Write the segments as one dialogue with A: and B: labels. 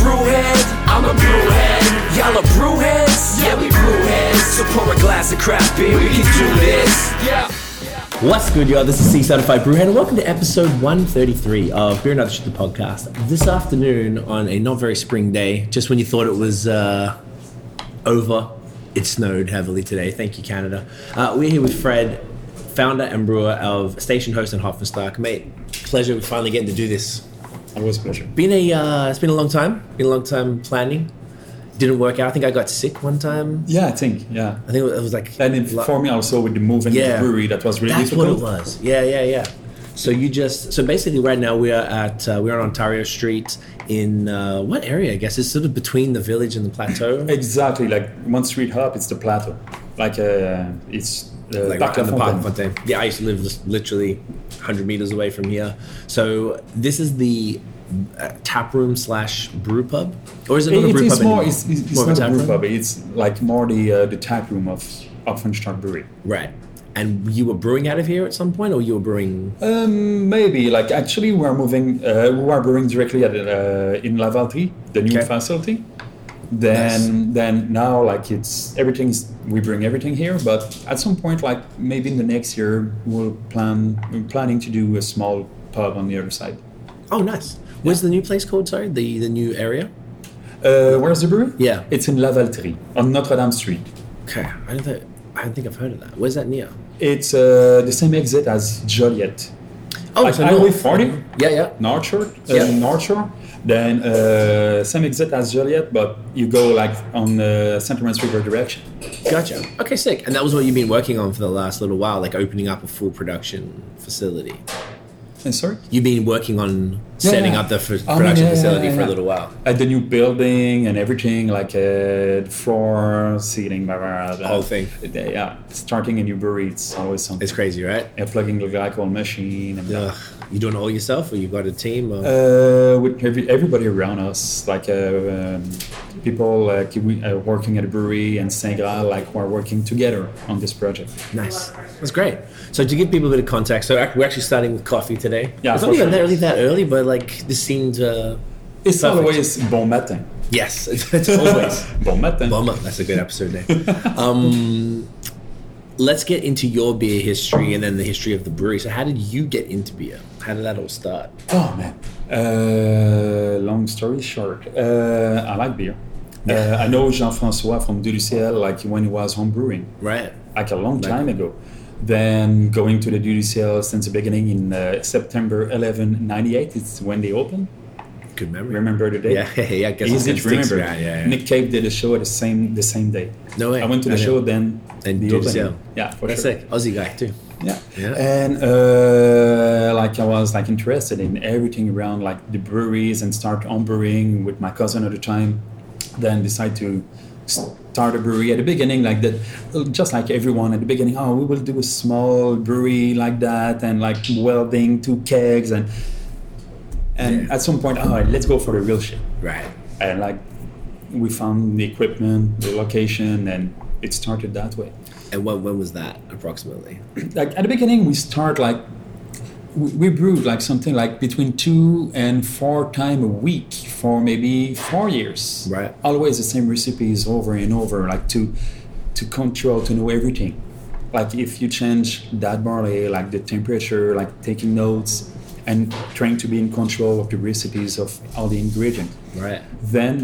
A: brew head? I'm a brew head. Y'all are brew heads? Yeah, we brew heads. So pour a glass of craft beer, we can do this. Yeah.
B: What's good, y'all? This is C Certified Brewhead, and welcome to episode 133 of Beer and Other Shit, the podcast. This afternoon, on a not very spring day, just when you thought it was uh, over, it snowed heavily today. Thank you, Canada. Uh, we're here with Fred, founder and brewer of Station Host and Hoffman Stark. Mate, pleasure of finally getting to do this.
C: It was a pleasure.
B: Been a, uh, it's been a long time. Been a long time planning. Didn't work out. I think I got sick one time.
C: Yeah, I think. Yeah.
B: I think it was like
C: And in, for me, also with the move and
B: Yeah.
C: the brewery, that was really
B: That's what it
C: difficult.
B: was. Yeah, yeah, yeah. So you just so basically right now we are at uh, we're on Ontario Street in uh, what area? I guess it's sort of between the village and the plateau.
C: Exactly. Like one street up, it's the plateau. Like uh, it's uh,
B: like
C: Bac
B: right on the
C: La
B: park
C: Fontaine.
B: Fontaine. Yeah, I used to live just literally 100 meters away from here. So this is the uh, tap room slash brew pub, or is it not a
C: It
B: brew
C: is
B: pub
C: more.
B: anymore?
C: It's, it's, it's
B: More of
C: not a
B: tap
C: brew
B: room?
C: pub. It's like more the uh, the tap room of Opfenstock Brewery.
B: Right. And you were brewing out of here at some point, or you were brewing?
C: Um, maybe like actually we are moving. Uh, we are brewing directly at uh, in Lavaltrie, the new
B: Okay.
C: facility. Then then now like it's everything's we bring everything here. But at some point like maybe in the next year we'll plan we're planning to do a small pub on the other side.
B: Oh, nice. Where's the new place called? Sorry, the the new area.
C: Uh, where's the brewery?
B: Yeah.
C: it's in Lavaltrie on Notre Dame Street.
B: Okay, I don't think I don't think I've heard of that. Where's that near?
C: It's uh, the same exit as Joliet.
B: Oh,
C: Like Highway 40.
B: Yeah, yeah.
C: North Shore, uh,
B: Yeah.
C: North Shore. Then uh, same exit as Joliet, but you go like on the Saint Lawrence River direction.
B: Gotcha. Okay, sick. And that was what you've been working on for the last little while, like opening up a full production facility.
C: And sorry,
B: You've been working on setting
C: yeah.
B: up the f-
C: I mean,
B: production
C: yeah, yeah,
B: facility
C: yeah,
B: for a
C: yeah.
B: little while.
C: at the new building and everything, like uh, the floor, seating, blah blah blah.
B: Whole thing.
C: Yeah, starting a new brewery, it's always something.
B: It's crazy, right?
C: and plugging the glycol machine and
B: Ugh. You doing it all yourself, or you've got a team? Or...
C: Uh, with every, everybody around us, like uh, um, people uh, keep- we- uh, working at a brewery and saying, ah, like we're working together on this project.
B: Nice. That's great. So to give people a bit of context, so ac- we're actually starting with coffee today.
C: Yeah,
B: it's
C: for
B: not even
C: sure.
B: really that early, but like this seemed. Uh,
C: It's
B: Perfect.
C: always bon matin.
B: yes, it's, it's always.
C: bon matin.
B: Bummer. That's a good episode name. um, let's get into your beer history and then the history of the brewery. So, how did you get into beer? How did that all start?
C: Oh man. Uh, long story short, uh, I like beer. Uh, I know Jean-François from DUCL, like when he was home brewing,
B: Right.
C: like a long time ago. Then going to the DUCL since the beginning in uh, September 11, 98, it's when they opened.
B: Good memory.
C: Remember the date?
B: Yeah, yeah, I guess it's
C: Easy
B: gonna stick
C: to
B: to
C: remember.
B: that, yeah, yeah.
C: Nick Cave did a show at the same the same day.
B: No way.
C: I went to the
B: I know.
C: show then.
B: And
C: the
B: DUCL.
C: opening. Yeah, for
B: That's
C: sure.
B: it. Aussie guy too.
C: Yeah.
B: Yeah.
C: And uh, like I was like interested in everything around like the breweries and start on brewing with my cousin at the time. Then decide to start a brewery at the beginning like that just like everyone at the beginning oh we will do a small brewery like that and like welding two kegs and and at some point all right let's go for the real shit
B: Right.
C: and like we found the equipment the location and it started that way
B: And when, when was that approximately?
C: like at the beginning we start like we, we brewed like something like between two and four time a week for maybe four years
B: Right.
C: always the same recipes over and over like to to control to know everything like if you change that barley like the temperature like taking notes and trying to be in control of the recipes of all the ingredients
B: Right.
C: then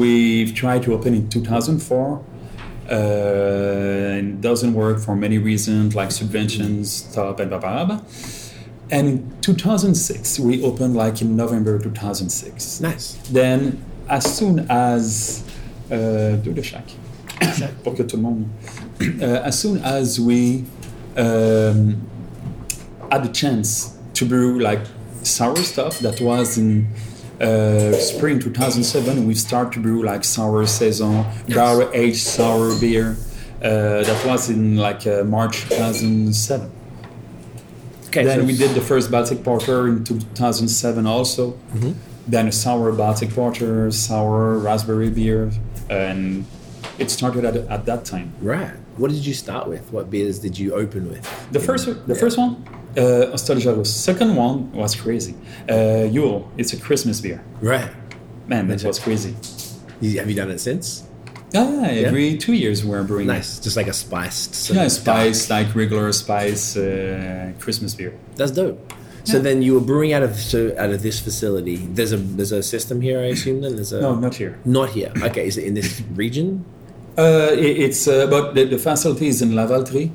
C: we've tried to open in 2004 uh, and it doesn't work for many reasons like subventions stop and blah blah blah and in 2006 we opened like in november 2006
B: Nice.
C: then as soon as uh, deux de chaque, pour que tout le monde- Uh, as soon as we um, had the chance to brew like sour stuff that was in uh, spring 2007, we started to brew like sour saison, barrel aged sour beer. Uh, that was in like uh, March 2007.
B: Okay,
C: Then
B: so-
C: we did the first Baltic Porter in 2007 also. Then a sour Baltic Porter, sour raspberry beer, and it started at, at that time.
B: right. What did you start with? What beers did you open with?
C: The first, the first one, uh, Ostalgia Second one was crazy. Uh, Yule, it's a Christmas beer.
B: Right.
C: Man, that was crazy.
B: You- Have you done it since?
C: Yeah, yeah, every two years we're brewing. it.
B: Nice. Just like a spiced. sort
C: Yeah,
B: of
C: spice, like regular spice uh, Christmas beer.
B: dark- That's dope. So then you were brewing out of so out of this facility. There's a there's a system here, I assume. Then there's a
C: No, not here.
B: Not here. Okay, is it in this region?
C: Uh, it- it's uh, but the, the facility is in Lavaltrie.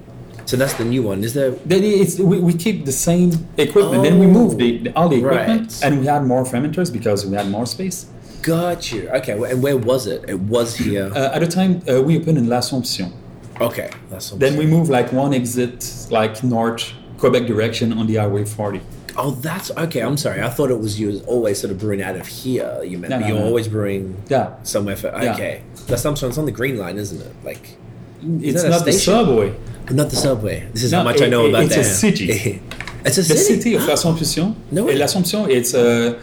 B: So that's the new one. Is there?
C: Then it's we, we keep the same equipment. Then we move the, the- all the equipment,
B: Right.
C: and we had more fermenters because we had more space.
B: Got you. Okay, well, and where was it? It was here.
C: Uh, at the time, uh, we opened in L'Assomption.
B: okay, that's what I'm
C: Then we
B: saying.
C: move like one exit, like north Quebec direction on the Highway 40.
B: Oh, that's okay. I'm sorry. I thought it was you was always sort of brewing out of here. You meant
C: No, no,
B: you're
C: no.
B: always brewing
C: Yeah,
B: somewhere for.
C: Yeah.
B: Okay, that's sometimes it's on the green line, isn't it? Like
C: it's
B: that a
C: not the
B: station?
C: subway.
B: not the subway. This is
C: No,
B: how much I
C: it-
B: know
C: it-
B: about
C: it's a
B: that.
C: city.
B: it's a
C: The
B: city. Ah,
C: city of L'Assomption.
B: No way.
C: And L'Assomption, it's uh,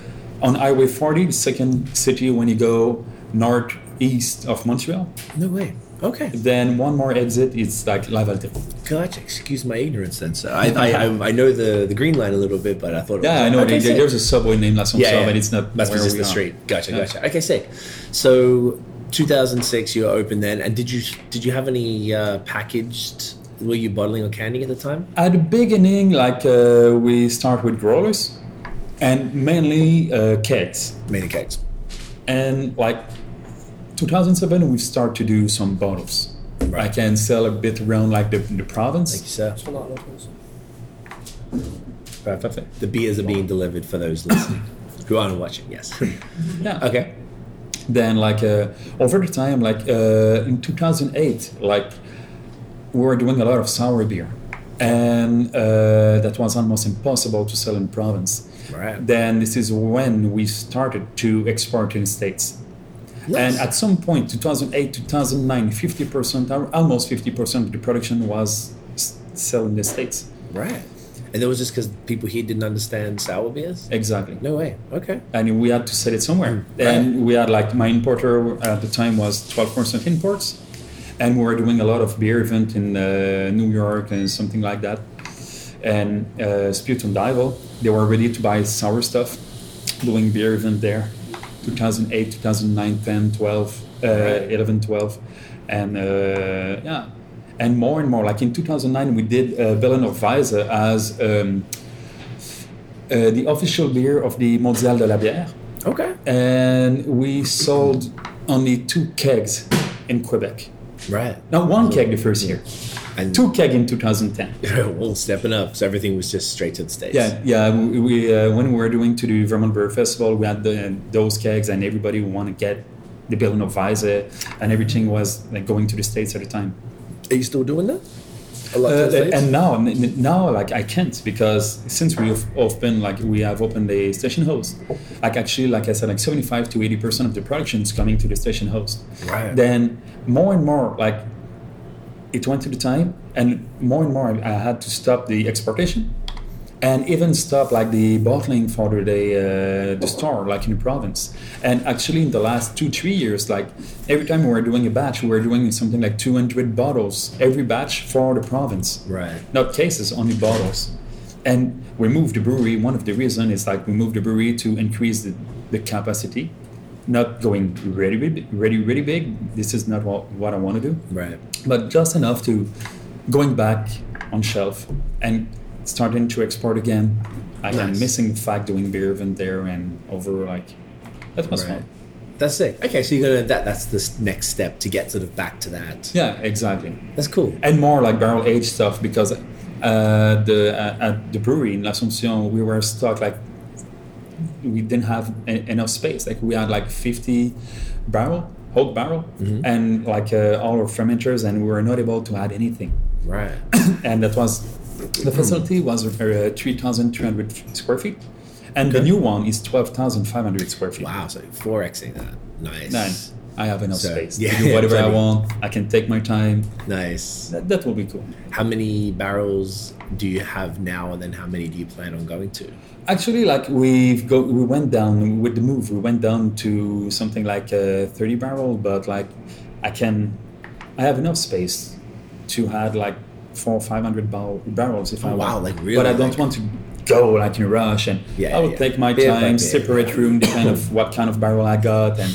C: on Highway 40, the second city when you go north east of Montreal.
B: No way. Okay.
C: Then one more exit, it's like La Valtrie.
B: Gotcha. Excuse my ignorance then. So I, I, I, I know the, the green line a little bit, but I thought it was
C: Yeah, I know.
B: Okay,
C: there-
B: sick.
C: there's a subway named L'Assomption,
B: yeah, yeah.
C: but it's not
B: Must be
C: where
B: just
C: we
B: the
C: are.
B: street. Gotcha,
C: Yeah.
B: gotcha. Okay, sick. So 2006, you were open then, and did you did you have any uh, packaged? Were you bottling or canning at the time?
C: At the beginning, like uh, we start with growlers and mainly uh, kegs.
B: Many cakes.
C: And like 2007, we start to do some bottles. I can sell a bit around like the, the
B: Thank you,
C: province.
B: sir.
C: Perfect.
B: The beers are being delivered for those listening who aren't watching. Yes.
C: Yeah.
B: okay.
C: then like uh, over the time like uh, in 2008 like we were doing a lot of sour beer and uh, that was almost impossible to sell in province
B: Right.
C: then this is when we started to export in states
B: Nice.
C: and at some point 2008 2009 50% al- almost 50% of the production was s- sold in the states
B: right. And that was just because people here didn't understand sour beers.
C: exactly
B: No way. Okay.
C: and we had to sell it somewhere. And we had like my importer at the time was 12% imports, and we were doing a lot of beer event in uh, New York and something like that. And uh, Sputum Dival, they were ready to buy sour stuff, doing beer event there, 2008, 2009, 10, 12, uh, 11, 12, and uh, yeah, and more and more. Like in 2009, we did uh, Belen of Weise as. Um, uh, the official beer of the Mondial de la Bière,
B: Okay.
C: and we sold only two kegs in Quebec.
B: Right.
C: Not one keg the first year,
B: And
C: two keg in 2010.
B: well, stepping up. So everything was just straight to the States.
C: Yeah, yeah. We, we uh, when we were doing to the Vermont Beer Festival, we had the, those kegs, and everybody wanted to get the Berliner Weisse, and everything was like going to the states at the time.
B: Are you still doing that? A lot to the
C: Uh,
B: States?
C: and now, n- n- now, like I can't because since we've opened, like we have opened the station host, like actually, like I said, like seventy-five to eighty percent of the production is coming to the station host.
B: Right.
C: Then more and more, like it went to the time, and more and more, I I had to stop the exportation, and even stop like the bottling for the uh, the store, like in the province. And actually, in the last two three years, like every time we were doing a batch, we were doing something like two hundred bottles every batch for the province
B: Right.
C: not cases, only bottles. And we moved the brewery. One of the reason is like we moved the brewery to increase the, the capacity, not going really, big- really, really big. This is not what, what I want to do,
B: Right.
C: but just enough to going back on shelf and starting to export again. Like I'm
B: Nice.
C: missing the fact doing beer event there and over like that was
B: Right.
C: fun.
B: That's sick. Okay, so you're gonna that that's the s- next step to get sort of back to that.
C: Yeah, exactly.
B: That's cool.
C: and more like barrel aged stuff because uh, the uh, at the brewery in L'Assomption we were stuck like we didn't have e- enough space like we had like 50 barrel oak barrel
B: Mm-hmm.
C: and like uh, all our fermenters and we were not able to add anything
B: Right.
C: and that was the facility was uh, 3,300 square feet And the new one is 12,500 square feet.
B: Wow, so 4xing that. Nice.
C: Then I have enough
B: So,
C: space
B: yeah,
C: to do whatever I
B: totally.
C: want. I can take my time.
B: Nice.
C: That, that will be cool.
B: How many barrels do you have now, and then how many do you plan on going to?
C: Actually, like we've go, we went down with the move. We went down to something like uh, 30 barrel, but like I can, I have enough space to add like four or 500 barrel, barrels if I
B: Oh, wow,
C: want.
B: like
C: But I
B: really,
C: don't
B: like-
C: want to go like in a rush, and
B: Yeah,
C: I will
B: yeah.
C: take my
B: Bit by
C: time,
B: bit.
C: separate room, depend of what kind of barrel I got, and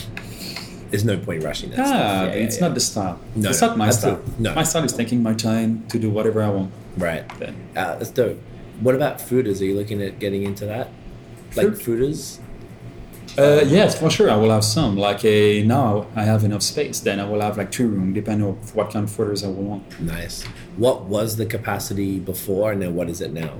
B: There's no point rushing that.
C: ah,
B: stuff. Yeah,
C: it's
B: yeah,
C: not the style.
B: No,
C: it's
B: no,
C: not my style.
B: absolutely. No.
C: My style is taking my time to do whatever I want.
B: yeah. right.
C: Then.
B: Uh, that's dope. What about fooders? Are you looking at getting into that? Like fooders?
C: Uh, yes, for sure. I will have some. Like uh, now, I have enough space. Then I will have like two room, depending on what kind of photos I will want.
B: Nice. What was the capacity before, and then what is it now?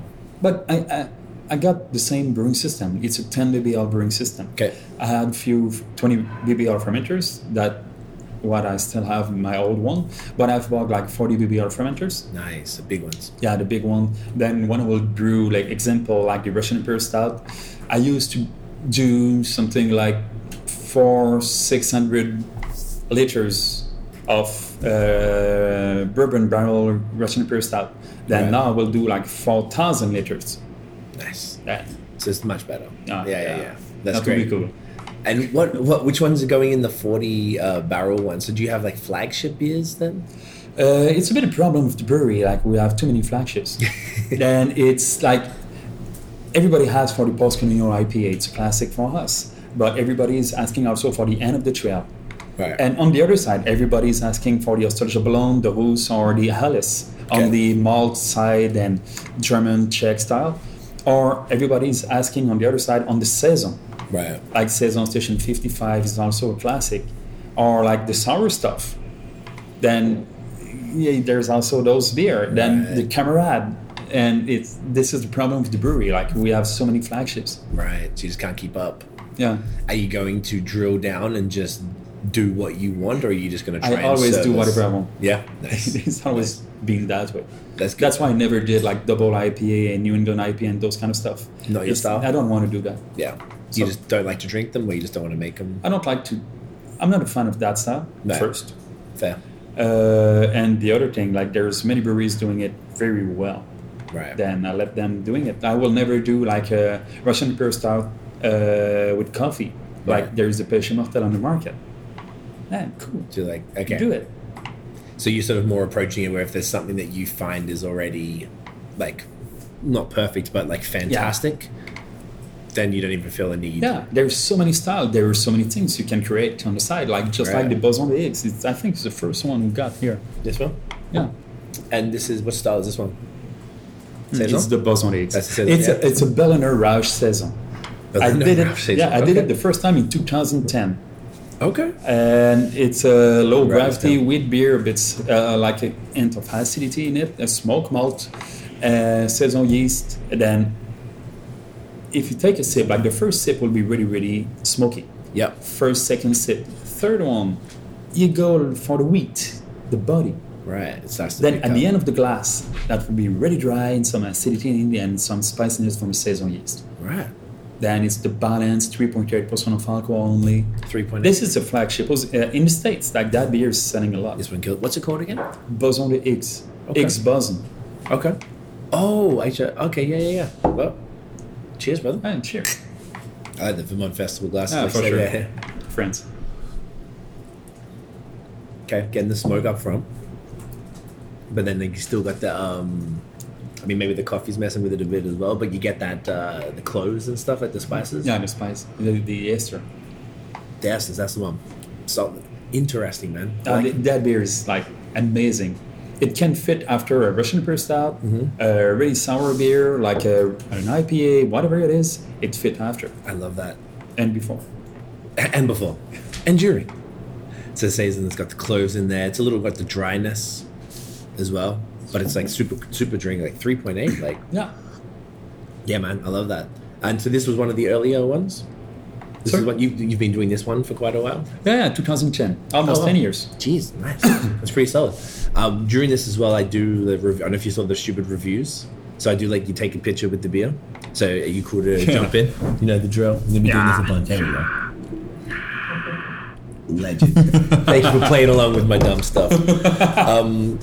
C: But I, I, I got the same brewing system. It's a 10 BBL brewing system.
B: Okay.
C: I had few 20 BBL fermenters that what I still have in my old one, but I've bought like 40 BBL fermenters.
B: Nice, the big ones.
C: Yeah, the big one. Then when I will brew like example like the Russian Imperial Stout, I used to do something like four six hundred liters of uh, bourbon barrel Russian Imperial Stout. Then
B: Right.
C: now I will do like four thousand liters.
B: Nice.
C: That,
B: So it's much better.
C: uh,
B: yeah, yeah, yeah. That's
C: that will
B: great.
C: be cool.
B: And what, what, which ones are going in the forty uh, barrel one? So do you have like flagship beers then?
C: Uh, it's a bit of a problem with the brewery. Like we have too many flagships. then it's like everybody has for the post communal IPA. It's a classic for us, but everybody is asking also for the end of the trail.
B: Right.
C: And on the other side, everybody is asking for the Australian Blonde, the Rus, or the Helles
B: Okay.
C: on the malt side and German Czech style. Or everybody is asking on the other side on the saison
B: right.
C: like Saison Station 55 is also a classic, or like the sour stuff. Then yeah, there's also those beer. Then the
B: Right.
C: Camarade, and it's this is the problem with the brewery. Like we have so many flagships.
B: Right. So you just can't keep up.
C: Yeah,
B: Are you going to drill down and just do what you want, or are you just going to try?
C: I always
B: and
C: do
B: service-
C: whatever I want.
B: Yeah. Nice.
C: it's always been that way.
B: That's good.
C: That's why I never did like double IPA and New England IPA and those kind of stuff.
B: Not your
C: It's-
B: style?
C: I don't want to do that.
B: Yeah. You
C: So- Uh,
B: just don't like to drink them, or you just don't want to make them.
C: I don't like to. I'm not a fan of that style.
B: No.
C: First,
B: Fair.
C: uh, and the other thing, like there's many breweries doing it very well.
B: Right.
C: then I let them doing it. I will never do like a Russian Imperial Stout uh, with coffee.
B: Right.
C: Like there is a Pêche Mortel on the market. Yeah, cool.
B: So you're like, okay.
C: Do it.
B: So you're sort of more approaching it where if there's something that you find is already like not perfect, but like fantastic, then you don't even feel the need.
C: Yeah, there's so many styles. There are so many things you can create on the side. Like just
B: Right.
C: like the boson eggs. It's, I think it's the first one we got here.
B: This one?
C: Yeah.
B: And this is, what style is this one?
C: Hmm, It's the boson eggs.
B: That's
C: It's
B: the Saison,
C: a,
B: yeah.
C: it's a Belliner Rausch saison.
B: Oh,
C: I did it. Yeah, I did it the first time in 2010.
B: Okay.
C: and it's a low gravity
B: Understand.
C: wheat beer, but it's uh, like a hint of acidity in it, a smoke malt, uh, saison yeast. And then, if you take a sip, like the first sip will be really, really smoky.
B: Yep.
C: First, second sip, third one, you go for the wheat, the body.
B: Right. It starts to
C: Then
B: pick
C: at the
B: up.
C: end of the glass, that will be really dry and some acidity in it and some spiciness from the saison yeast.
B: Right.
C: Then it's the balance, 3.8% of alcohol only.
B: 3.8.
C: This is a flagship. Was, uh, in the States, like that beer is selling a lot.
B: This one killed. What's it called again?
C: Boson de X.
B: Okay.
C: X Boson.
B: Okay. Oh, I should, okay. Yeah, yeah, yeah. Well, cheers, brother.
C: And cheer.
B: I like the Vermont Festival glasses.
C: Ah,
B: like
C: for
B: so,
C: sure.
B: yeah, yeah.
C: Friends.
B: Okay, getting the smoke up front. But then you still got the um I mean maybe the coffee's messing with it a bit as well, but you get that uh the cloves and stuff, like the spices.
C: Yeah, the spice. The, the ester.
B: The essence, that's the one. So interesting, man. I
C: Uh,
B: like
C: th-
B: it.
C: that beer is like amazing. It can fit after a Russian Imperial Stout, a really sour beer, like a, an IPA, whatever it is, it fit after
B: I love that.
C: and before.
B: And before. And during. So season it's got the cloves in there. It's a little got the dryness as well. But it's like super super drink, like three point eight, like
C: Yeah.
B: yeah man, I love that. And so this was one of the earlier ones? This
C: Sorry?
B: is what you you've been doing this one for quite a while?
C: Yeah, yeah 2010. Almost
B: Oh, wow.
C: 10 years.
B: Jeez, nice. That's pretty solid. Um, during this as well, I do the. Rev- I don't know if you saw the stupid reviews So I do like you take a picture with the beer. So are you cool to jump in? You know the drill. We're gonna be doing this a bunch. There we go. Legend. Thank you for playing along with my dumb stuff. Um,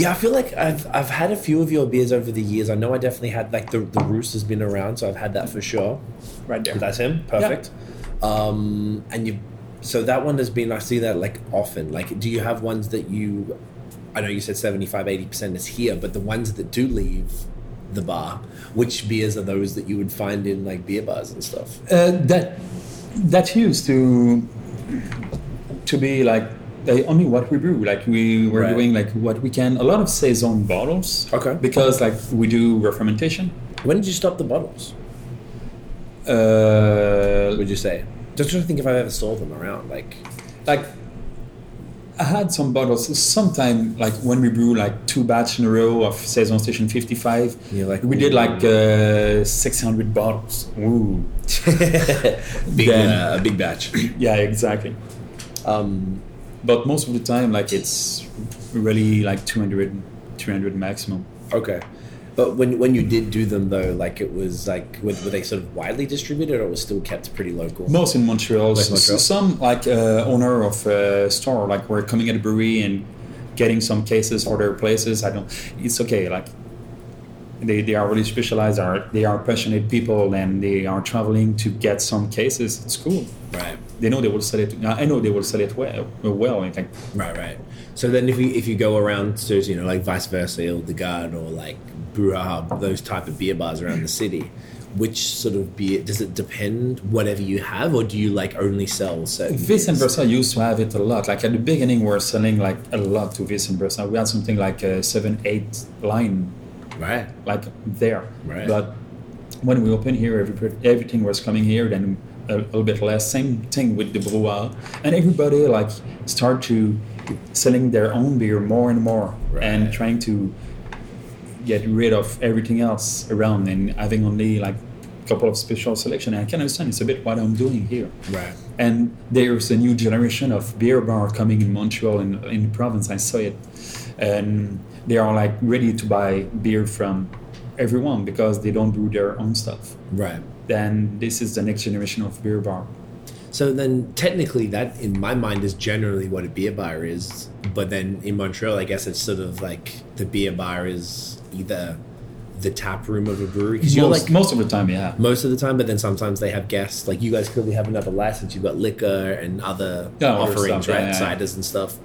B: yeah, I feel like I've I've had a few of your beers over the years. I know I definitely had like the the roost has been around, so I've had that for sure.
C: Right there.
B: That's him. Perfect. Um, and you, so that one has been. I see that like often. Like, do you have ones that you? I know you said 75, 80 percent is here, but the ones that do leave the bar, which beers are those that you would find in like beer bars and stuff?
C: Uh, that that used to to be like they only what we brew. Like we were
B: Right.
C: doing like what we can. A lot of saison bottles.
B: Okay.
C: Because like we do re-fermentation.
B: When did you stop the bottles?
C: Uh,
B: Would you say? Just trying to think if I've ever saw them around. Like,
C: like I had some bottles sometime like when we brew like two batch in a row of saison station 55
B: You're like,
C: we did
B: "Ooh."
C: like uh, 600 bottles ooh
B: big,
C: Then-
B: uh, a big batch.
C: yeah exactly
B: Um,
C: but most of the time like it's really like 200 300 maximum
B: okay. But when, when you did do them though, like it was like were, were they sort of widely distributed or it was still kept pretty local?
C: most in Montreal.
B: Like
C: S-
B: Montreal?
C: Some like uh, owner of a store, like we're coming at a brewery and getting some cases for their places. I don't. It's okay. Like they, they are really specialized. Are they are passionate people and they are traveling to get some cases. It's cool.
B: Right.
C: They know they will sell it. I know they will sell it well. Well, I think.
B: Right, right. So then, if you if you go around to you know like vice versa, or the guard, or like Bruja, those type of beer bars around the city, which sort of beer does it depend? Whatever you have, or do you like only sell certain?
C: Vis and
B: beers?
C: Bressa used to have it a lot. Like at the beginning, we were selling like a lot to Vis and Bressa. We had something like a seven, eight line
B: Right.
C: like there.
B: Right.
C: But when we opened here, every, everything was coming here. Then a little bit less. Same thing with the Brouwer, and everybody like start to selling their own beer more and more,
B: Right.
C: and trying to get rid of everything else around and having only like a couple of special selection. And I can understand it's a bit what I'm doing here.
B: Right.
C: And there's a new generation of beer bar coming in Montreal in, in the province. I saw it, and they are like ready to buy beer from everyone because they don't brew their own stuff.
B: Right.
C: Then this is the next generation of beer bar.
B: So then, technically, that in my mind is generally what a beer bar is. But then in Montreal, I guess it's sort of like the beer bar is either the tap room of a brewery because you're
C: Most,
B: like
C: most of the time, yeah.
B: most of the time, but then sometimes they have guests. Like you guys clearly have another license. You've got liquor and other
C: Yeah, other
B: offerings,
C: Oh, stuff,
B: right?
C: yeah, yeah, yeah.
B: Ciders and stuff.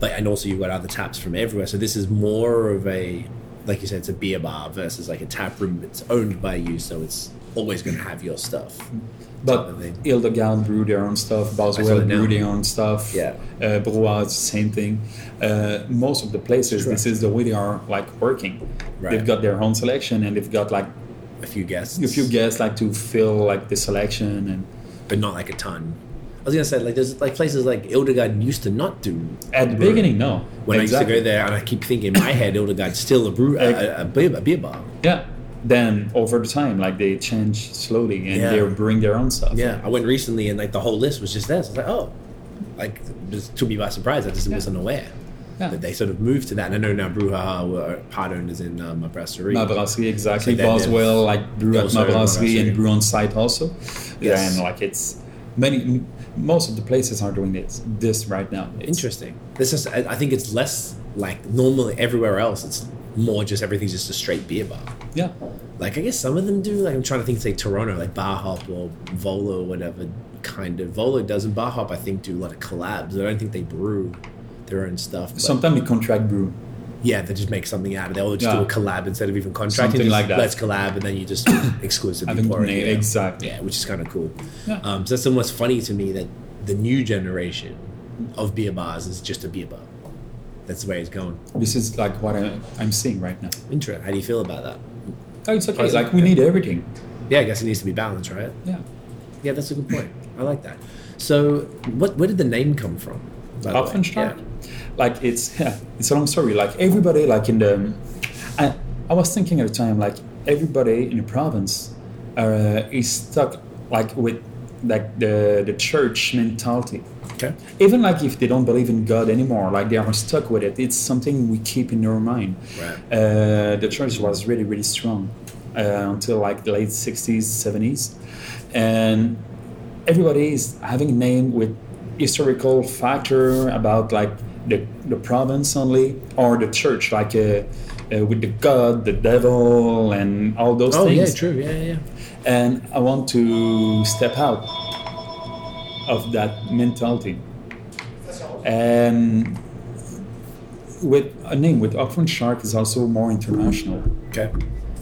B: But and also you've got other taps from everywhere. So this is more of a, like you said, it's a beer bar versus like a tap room. It's owned by you, so it's always going to have your stuff.
C: But
B: Definitely.
C: Hildegard brew their own stuff,
B: saw
C: Boswell
B: it now.
C: brew their own stuff,
B: Yeah.
C: uh, Brouwer, it's the same thing. Uh, most of the places,
B: Sure.
C: this is the way they are like working.
B: Right.
C: They've got their own selection and they've got like
B: A few guests,
C: a few guests like to fill like the selection and
B: but not like a ton. I was gonna say like there's like places like Hildegard used to not do
C: At the beginning, no.
B: when I used to go there, and I keep thinking in my head Hildegard's still a brew a, a, a beer, a beer bar.
C: Yeah. Then over the time, like they change slowly and
B: Yeah.
C: they bring their own stuff.
B: Yeah, I went recently, and like the whole list was just theirs. I was like, oh, like just took me by surprise. I just wasn't aware
C: Yeah.
B: that they sort of moved to that. And I know now Bruhaha were part owners in uh, my brasserie.
C: Ma Brasserie, exactly.
B: So then
C: Boswell, like brew at
B: also
C: Ma Brasserie
B: Brasserie.
C: and brew on site also.
B: Yes.
C: And like it's many, m- most of the places are doing this, this right now. It's-
B: Interesting. This is. I, I think it's less like normally everywhere else. It's more just everything's just a straight beer bar.
C: Yeah.
B: Like I guess some of them do. Like I'm trying to think, say Toronto, like Bar Hop or Volo, or whatever kind of Volo does, and Bar Hop I think do a lot of collabs. I don't think they brew their own stuff. but-
C: Sometimes we contract brew.
B: Yeah, they just make something out of it. Or just
C: Yeah.
B: do a collab instead of even contracting.
C: Something
B: Just
C: like that.
B: Let's collab, and then you just exclusively
C: I think
B: pour it.
C: na-
B: yeah.
C: exactly.
B: Yeah, which is kind of cool.
C: Yeah.
B: Um, so that's almost funny to me that the new generation of beer bars is just a beer bar. That's the way it's going.
C: This is like what I, I'm seeing right now.
B: Interesting. How do you feel about that?
C: Oh, it's okay.
B: Awesome.
C: Like we need everything.
B: Yeah, I guess it needs to be balanced, right?
C: Yeah.
B: Yeah, that's a good point. I like that. So, what where did the name come from? by the way?
C: Hopfenstadt.
B: Yeah.
C: Like it's yeah, it's a long story. Like everybody, like in the, I, I was thinking at the time, like everybody in the province, uh, is stuck like with like the the church mentality.
B: Okay.
C: Even like if they don't believe in God anymore, like they are stuck with it. It's something we keep in our mind.
B: Right.
C: Uh, the church was really really strong uh, until like the late sixties, seventies, and everybody is having a name with historical factor about like the, the province only or the church like uh, uh, with the god the devil and all those
B: Oh yeah,
C: things
B: true. Yeah, yeah.
C: and i want to step out of that mentality and with a name with upfront shark is also more international
B: Okay.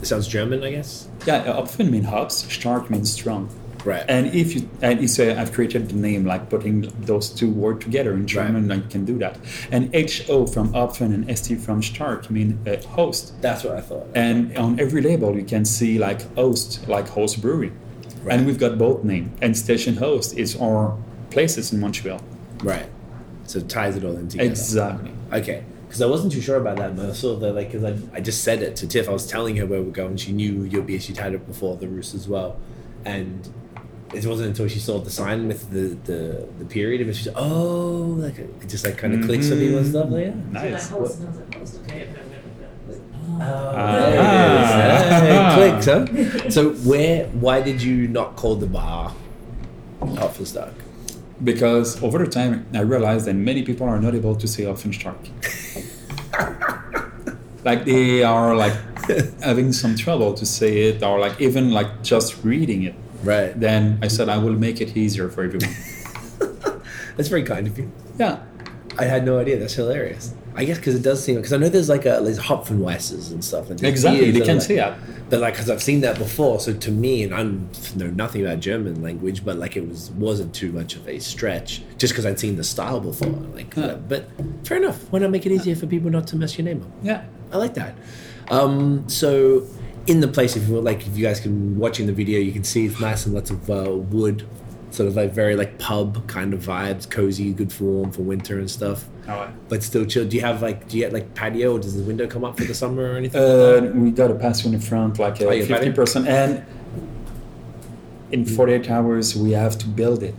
B: It sounds German, I guess.
C: yeah upfront means hubs shark means strong
B: Right.
C: and if you and you say I've created the name, like putting those two words together in German, I can do that. And HO from Opfen and ST from Stark mean uh, host.
B: that's what I thought.
C: And on every label, you can see like host, like host brewery. And we've got both name. And station host is our places in Montreal.
B: Right. So it ties it all in together.
C: Exactly.
B: Okay. Because I wasn't too sure about that, but I saw that, like, because I, I just said it to Tiff. I was telling her where we're going. She knew you'll be, she'd had it before the roost as well. And it wasn't until she saw the sign with the, the, the period of it, she said, oh, like, it just, like, kind of clicks for people and stuff. Like, yeah.
C: Mm-hmm. Nice.
D: So that house sounds like, "Host, okay, I've never been there."
C: Ah.
B: There it is. Hey, clicks, huh? So, where, why did you not call the bar Hopfenstock?
C: Because over the time, I realized that many people are not able to say Opfen Stark. like they are like having some trouble to say it, or like even like just reading it.
B: Right.
C: Then I said I will make it easier for everyone.
B: That's very kind of you.
C: yeah.
B: I had no idea. That's hilarious. I guess because it does seem because I know there's like a there's Hopfenweisses and stuff. And there's
C: Exactly,
B: beers
C: they
B: that are
C: can
B: like,
C: see that.
B: But like, because I've seen that before, so to me, and I know nothing about German language, but like it was wasn't too much of a stretch just because I'd seen the style before. Like,
C: Huh.
B: but fair enough. Why not make it easier for people not to mess your name up?
C: Yeah.
B: I like that. Um, so in the place, if you like, if you guys can watching the video, you can see it's nice and lots of uh, wood, sort of like very like pub kind of vibes, cozy, good for warm for winter and stuff.
C: Alright.
B: But still chill. Do you have like do you get like patio or does the window come up for the summer or anything?
C: Uh, we got a pass in the front, like uh,
B: Oh, you Hmm. got
C: fifty
B: it?
C: percent, and in forty-eight hours we have to build it.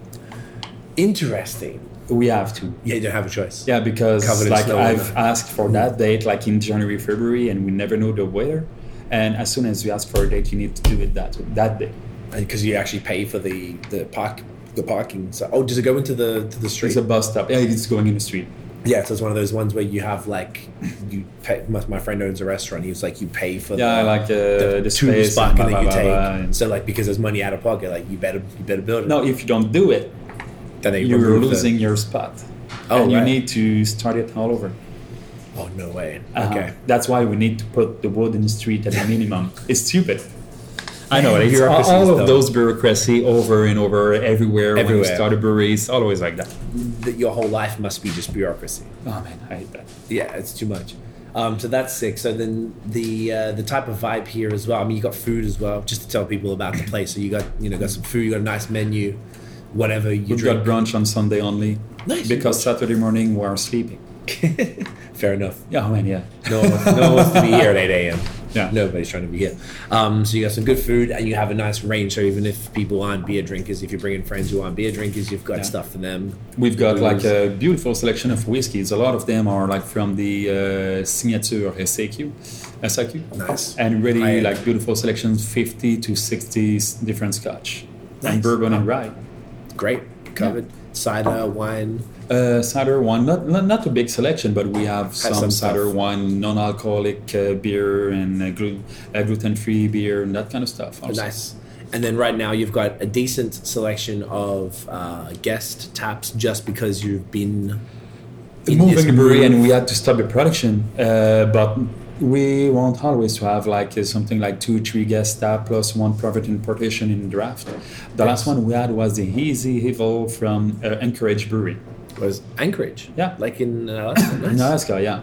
B: Uh, Interesting.
C: We have to.
B: Yeah, you don't have a choice.
C: Yeah, because
B: Covered in
C: like
B: snow,
C: I've
B: isn't it?
C: asked for that date like in January, February, and we never know the weather. And as soon as you ask for a date, you need to do it that that day.
B: because Uh, you actually pay for the the park the parking. So oh, does it go into the to the street?
C: It's a bus stop. Yeah, it's going in the street.
B: yeah, so it's one of those ones where you have like you pay. My, my friend owns a restaurant. He was like you pay for
C: Yeah,
B: the,
C: like uh, the,
B: the
C: space
B: tourist spot
C: and blah,
B: that
C: blah,
B: you
C: blah,
B: take.
C: blah, and-
B: So like because there's money out of pocket, like you better you better build it.
C: no, if you don't do it,
B: then they
C: you're
B: remove the-
C: losing your spot.
B: Oh,
C: and you
B: right.
C: need to start it all over.
B: Oh no way.
C: Uh-huh.
B: Okay.
C: That's why we need to put the wood in the street at a minimum. it's stupid. I know.
B: it's
C: It's all,
B: bureaucracies,
C: all
B: though.
C: of those bureaucracy over and over everywhere. When you
B: Everywhere.
C: start a brewery, it's always like that.
B: That your whole life must be just bureaucracy.
C: Oh man, I hate that.
B: Yeah, it's too much. Um, so that's sick. So then the uh, the type of vibe here as well. I mean, you got food as well, just to tell people about the place. So you got you know got some food. You got a nice menu, whatever you
C: We've got
B: drink.
C: brunch on Sunday only.
B: Nice.
C: Because Saturday morning we are sleeping.
B: Fair enough.
C: Yeah, oh, man, yeah.
B: No one, wants, no one wants to be here at 8 a.m.
C: Yeah.
B: Nobody's trying to be here. Um, so you got some good food and you have a nice range. So even if people aren't beer drinkers, if you're bringing friends who aren't beer drinkers, you've got
C: Yeah.
B: stuff for them.
C: We've got like
B: Booze.
C: a beautiful selection of whiskeys. A lot of them are like from the uh, Signature SAQ, SAQ.
B: Nice.
C: And really
B: High-end.
C: like beautiful selections, 50 to 60 s- different scotch.
B: Nice.
C: And bourbon and rye.
B: great covered cider, wine.
C: Uh, cider wine, not, not not a big selection, but we have some,
B: some
C: cider
B: stuff.
C: wine, non-alcoholic uh, beer and uh, glu- uh, gluten-free beer and that kind of stuff. also.
B: Nice. And then right now you've got a decent selection of uh, guest taps just because you've been in this
C: moving the brewery
B: move.
C: and we had to stop the production uh, but we want always to have like uh, something like two three guest staff plus one private importation in draft the last one we had was the easy evil from uh, anchorage brewery
B: was Anchorage.
C: Yeah.
B: Like in uh, Alaska.
C: in
B: Nice.
C: alaska yeah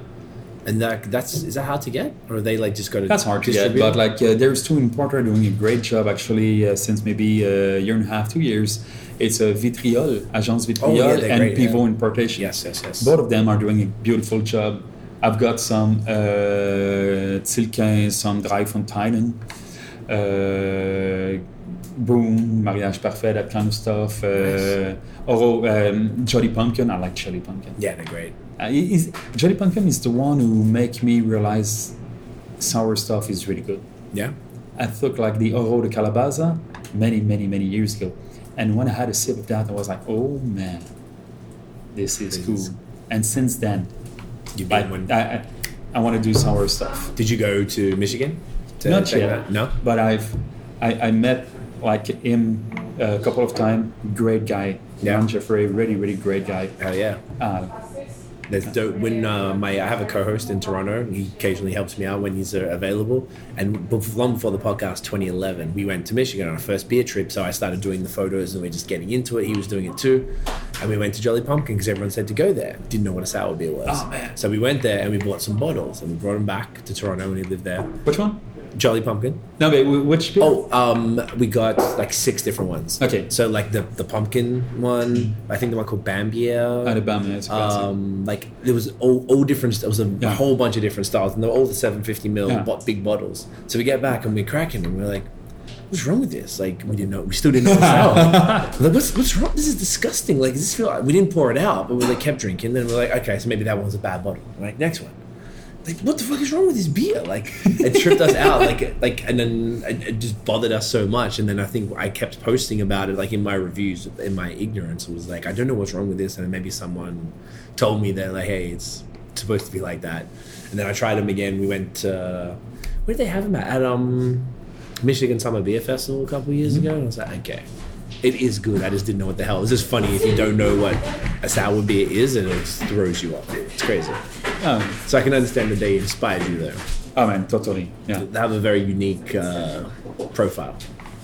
B: And that that's is that hard to get? Or are they like just got to
C: that's hard to get but like uh, there's two importer doing a great job actually uh, since maybe a year and a half two years it's a vitriol agence vitriol
B: Oh, they're
C: and
B: great,
C: pivot
B: yeah.
C: importation
B: Yes, yes, yes.
C: Both of them are doing a beautiful job. I've got some uh, Zilke, some Dry Fontainen, uh, Boom, Mariage Parfait, that kind of stuff. Uh, Or um, Jolly Pumpkin, I like Jolly Pumpkin.
B: Yeah, they're great.
C: Uh, he- he's- Jolly Pumpkin is the one who make me realize sour stuff is really good.
B: Yeah.
C: I took like the Oro de Calabaza many, many, many years ago. And when I had a sip of that, I was like, oh man, this is
B: This
C: cool.
B: is-
C: And since then,
B: You've
C: I,
B: been when,
C: I, I, I want to do sour stuff.
B: did you go to Michigan? To
C: Not
B: check
C: yet.
B: that? No.
C: But I've, I, I met like him uh, a couple of times. Great guy.
B: Yeah.
C: Ron Jeffrey, really, really great guy.
B: Hell yeah.
C: Uh,
B: There's dope. When uh, my I have a co-host in Toronto, and he occasionally helps me out when he's uh, available. And bef- long before the podcast, 2011, we went to Michigan on our first beer trip. So I started doing the photos, and we are just getting into it. He was doing it too, and we went to Jolly Pumpkin because everyone said to go there. Didn't know what a sour beer was.
C: Oh, man.
B: So we went there and we bought some bottles, and we brought them back to Toronto, and he lived there.
C: which one?
B: Jolly Pumpkin.
C: No, but wh- which beer?
B: Oh, um, we got like six different ones.
C: Okay.
B: So like the the pumpkin one, I think the one called Bambier.
C: Alabama. It's classic.
B: Um, like there was all, all different. There was a,
C: Yeah.
B: whole bunch of different styles, and they were all the 750 mil
C: Yeah.
B: bo- big bottles. So we get back and we're cracking, and we're like, "What's wrong with this?" Like we didn't know. We still didn't know. It was sour. We're like, what's what's wrong? This is disgusting. Like does this feel. Like, we didn't pour it out, but we like kept drinking. Then we're like, "Okay, so maybe that one's a bad bottle." Like next one. Like what the fuck is wrong with this beer? Like it tripped us out. Like like and then it, it just bothered us so much. And then I think I kept posting about it. Like in my reviews, in my ignorance, it was like I don't know what's wrong with this. And maybe someone told me that like, hey, it's supposed to be like that. And then I tried them again. We went. Uh, where did they have them at? At um, Michigan Summer Beer Festival a couple years ago. And I was like, okay, it is good. I just didn't know what the hell. It's just funny if you don't know what a sour beer is, and it just throws you off. It's crazy.
C: oh,
B: So I can understand that they inspired you though.
C: oh man, totally. Yeah.
B: They have a very unique uh, profile.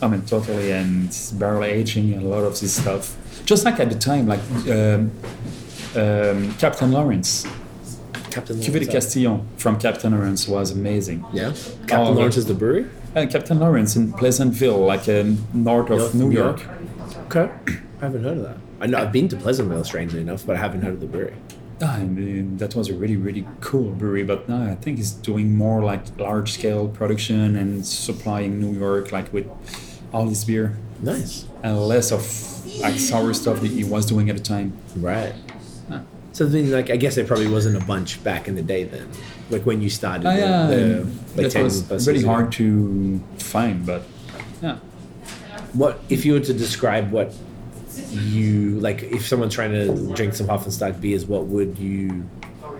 C: I mean, totally, and barrel aging and a lot of this stuff. Just like at the time, like um, um, Captain Lawrence,
B: Captain
C: Cuvée de Castillon from Captain Lawrence was amazing.
B: Yeah. Captain
C: Oh,
B: Lawrence
C: yeah.
B: is the brewery.
C: And Captain Lawrence in Pleasantville, like um, north of New York.
B: Okay. I haven't heard of that. I know I've been to Pleasantville, strangely enough, but I haven't heard of the brewery.
C: Ah, I mean, that was a really, really cool brewery, but now I think it's doing more like large scale production and supplying New York like with all this beer
B: Nice.
C: and less of like sour stuff that he was doing at the time. Ah.
B: Right.
C: Huh.
B: So then, like, I guess there probably wasn't a bunch back in the day then, like when you started.
C: Ah,
B: the-
C: yeah,
B: the- Uh, like
C: that
B: 10
C: was
B: buses
C: really
B: ago.
C: hard to find, but yeah.
B: What if you were to describe what you like? If someone's trying to drink some Hoffenstadt beers, what would you?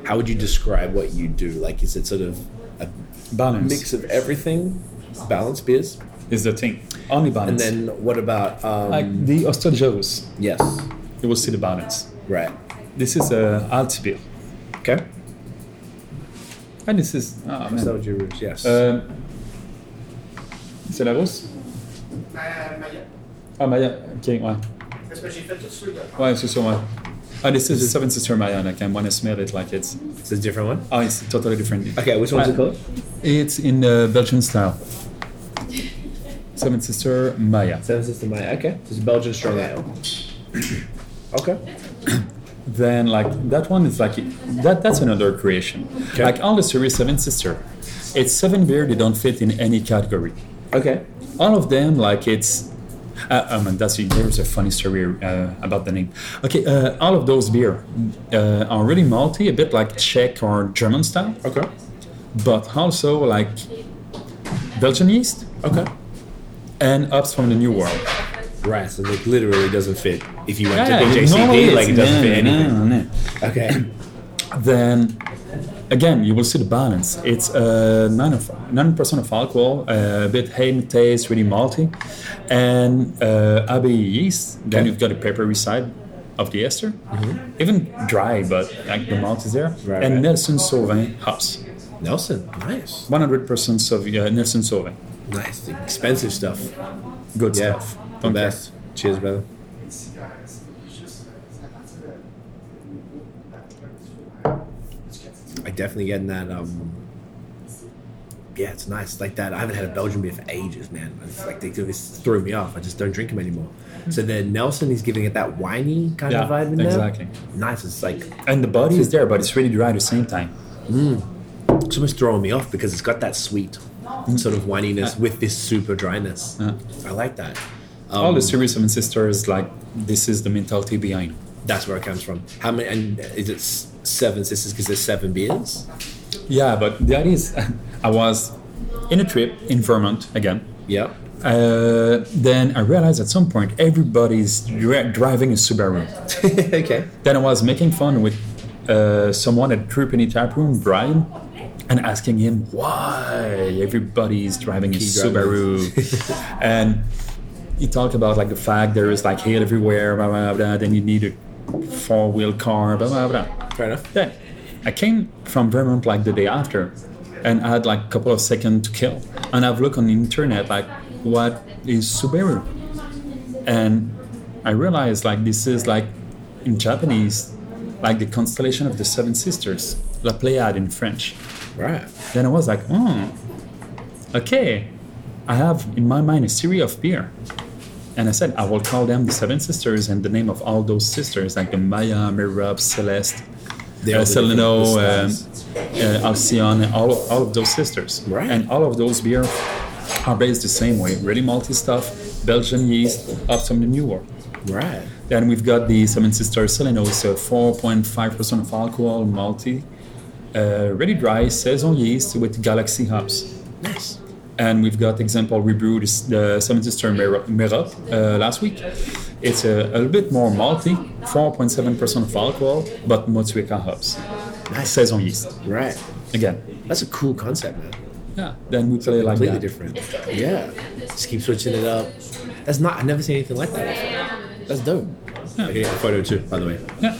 B: How would you describe what you do? Like, is it sort of a
C: Balance
B: mix of everything, balanced beers,
C: is the thing. Only
B: and
C: balance.
B: then what about? Um,
C: like the Ostojos,
B: yes,
C: you will see the balance.
B: right,
C: This is a alt beer,
B: okay.
C: and this is ah man.
B: So would you, yes.
C: Euh, c'est la rousse
D: Euh, Maya,
C: Ah Maya, ok, ouais.
D: parce que j'ai fait tout celui de
C: Ouais, c'est sûr, ouais. Ah, this is the Seven Sister Maya, like I want to smell it like it's...
B: it's a different one.
C: Oh, it's totally different.
B: Okay, which one's it called?
C: It's in uh, Belgian style. Seven Sister Maya.
B: Seven Sister Maya. Okay, it's Belgian strong ale. Okay.
C: Then like that one is like that that's another creation.
B: Okay.
C: Like all the series Seven Sister. It's seven beer they don't fit in any category.
B: Okay.
C: all of them like it's uh, I mean, that's there's a funny story uh, about the name. Okay, uh, all of those beer uh, are really malty, a bit like Czech or German style,
B: Okay.
C: but also like Belgian yeast
B: Okay.
C: and hops from the New World.
B: Right, so it literally doesn't fit. If you went to the
C: normally
B: JCD, like it
C: it's-
B: doesn't fit
C: no, no,
B: anything.
C: no, no.
B: Okay.
C: Then again, you will see the balance. It's uh, nine of nine percent of alcohol, uh, a bit hay taste, really malty, and uh, abbey yeast. Then
B: Okay. Mm-hmm.
C: you've got a peppery side of the ester, even dry, but like the malt is there.
B: Right,
C: and
B: right.
C: Nelson Sauvin hops,
B: Nelson, nice.
C: one hundred percent Sauvin, uh, Nelson Sauvin.
B: Nice. Expensive stuff.
C: Good
B: Yeah.
C: stuff.
B: The
C: Okay.
B: best. Cheers, brother. I definitely getting that. Um, yeah, it's nice. Like that. I haven't had a Belgian beer for ages, man. It's like they just threw me off. I just don't drink them anymore. So then Nelson is giving it that whiny kind
C: Yeah,
B: of vibe in there.
C: exactly.
B: Nice. It's like
C: And the body is there, but it's really dry at the same time.
B: it's almost throwing me off because it's got that sweet sort of wininess
C: Mm.
B: with this super dryness. I like that. Um,
C: All the series Seven Sisters, like this is the mentality behind.
B: That's where it comes from. How many? And is it s- seven sisters? Because there's seven beers.
C: Yeah, but that is, I was in a trip in Vermont again.
B: Yeah.
C: Uh, then I realized at some point everybody's dri- driving a Subaru.
B: okay.
C: Then I was making fun with uh, someone at Trupany Tap Room, Brian, and asking him why everybody's driving a
B: Key drivers.
C: Subaru. and he talked about like the fact there is like hail everywhere, blah blah blah. Then you need a four wheel car, blah blah blah.
B: Fair enough.
C: Then I came from Vermont like the day after, and I had like a couple of seconds to kill. And I've looked on the internet like what is Subaru, and I realized like this is like in Japanese, like the constellation of the Seven Sisters, La Pléiade in French.
B: Right.
C: Then I was like, oh, okay. I have in my mind a series of beer. And I said, I will call them the Seven Sisters and the name of all those sisters, like the Maya, Merab, Celeste,
B: They're
C: uh,
B: all the different-
C: Seleno,
B: the
C: um,
B: styles.
C: uh, Alcyon, and all, all of those sisters.
B: Right.
C: And all of those beer are based the same way. Really malty stuff, Belgian yeast, up from the New World.
B: right.
C: Then we've got the Seven Sisters Seleno, so 4.5% of alcohol, malty, uh, ready dry, saison yeast with Galaxy hops.
B: Nice.
C: And we've got example we brewed is the Seven Sister Mer- Merop uh, last week. It's a, a little bit more malty, 4.7% of alcohol, but Motueka hops,
B: Nice.
C: saison yeast.
B: Right.
C: Again,
B: That's a cool concept, man.
C: yeah. Then we play like
B: Completely
C: that.
B: different. Yeah. Just keep switching it up. That's not. I've never seen anything like that. before. That's dope. I can get a photo too, by the way.
C: Yeah.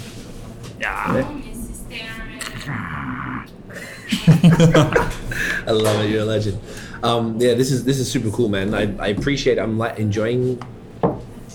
B: I love it. You're a legend. Um, yeah, this is this is super cool, man. I, I appreciate. I'm like enjoying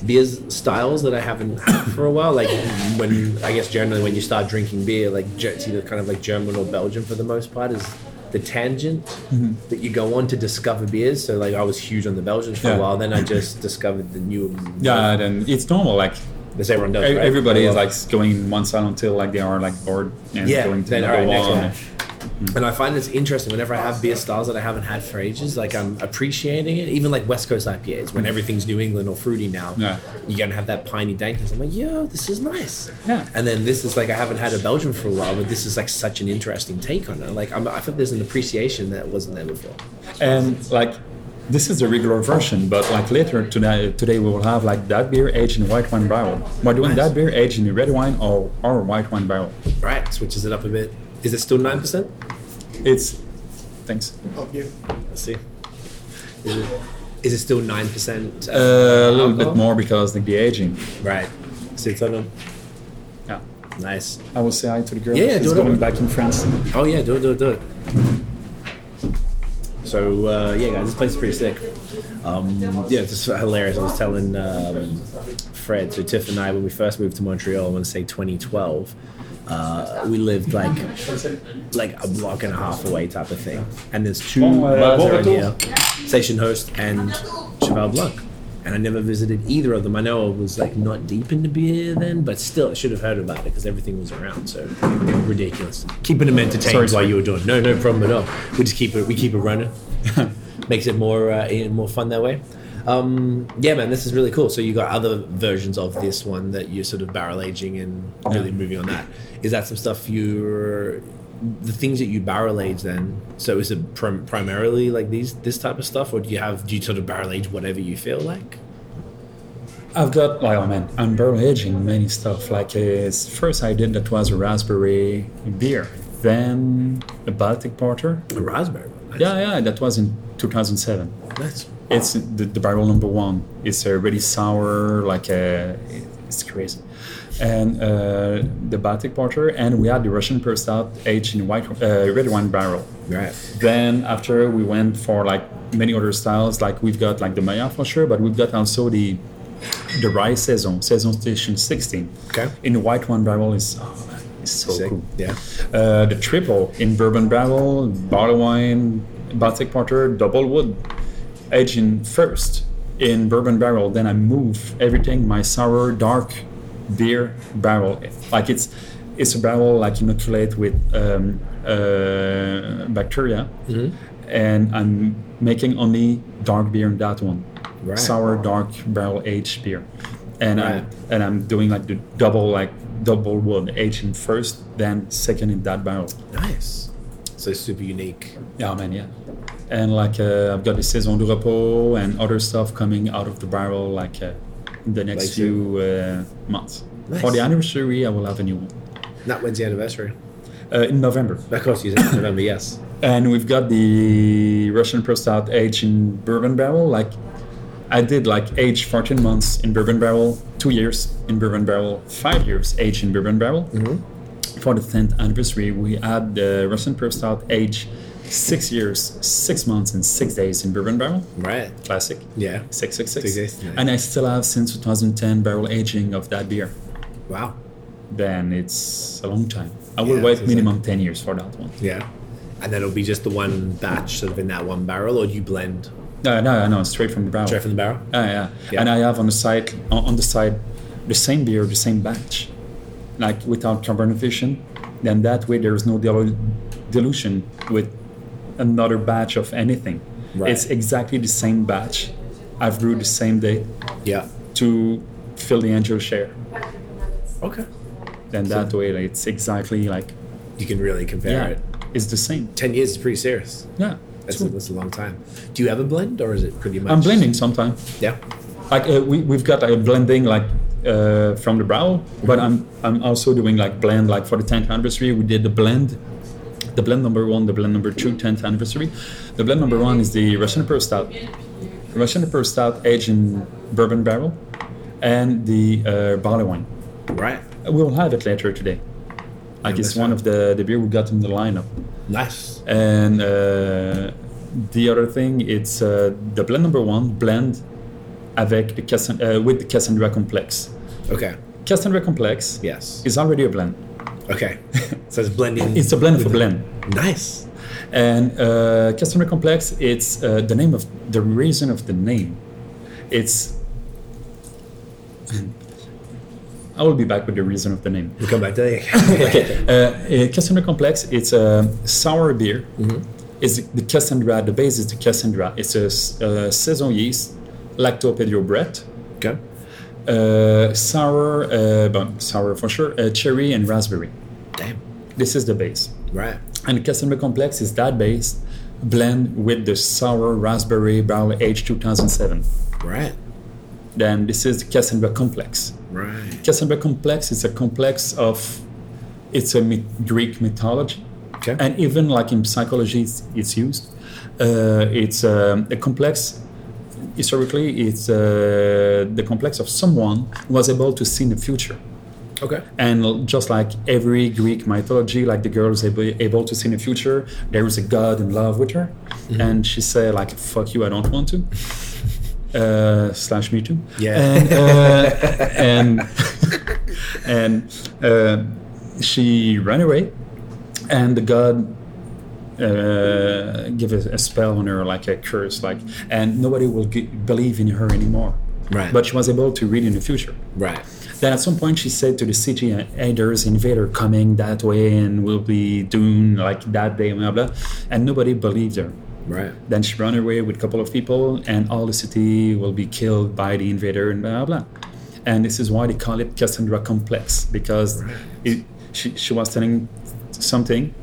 B: beers styles that I haven't had for a while. Like when I guess generally when you start drinking beer, like Ge- it's either kind of like German or Belgian for the most part is the tangent
C: Mm-hmm.
B: that you go on to discover beers. So like I was huge on the Belgians for
C: Yeah.
B: a while. Then I just discovered the new.
C: Yeah, then it's normal. Like
B: This everyone does.
C: e-
B: right?
C: everybody
B: I
C: is
B: love-
C: like going in one side until like they are like bored and
B: Yeah,
C: going to
B: then,
C: another
B: all right, next
C: one.
B: one. And I find it's interesting whenever I have beer styles that I haven't had for ages, like I'm appreciating it. Even like West Coast IPAs, when everything's New England or fruity now,
C: Yeah.
B: you're gonna have that piney dankness. I'm like, yo, this is nice.
C: Yeah.
B: And then this is like I haven't had a Belgian for a while, but this is like such an interesting take on it. Like I'm, I feel there's an appreciation that wasn't there before.
C: and like this is the regular version but like later today today we will have like that beer aged in white wine barrel we're doing
B: Nice.
C: that beer aged in a red wine or or white wine barrel
B: Right, switches it up a bit. Is it still nine percent?
C: it's thanks
B: Let's see. Is it, is it still nine percent?
C: uh, a little bit more because like the aging
B: Right. Sits on them.
C: yeah
B: Nice.
C: I will say hi to the girl.
B: Yeah, yeah, do
C: She's
B: it.
C: going back in France.
B: Oh yeah, do it, do it, do it. So uh, yeah, guys, this place is pretty sick. Um, yeah, it's just hilarious. I was telling um, Fred, so Tiff and I, when we first moved to Montreal, I want to say 2012, uh, we lived like like a block and a half away type of thing. And there's two
C: Bon, uh,
B: bars
C: bon
B: around here,
C: retour.
B: Station Host and Cheval Blanc. And I never visited either of them. I know I was like not deep into beer then, but still, I should have heard about it because everything was around. So ridiculous. Keeping them entertained
C: Sorry,
B: while
C: sorry.
B: you were doing. No, no problem at all. We just keep it. We keep it running. Makes it more uh, eh, more fun that way. Um, yeah, man, this is really cool. So you got other versions of this one that you're sort of barrel aging and really moving on that. Is that some stuff you're the things that you barrel age then? So is it prim- primarily like these this type of stuff, or do you have do you sort of barrel age whatever you feel like?
C: I've got like oh man, I'm barrel aging many stuff. Like uh, first I did that was a raspberry beer, then a Baltic Porter.
B: A raspberry. one, Nice.
C: Yeah, yeah, that was in 2007.
B: Nice.
C: It's the, the barrel number one. It's a really sour, like a, it's crazy. And uh, the Baltic Porter, and we had the Russian Pure Stout aged in white, uh, red wine barrel.
B: Right.
C: Then after we went for like many other styles, like we've got like the Maya for sure, but we've got also the the rye saison, saison station 16.
B: Okay.
C: In the white wine barrel is oh man, it's so
B: Sick.
C: cool.
B: Yeah.
C: Uh, the triple in bourbon barrel, barley wine, Baltic porter, double wood, aging first in bourbon barrel. Then I move everything my sour dark beer barrel. Like it's
B: Mm-hmm.
C: it's a barrel like inoculate with um, uh, bacteria, and I'm making only dark beer in that one,
B: Right.
C: sour dark barrel aged beer, and
B: Right.
C: I'm and I'm doing like the double like double wood aging first, then second in that barrel.
B: Nice. So super unique.
C: Yeah, man, yeah. And like uh, I've got the saison du repos and other stuff coming out of the barrel like uh, in the next
B: Like
C: few uh, months. For
B: Nice.
C: the anniversary, I will have a new one
B: That when's the anniversary?
C: uh, in November.
B: Of course, you said November. Yes.
C: And we've got the Russian Prostout aged in bourbon barrel. Like I did like age 14 months in bourbon barrel, two years in bourbon barrel, five years aged in bourbon barrel.
B: Mm-hmm.
C: For the 10th anniversary, we had the Russian Prostout aged six years, six months, and six days in bourbon barrel.
B: Right.
C: Classic.
B: Yeah.
C: 666.
B: Six days, nice.
C: And I still have since 2010 barrel aging of that beer.
B: Wow.
C: Then it's a long time. I will
B: Yeah,
C: wait
B: it's
C: minimum 10 years for that one.
B: Yeah. And that'll be just the one batch sort of in that one barrel, or do you blend
C: No, no, no, straight from the barrel.
B: straight from the barrel?
C: Ah, yeah.
B: Yeah.
C: And I have on the side on on the side the same beer, the same batch, like without carbonization. Then that way there is no dilu- dilution with another batch of anything.
B: Right.
C: It's exactly the same batch. I've brewed the same day
B: Yeah.
C: to fill the angel share.
B: Okay.
C: Then that way it's exactly like
B: You can really compare
C: yeah,
B: it.
C: it's the same.
B: Ten years is pretty serious.
C: Yeah.
B: That's a,
C: true.
B: that's a long time. Do you ever blend, or is it pretty much?
C: I'm blending sometimes.
B: Yeah.
C: like uh, we, we've got a blending like uh, from the brow but i'm i'm also doing like blend like for the 10th anniversary we did the blend the blend number one the blend number two 10th anniversary the blend number one is the russian pearl stout russian pearl stout aged in bourbon barrel and the uh, barley wine
B: Right.
C: we'll have it later today like
B: Yeah,
C: it's
B: that's
C: one
B: right.
C: of the the beer we got in the lineup
B: Nice.
C: and uh, the other thing, it's uh, the blend number one blend avec the Cassan- uh, with the Cassandra complex.
B: Okay.
C: Cassandra complex
B: Yes.
C: is already a blend.
B: Okay. so it's blending.
C: It's a blend for
B: with
C: blend.
B: the- Nice.
C: And uh, Cassandra complex, it's uh, the name of the reason of the name. It's. I will be back with the reason of the name.
B: We'll come back to
C: Okay.
B: that.
C: Uh, uh, Cassandra Complex, it's a sour beer. It's the Cassandra, the base is the Cassandra. It's a, s- uh saison yeast, lactopedro bread,
B: okay.
C: uh, sour, uh, bon, sour for sure, uh, cherry and raspberry.
B: Damn.
C: This is the base.
B: Right.
C: And the Cassandra Complex is that base blend with the sour raspberry barrel aged 2007.
B: Right.
C: Then this is the Cassandra Complex.
B: Right.
C: Cassandra complex is a complex of it's a myth, Greek mythology,
B: Okay.
C: and even like in psychology, it's, it's used. Uh, it's um, a complex. Historically, it's uh, the complex of someone who was able to see in the future,
B: Okay.
C: and l- just like every Greek mythology, like the girl is able, able to see in the future. There is a god in love with her,
B: Mm-hmm.
C: and she said like "fuck you, I don't want to." Uh, slash me too.
B: Yeah.
C: And, uh, and and uh, she ran away, and the god uh, give a, a spell on her, like a curse, like, and nobody will g- believe in her anymore.
B: Right.
C: But she was able to read in the future.
B: Right.
C: Then at some point she said to the city, "Hey, there's invader coming that way and will be doomed like that day, blah blah," and nobody believed her.
B: Right.
C: Then she ran away with a couple of people, and all the city will be killed by the invader and blah blah. And this is why they call it Cassandra complex because it, she she was telling something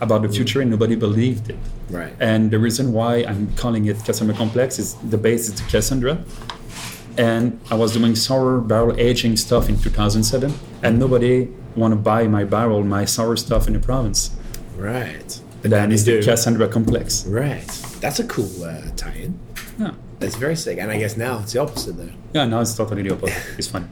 C: about the future and nobody believed it.
B: Mm. Right.
C: And the reason why I'm calling it Cassandra complex is the base is Cassandra. And I was doing sour barrel aging stuff in 2007,
B: Mm.
C: and nobody want to buy my barrel, my sour stuff in the province.
B: Right.
C: And then it's
B: do.
C: the Cassandra complex.
B: Right. That's a cool uh, tie-in.
C: Yeah.
B: That's very sick. And I guess now it's the opposite though.
C: Yeah, now it's totally the opposite. It's funny.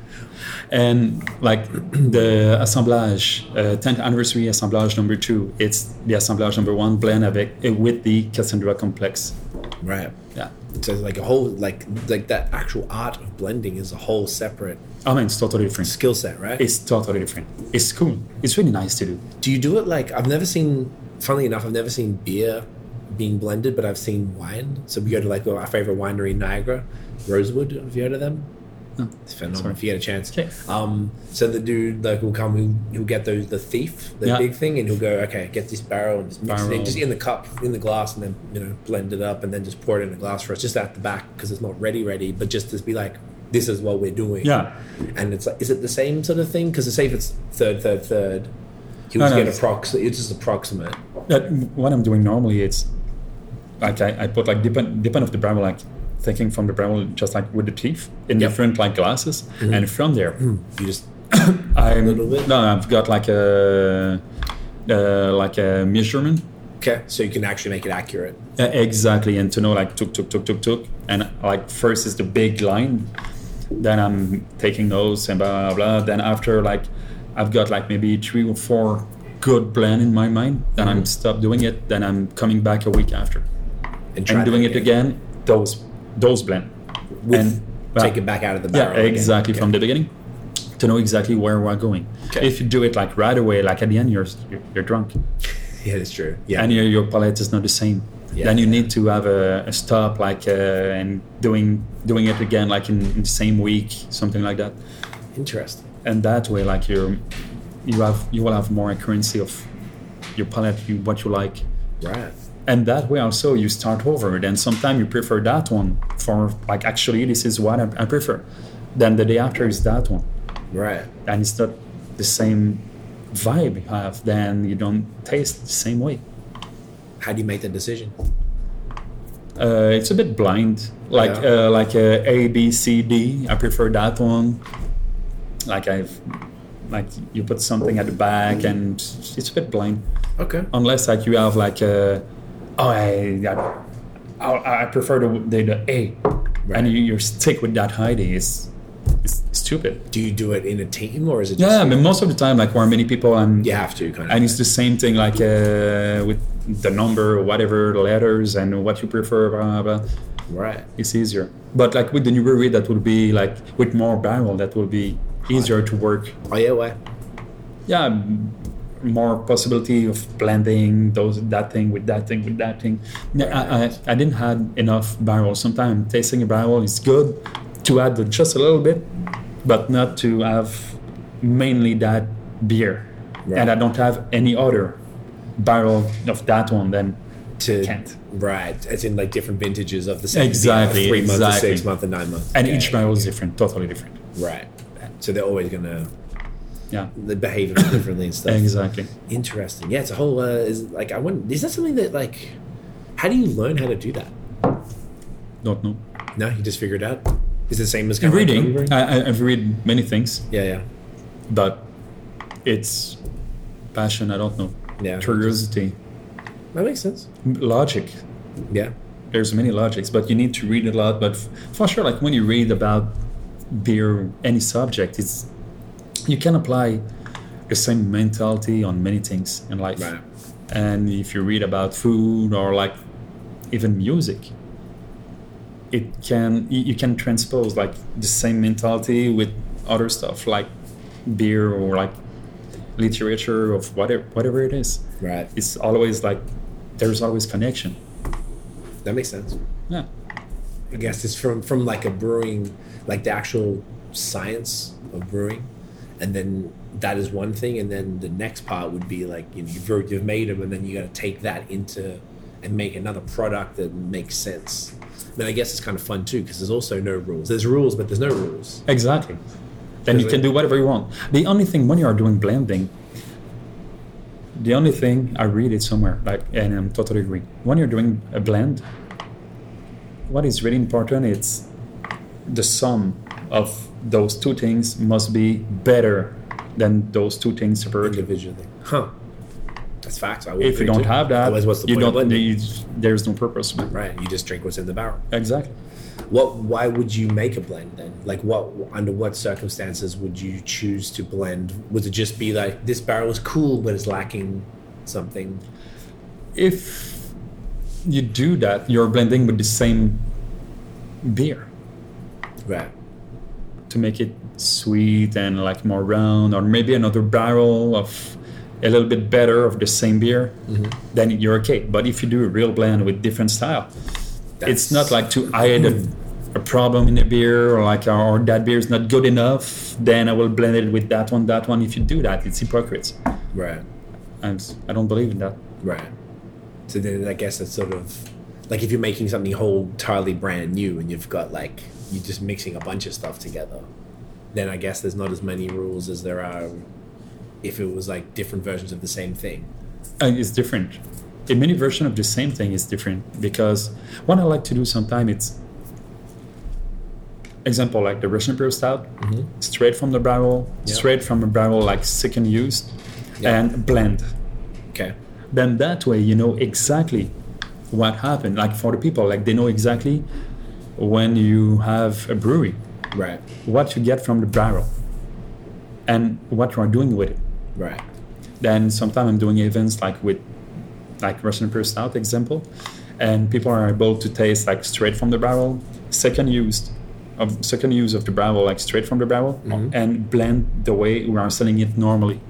C: And like the assemblage, uh, 10th anniversary assemblage number two, it's the assemblage number one blend avec, eh, with the Cassandra complex.
B: Right.
C: Yeah.
B: So it's like a whole like like that actual art of blending is a whole separate
C: I mean, it's totally different.
B: skill set, right?
C: It's totally different. It's cool. It's really nice to do.
B: do you do it like I've never seen funnily enough, I've never seen beer being blended, but I've seen wine. So we go to like our favorite winery Niagara, Rosewood, have you heard of them? It's phenomenal
C: Sorry.
B: if you get a chance.
C: Okay.
B: Um, so the dude like will come, he'll, he'll get the the thief, the
C: Yeah.
B: big thing, and he'll go, okay, get this barrel and just mix it in,
C: Barrel.
B: just in the cup, in the glass, and then you know blend it up, and then just pour it in a glass for us, just at the back because it's not ready, ready, but just to be like, this is what we're doing.
C: Yeah.
B: And it's like, is it the same sort of thing? Because say if it's third, third, third, he'll
C: No,
B: just
C: no,
B: get
C: it's-
B: approximate. It's just approximate.
C: That what I'm doing normally it's like I, I put like depend depend of the barrel like thinking from the barrel just like with the teeth in
B: Yep.
C: different like glasses and from there
B: You just
C: I'm
B: Little bit?
C: no I've got like a uh, like a measurement
B: okay, so you can actually make it accurate.
C: Uh, exactly, and to know like tuk tuk tuk tuk tuk, and like first is the big line, then I'm taking notes and blah blah blah. Then after like I've got like maybe three or four good plan in my mind, then
B: Mm-hmm.
C: I'm stop doing it. Then I'm coming back a week after
B: try
C: and doing it again. Those those plan
B: With,
C: and well,
B: take it back out of the
C: yeah
B: barrel. again.
C: exactly
B: Okay.
C: from the beginning to know exactly where we're going.
B: Okay.
C: If you do it like right away, like at the end, you're you're, you're drunk
B: Yeah, that's true. Yeah.
C: and your, your palette is not the same.
B: Yeah.
C: Then you need to have a, a stop, like uh, and doing doing it again, like in, in the same week, something like that.
B: Interesting.
C: And that way, like you you have you will have more accuracy of your palette, you, what you like.
B: Right.
C: And that way also you start over. Then sometime you prefer that one for like actually this is what I, I prefer. Then the day after is that one,
B: Right.
C: and it's not the same vibe you have. Then you don't taste the same way.
B: How do you make the decision?
C: Uh, it's a bit blind, like
B: Yeah.
C: uh, like uh, A B C D. I prefer that one. Like I've, like you put something at the back, and it's a bit blind.
B: Okay.
C: Unless like you have like, uh, oh I, I, I, I prefer the the, the A,
B: Right.
C: and you, you stick with that high D. It's, it's stupid.
B: Do you do it in a team or is it just
C: Yeah, I mean most of the time like where many people and
B: you have to kind of
C: and it's the same thing like uh, with the number, whatever the letters, and what you prefer, blah blah. blah
B: right.
C: it's easier. But like with the new brewery, that will be like with more barrel, that will be easier to work.
B: Oh yeah, why?
C: Yeah, m- more possibility of blending those that thing with that thing with that thing. No, I, I, I didn't had enough barrel. Sometimes tasting a barrel is good to add just a little bit, but not to have mainly that beer.
B: Right.
C: And I don't have any other barrel of that one. Then
B: To
C: Can't.
B: right. As in like different vintages of the same beer,
C: Exactly,
B: three months, or
C: exactly.
B: six month, and nine months.
C: and
B: Okay.
C: each barrel is different, totally different.
B: Right. So they're always gonna
C: Yeah,
B: they behave a bit differently and stuff.
C: exactly.
B: Interesting. Yeah, it's a whole uh, is like I wouldn't is that something that like how do you learn how to do that?
C: Don't know.
B: No, you just figure it out. Is it the same as
C: In
B: kind Of
C: reading, Uh,
B: like-
C: I, I- I've read many things,
B: yeah, yeah.
C: but it's passion. I don't know.
B: Yeah.
C: Curiosity,
B: That makes sense.
C: M- logic.
B: Yeah.
C: There's many logics, but you need to read a lot. But f- for sure, like when you read about beer, any subject, it's you can apply the same mentality on many things in life.
B: Right.
C: And if you read about food or like even music, it can you, you can transpose like the same mentality with other stuff like beer or like literature of whatever whatever it is.
B: Right.
C: It's always like there's always connection.
B: That makes sense.
C: Yeah.
B: I guess it's from from like a brewing, like the actual science of brewing, and then that is one thing, and then the next part would be like you know, you've already- you've made them, and then you got to take that into and make another product that makes sense. Then I guess it's kind of fun too because there's also no rules. There's rules, but there's no rules.
C: Exactly. Then you
B: Does
C: can
B: it-
C: do whatever you want. The only thing when you are doing blending, the only thing I read it somewhere, like, and I'm totally agree. When you're doing a blend, what is really important it's the sum of those two things must be better than those two things separately.
B: Individually, huh? That's facts. I would
C: If you
B: agree,
C: don't
B: too.
C: have that,
B: otherwise, what's the
C: you
B: point of
C: don't.
B: blending?
C: Need, there's no purpose.
B: Right, you just drink what's in the barrel.
C: Exactly.
B: What? Why would you make a blend then? Like, what under what circumstances would you choose to blend? Would it just be like this barrel is cool, but it's lacking something?
C: if you do that, you're blending with the same beer
B: Right.
C: to make it sweet and like more round, or maybe another barrel of a little bit better of the same beer, then you're okay. But if you do a real blend with different style, it's not like to add a a problem in a beer or like or that beer is not good enough, then I will blend it with that one, that one. If you do that, it's hypocrites.
B: Right.
C: I'm, s- I don't believe in that.
B: Right. So then I guess it's sort of like if you're making something whole entirely brand new and you've got like you're just mixing a bunch of stuff together, then I guess there's not as many rules as there are if it was like different versions of the same thing.
C: uh, it's different. A mini version of the same thing is different because what I like to do sometimes it's example like the Russian Imperial Stout, straight from the barrel,
B: Mm-hmm. Yeah.
C: straight from a barrel like second use,
B: Yeah.
C: and blend.
B: Okay.
C: Then that way you know exactly what happened. Like for the people, like they know exactly when you have a brewery,
B: Right.
C: what you get from the barrel, and what you are doing with it
B: Right.
C: then sometimes I'm doing events like with like Russian Imperial Stout example, and people are able to taste like straight from the barrel, second used of second use of the barrel, like straight from the barrel, and blend the way we are selling it normally,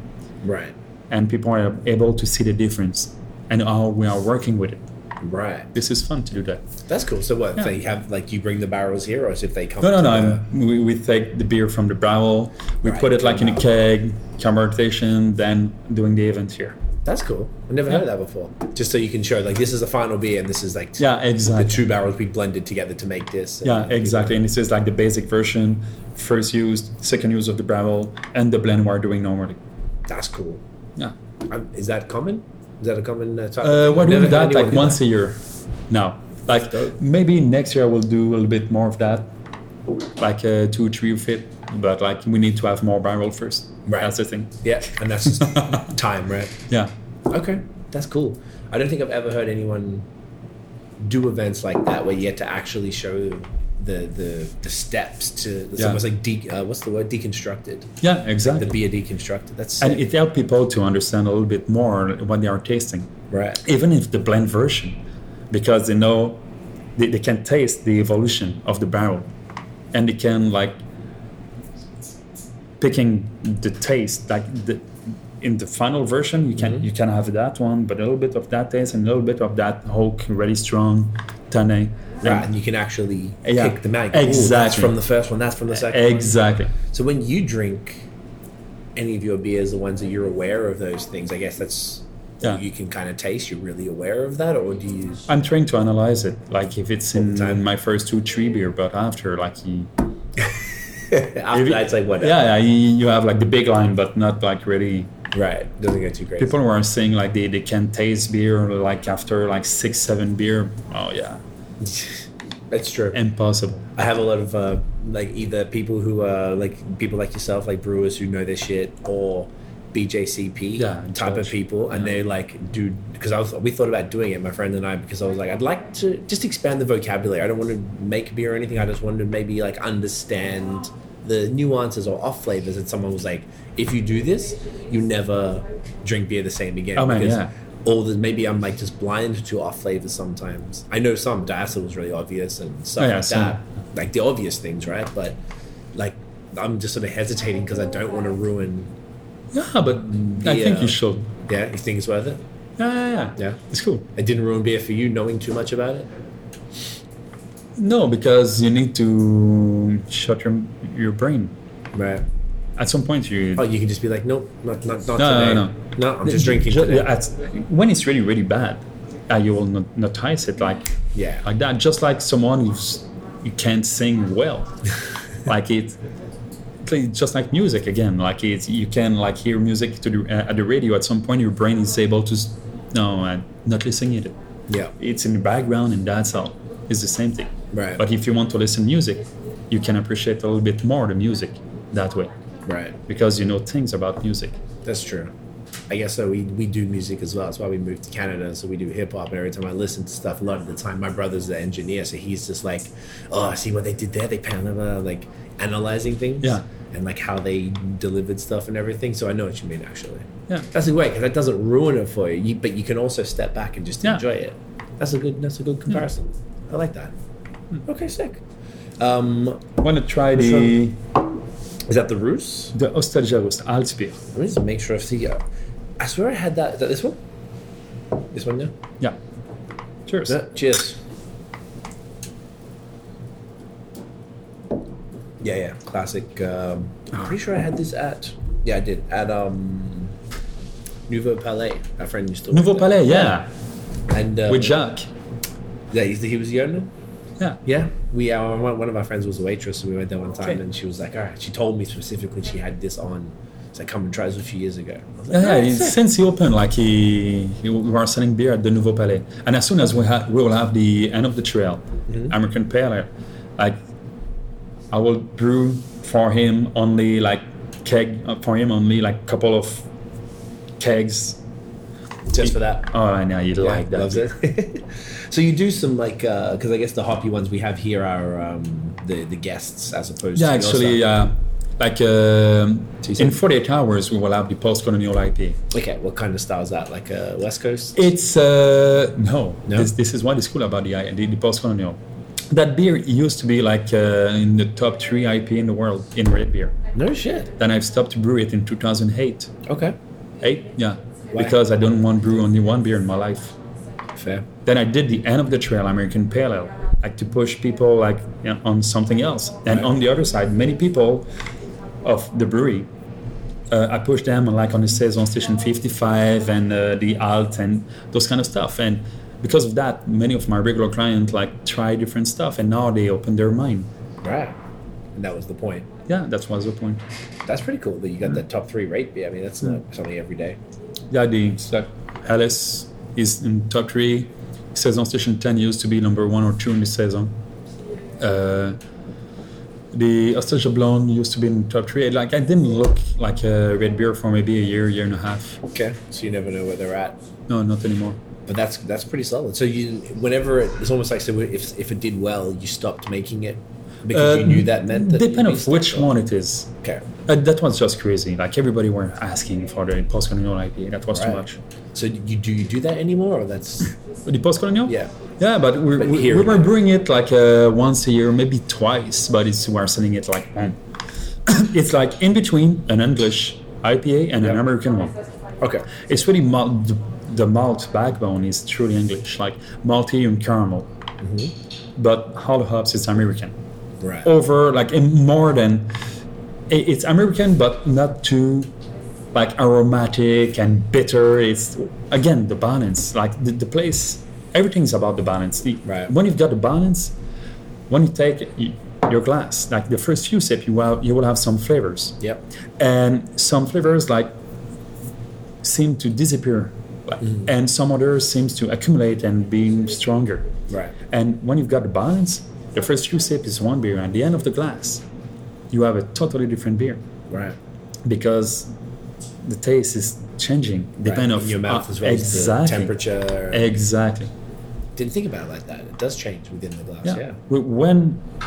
B: Right.
C: and people are able to see the difference and how we are working with it.
B: Right.
C: This is fun to do that.
B: That's cool. So what they have like you bring the barrels here or as if they come
C: No, no,
B: to
C: no.
B: the-
C: I'm, we, we take the beer from the barrel, we
B: Right,
C: put it like in a
B: from
C: keg, convertation, then doing the event here.
B: That's cool. I've never heard of that before. Just so you can show like this is the final beer and this is like
C: Yeah, exactly.
B: the two barrels we blended together to make this. and-
C: Yeah, exactly. And this is like the basic version, first used, second use of the barrel, and the blend we're doing normally.
B: That's cool.
C: Yeah.
B: Um, is that common? Is that a common uh, type?
C: Uh, we're
B: I've never
C: doing
B: heard
C: that
B: anyone
C: like
B: do
C: once a year now. Like
B: dope.
C: maybe next year we'll do a little bit more of that, like uh, two, three fit. But like we need to have more barrel first.
B: Right.
C: That's the thing.
B: Yeah, and that's just time, right?
C: Yeah.
B: Okay, that's cool. I don't think I've ever heard anyone do events like that where you get to actually show the the, the steps to. It's
C: Yeah.
B: almost like de- uh, what's the word deconstructed.
C: Yeah.
B: The
C: Exactly.
B: beer deconstructed. That's
C: and
B: sick.
C: it helps people to understand a little bit more what they are tasting.
B: right.
C: even if the blend version, because they know they, they can taste the evolution of the barrel, and they can like picking the taste like the in the final version you
B: Mm-hmm.
C: can you can have that one, but a little bit of that taste and a little bit of that oak really strong tannin. and-
B: Right, and you can actually
C: Yeah,
B: pick the mag. Ooh, that's
C: exactly.
B: from the first one. That's from the second. one.
C: Exactly.
B: So when you drink any of your beers, the ones that you're aware of those things, I guess that's
C: Yeah.
B: you can kind of taste. You're really aware of that, or do you?
C: I'm trying to analyze it, like if it's in
B: time.
C: my first two three beer, but after like you,
B: After that, it's like whatever.
C: yeah, yeah, you you have like the big line, but not like really
B: Right. Doesn't go too crazy.
C: people who are saying like they, they can taste beer like after like six seven beer oh yeah
B: That's true.
C: impossible
B: I have a lot of uh, like either people who are like people like yourself, like brewers who know their shit, or BJCP
C: Yeah,
B: type of
C: judge.
B: people, and they like do because I was we thought about doing it, my friend and I, because I was like I'd like to just expand the vocabulary. I don't want to make beer or anything. I just wanted to maybe like understand the nuances or off flavors. And someone was like, if you do this, you never drink beer the same again.
C: Oh, man,
B: because
C: yeah.
B: all the maybe I'm like just blind to off flavors sometimes. I know some diacetyl was really obvious and stuff
C: Oh, yeah,
B: like
C: some-
B: that, like the obvious things, right? But like I'm just sort of hesitating because I don't want to ruin.
C: yeah but i think
B: Yeah.
C: you should
B: Yeah, you think it's worth it?
C: yeah yeah, yeah
B: Yeah.
C: it's cool
B: It didn't ruin beer for you knowing too much about it.
C: no because you need to shut your your brain
B: Right.
C: at some point you
B: Oh, you can just be like, nope, not not not
C: No, no,
B: today.
C: no.
B: I'm just drinking
C: Ju-
B: today.
C: at- when it's really really bad uh, you will not, not taste it like
B: Yeah.
C: like that just like someone who's you can't sing well like it it's just like music again like it's you can like hear music to the, uh, at the radio at some point your brain is able to s- no i not listening it
B: yeah.
C: it's in the background and that's all it's the same thing
B: Right.
C: but if you want to listen music you can appreciate a little bit more the music that way
B: Right.
C: because you know things about music
B: That's true. I guess so. We, we do music as well. That's why we moved to Canada. So we do hip hop. And every time I listen to stuff, a lot of the time, my brother's the engineer. So he's just like, oh, I see what they did there. They kind of uh, like analyzing things
C: Yeah.
B: and like how they delivered stuff and everything. So I know what you mean, actually.
C: yeah
B: That's a way because that doesn't ruin it for you. you, but you can also step back and just
C: Yeah.
B: enjoy it. That's a good. That's a good comparison. I like that.
C: Hmm.
B: Okay, sick. Um,
C: want to try
B: Which
C: the
B: is that the Roos?
C: the Ostergerus Altbier.
B: Let me just make sure I see. uh, I swear I had that. Is that this one? This one, yeah.
C: Yeah. Cheers.
B: Yeah, cheers. Yeah, yeah, classic. Um, I'm
C: Ah.
B: pretty sure I had this at. Yeah, I did at um, Nouveau Palais. Our friend used to. work
C: Nouveau
B: there.
C: Palais, yeah,
B: And um,
C: with Jacques.
B: Yeah, he's the- he was the owner.
C: Yeah.
B: Yeah, we uh, one one of our friends was a waitress, and we went there one time,
C: Okay.
B: and she was like, "All right," she told me specifically she had this on. It's like, "Come and try this a few years ago." I was like,
C: Yeah,
B: "Oh,
C: yeah,
B: sick."
C: since he opened, like he, he- we were selling beer at the Nouveau Palais, and as soon as we have, we will have the end of the trail, American Pale Ale, like I will brew for him only like keg uh, for him only like couple of kegs.
B: just for that.
C: Oh, I know you like that.
B: Loves it. so you do some like because I guess the hoppy ones we have here are um, the the guests as opposed
C: Yeah,
B: to
C: actually,
B: yourself.
C: uh, like um
B: So you
C: in
B: said-
C: 48 hours we will have the post-colonial IP.
B: Okay, what kind of style is that? Like uh, West Coast?
C: It's uh, no.
B: No?
C: This, this is what is cool about the I- the, the post-colonial. That beer used to be like uh, in the top three IP in the world in red beer.
B: No shit.
C: Then I stopped to brew it in 2008.
B: Okay,
C: Eight, yeah,
B: Why?
C: because I don't want brew only one beer in my life.
B: fair.
C: Then I did the end of the trail American Pale Ale, like to push people like you know, on something else. And on the other side, many people of the brewery, uh, I pushed them like on the Saison Station 55 and uh, the Alt and those kind of stuff. And because of that, many of my regular clients like try different stuff, and now they open their mind.
B: Right, and that was the point.
C: Yeah, that was the point.
B: That's pretty cool that you got that top three rate. Yeah, I mean that's not something every day.
C: Yeah, the Mm. it's like Alice is in top three. Saison Station 10 used to be number one or two in the season. Uh, the Ostrich Blonde used to be in top three. Like I didn't look like a red beer for maybe a year, year and a half.
B: Okay, so you never know where they're at.
C: No, not anymore.
B: But that's that's pretty solid. So you, whenever it, it's almost like so if if it did well, you stopped making it because you
C: Uh,
B: knew that meant that.
C: Depend
B: you'd be
C: of which
B: stuck, or-
C: one it is.
B: Okay,
C: Uh, that was just crazy. Like everybody were asking for the post-colonial IP. That was
B: Right.
C: too much.
B: so you do you do that anymore, or that's
C: The post-colonial?
B: Yeah.
C: Yeah, but, we're,
B: But
C: we,
B: here
C: we
B: it
C: were
B: is.
C: brewing it like uh, once a year, maybe twice, but it's we're selling it like one. it's like in between an English IPA and an
B: Yeah.
C: American one.
B: okay?
C: It's really malt, the, the malt backbone is truly English, like malty and caramel. But all the hops is American.
B: Mm-hmm. Right.
C: Over like in more than i- it's American, but not too like aromatic and bitter. It's again the balance, like the, the place. Everything's about the balance. The-
B: Right.
C: When you've got the balance, when you take y- your glass, like the first few sips, you will you will have some flavors
B: Yep.
C: and some flavors like seem to disappear like,
B: Mm.
C: and some others seems to accumulate and being stronger
B: Right.
C: and when you've got the balance the first few sips is one beer and at the end of the glass you have a totally different beer
B: Right.
C: because the taste is changing depend
B: right.
C: of
B: In your mouth
C: uh,
B: as well as the
C: exactly
B: temperature.
C: exactly
B: Didn't think about it like that. It does change within the glass.
C: Yeah.
B: Yeah.
C: Wh- When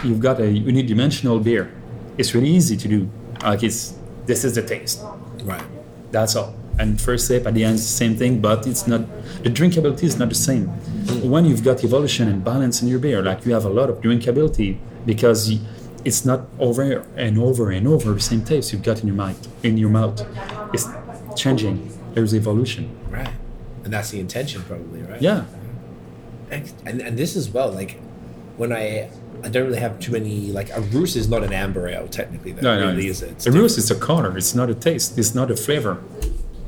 C: you've got a unidimensional beer, it's really easy to do. Like it's this is the taste.
B: Right.
C: That's all. And first sip at the end is the same thing, but it's not the drinkability is not the same. When you've got evolution and balance in your beer, like you have a lot of drinkability because y- it's not over and over and over the same taste you've got in your mouth. In your mouth, it's changing. There's evolution.
B: Right. And that's the intention, probably. Right.
C: Yeah.
B: Ex- And, and this as well, like when I I don't really have too many like a Roos is not an amber ale technically. That
C: No, no.
B: really is it. It's
C: a rose is a color. It's not a taste. It's not a flavor.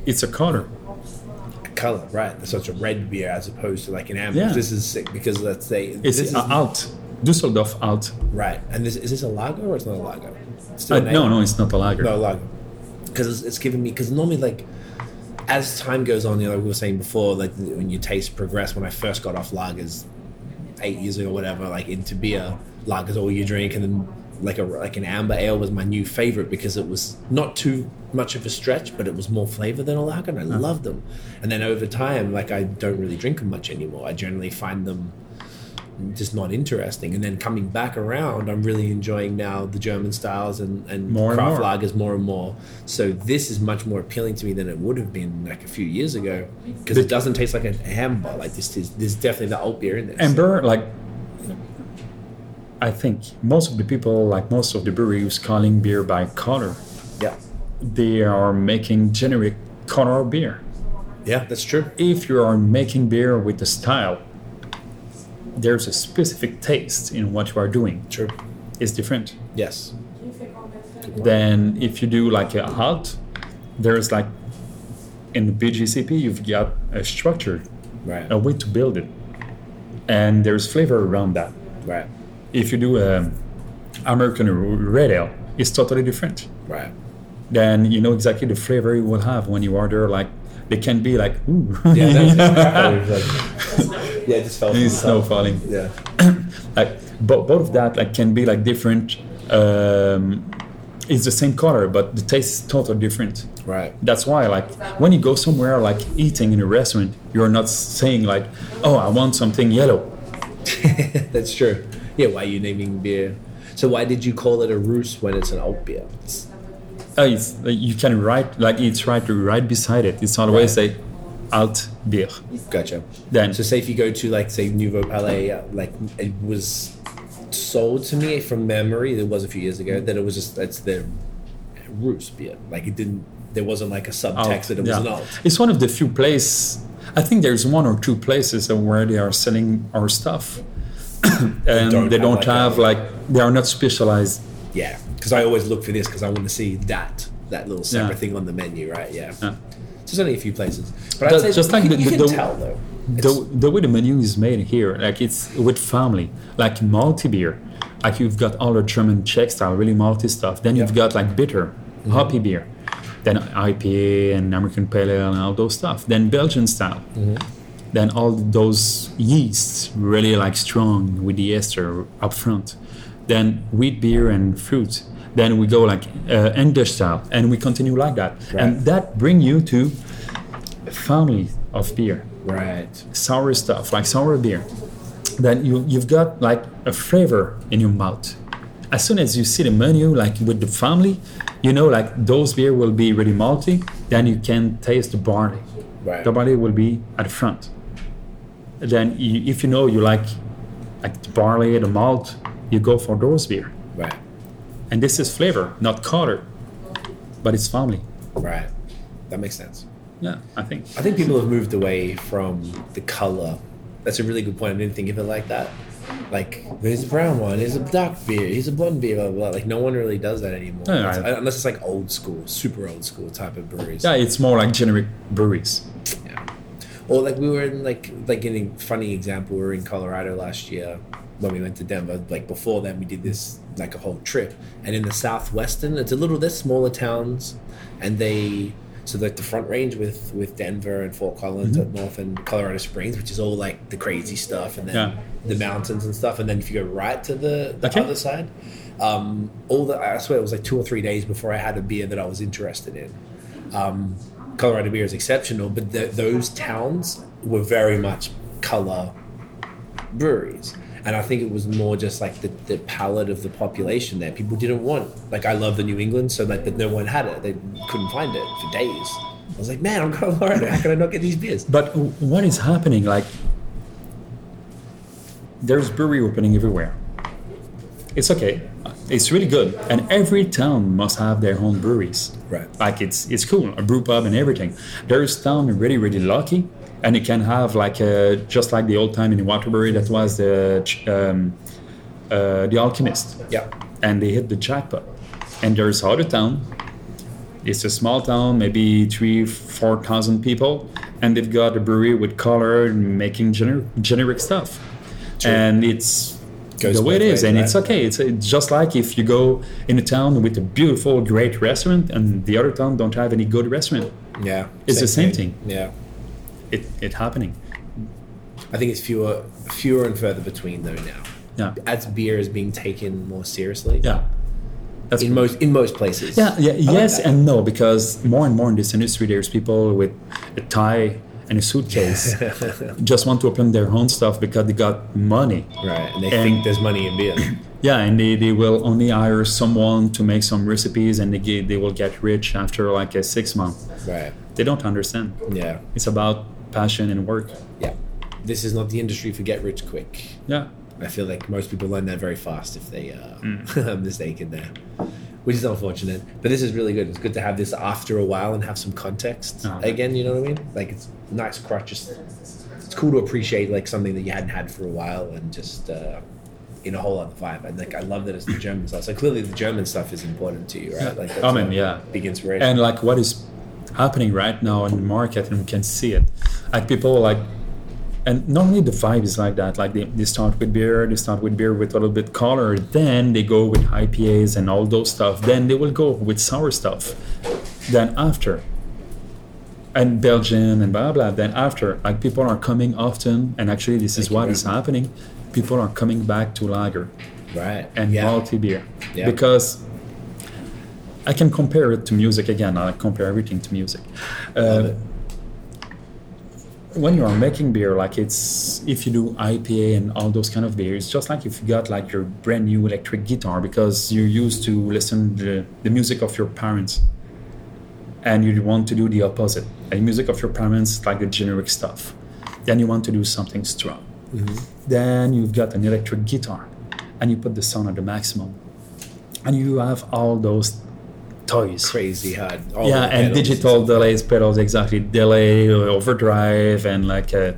C: It's a color.
B: different color, right? So it's a red beer as opposed to like an amber.
C: Yeah.
B: This is sick because let's say
C: It's
B: this is,
C: uh, out. Düsseldorf out.
B: right. And this is this a lager or it's not a lager? It's still
C: Uh,
B: an
C: no,
B: ale.
C: no, it's not a lager.
B: No, lager. Because it's, it's giving me because normally like as time goes on, you know, like we were saying before, like when your taste progress. When I first got off lagers eight years ago, whatever, like into beer, lagers all you drink, and then like a like an amber ale was my new favorite because it was not too much of a stretch, but it was more flavor than a lager, and I
C: Uh-huh.
B: loved them. And then over time, like I don't really drink them much anymore. I generally find them just not interesting. And then coming back around, I'm really enjoying now the German styles and, and
C: More and
B: craft
C: more.
B: lagers more and more. So this is much more appealing to me than it would have been like a few years ago because it doesn't taste like an amber. Like this is there's definitely the oat beer in this.
C: Amber, like, I think most of the people, like most of the breweries, calling beer by color.
B: Yeah.
C: They are making generic color beer.
B: Yeah, that's true.
C: If you are making beer with a style, there's a specific taste in what you are doing.
B: True.
C: It's different.
B: Yes.
C: Then if you do like a halt, there's like in the BGCP you've got a structure,
B: Right.
C: a way to build it, and there's flavor around that.
B: Right.
C: If you do a American red ale, it's totally different
B: Right.
C: then you know exactly the flavor you will have when you order. Like they can be like, ooh,
B: Yeah. yeah. It just fell. from the
C: it's snow
B: top.
C: falling.
B: Yeah.
C: Like bo- both of that like can be like different. Um, it's the same color, but the taste is totally different.
B: Right.
C: That's why like when you go somewhere like eating in a restaurant, you're not saying like, oh, I want something yellow.
B: That's true. Yeah. Why are you naming beer? So why did you call it a roost when it's an alt beer? It's-
C: Uh, it's like, you can write like it's right right beside it. It's always a alt beer.
B: Gotcha.
C: Then
B: So say if you go to like say Nouveau Palais, uh, like it was sold to me from memory. It was a few years ago that it was just that's their roost beer. Like it didn't. There wasn't like a
C: Alt,
B: subtext that it was
C: Oh, yeah.
B: an alt.
C: It's one of the few places. I think there's one or two places where they are selling our stuff, and
B: don't
C: they
B: have
C: don't
B: like
C: have
B: a-
C: like they are not specialized.
B: Yeah, because I always look for this because I want to see that that little separate
C: Yeah.
B: thing on the menu, right? Yeah.
C: Yeah.
B: So there's only a few places, but I'd
C: That-
B: say
C: just
B: you
C: like
B: can-
C: the-
B: you
C: the-
B: can
C: the-
B: tell though.
C: The, the way the menu is made here, like it's with family, like multi beer, like you've got all the German Czech style, really multi stuff. Then you've
B: Yeah. Mm-hmm.
C: got like bitter, hoppy beer, then IPA and American Pale Ale and all those stuff. Then Belgian style.
B: Mm-hmm.
C: Then all those yeasts really like strong with the ester up front. Then wheat beer and fruit. Then we go like uh, English style, and we continue like that. And
B: Right.
C: that bring you to family of beer
B: Right.
C: sour stuff, like sour beer, then you, you've got like a flavor in your mouth. As soon as you see the menu, like with the family, you know, like those beer will be really malty, then you can taste the barley.
B: Right.
C: The barley will be at the front. Then you, if you know you like like the barley, the malt, you go for those beer.
B: Right.
C: And this is flavor, not color, but it's family.
B: Right. That makes sense.
C: Yeah, I think.
B: I think people have moved away from the color. That's a really good point. I didn't think of it like that. Like, here's a brown one, here's a dark beer, here's a blonde beer, blah, blah, blah. Like, no one really does that anymore.
C: No, no,
B: It's-
C: I-
B: unless it's like old school, super old school type of breweries.
C: Yeah, it's more like generic breweries.
B: Or like we were in like like in a funny example, we were in Colorado last year when we went to Denver. Like before then, we did this like a whole trip, and in the southwestern, it's a little they're smaller towns, and they so like the front range with with Denver and Fort Collins up north and Colorado Springs, which is all like the crazy stuff, and then
C: Yeah.
B: the mountains and stuff, and then if you go right to the, the
C: Okay.
B: other side, um, all the I swear it was like two or three days before I had a beer that I was interested in um, Colorado beer is exceptional, but th- those towns were very much color breweries. And I think it was more just like the, the palate of the population there. People didn't want, like, I love the New England, so like that no one had it. They couldn't find it for days. I was like, man, I'm Colorado. How can I not get these beers?
C: But w- what is happening? Like, there's brewery opening everywhere. It's okay. It's really good, and every town must have their own breweries.
B: Right.
C: Like it's it's cool, a brew pub and everything. There's town really really lucky, and it can have like a, just like the old time in Waterbury that was the ch- um, uh, the Alchemist
B: Yeah.
C: and they hit the jackpot. And there's other town. It's a small town, maybe three, four thousand people, and they've got a brewery with color and making gener- generic stuff. And it's
B: Goes
C: the way it
B: both
C: is,
B: ways,
C: and
B: right?
C: it's okay. It's, it's just like if you go in a town with a beautiful, great restaurant, and the other town don't have any good restaurant.
B: Yeah.
C: It's the same
B: Yeah.
C: It it happening.
B: I think it's fewer, fewer and further between though now.
C: Yeah,
B: As beer is being taken more seriously.
C: yeah. That's
B: In most in most places.
C: Yeah, yeah
B: like
C: yes
B: that.
C: and no, because more and more in this industry, there's people with a tie and a suitcase just want to open their own stuff because they got money.
B: Right. And they
C: And-
B: think there's money in beer.
C: Yeah, and they, they will only hire someone to make some recipes and they, get, they will get rich after like a six month.
B: Right.
C: They don't understand.
B: Yeah.
C: It's about passion and work.
B: Yeah. This is not the industry for get rich quick.
C: Yeah.
B: I feel like most people learn that very fast if they uh,
C: Mm.
B: are mistaken there, which is unfortunate. But this is really good. It's good to have this after a while and have some context
C: Oh.
B: again. You know what I mean? Like it's nice crutch. Just, it's cool to appreciate like something that you hadn't had for a while and just uh, in a whole other vibe. And like I love that it's the German stuff. So clearly the German stuff is important to you, right? Like that's
C: I mean,
B: a
C: yeah.
B: big inspiration.
C: and like what is happening right now in the market and we can see it like people like and normally the vibe is like that like they, they start with beer they start with beer with a little bit color then they go with ipas and all those stuff then they will go with sour stuff then after and belgian and blah blah then after like people are coming often and actually this is
B: Thank you
C: what
B: very
C: is happening people are coming back to lager
B: right.
C: and
B: yeah.
C: multi beer
B: Yeah.
C: because I can compare it to music again. I compare everything to music. Uh, when you are making beer, like it's if you do IPA and all those kind of beers, it's just like if you got like your brand new electric guitar because you're used to listen the, the music of your parents, and you want to do the opposite. And the music of your parents, like the generic stuff. Then you want to do something strong then you've got an electric guitar and you put the sound at the maximum and you have all those toys
B: crazy hard. all the
C: yeah and
B: pedals
C: digital
B: stuff.
C: delays pedals exactly delay uh, overdrive and like a,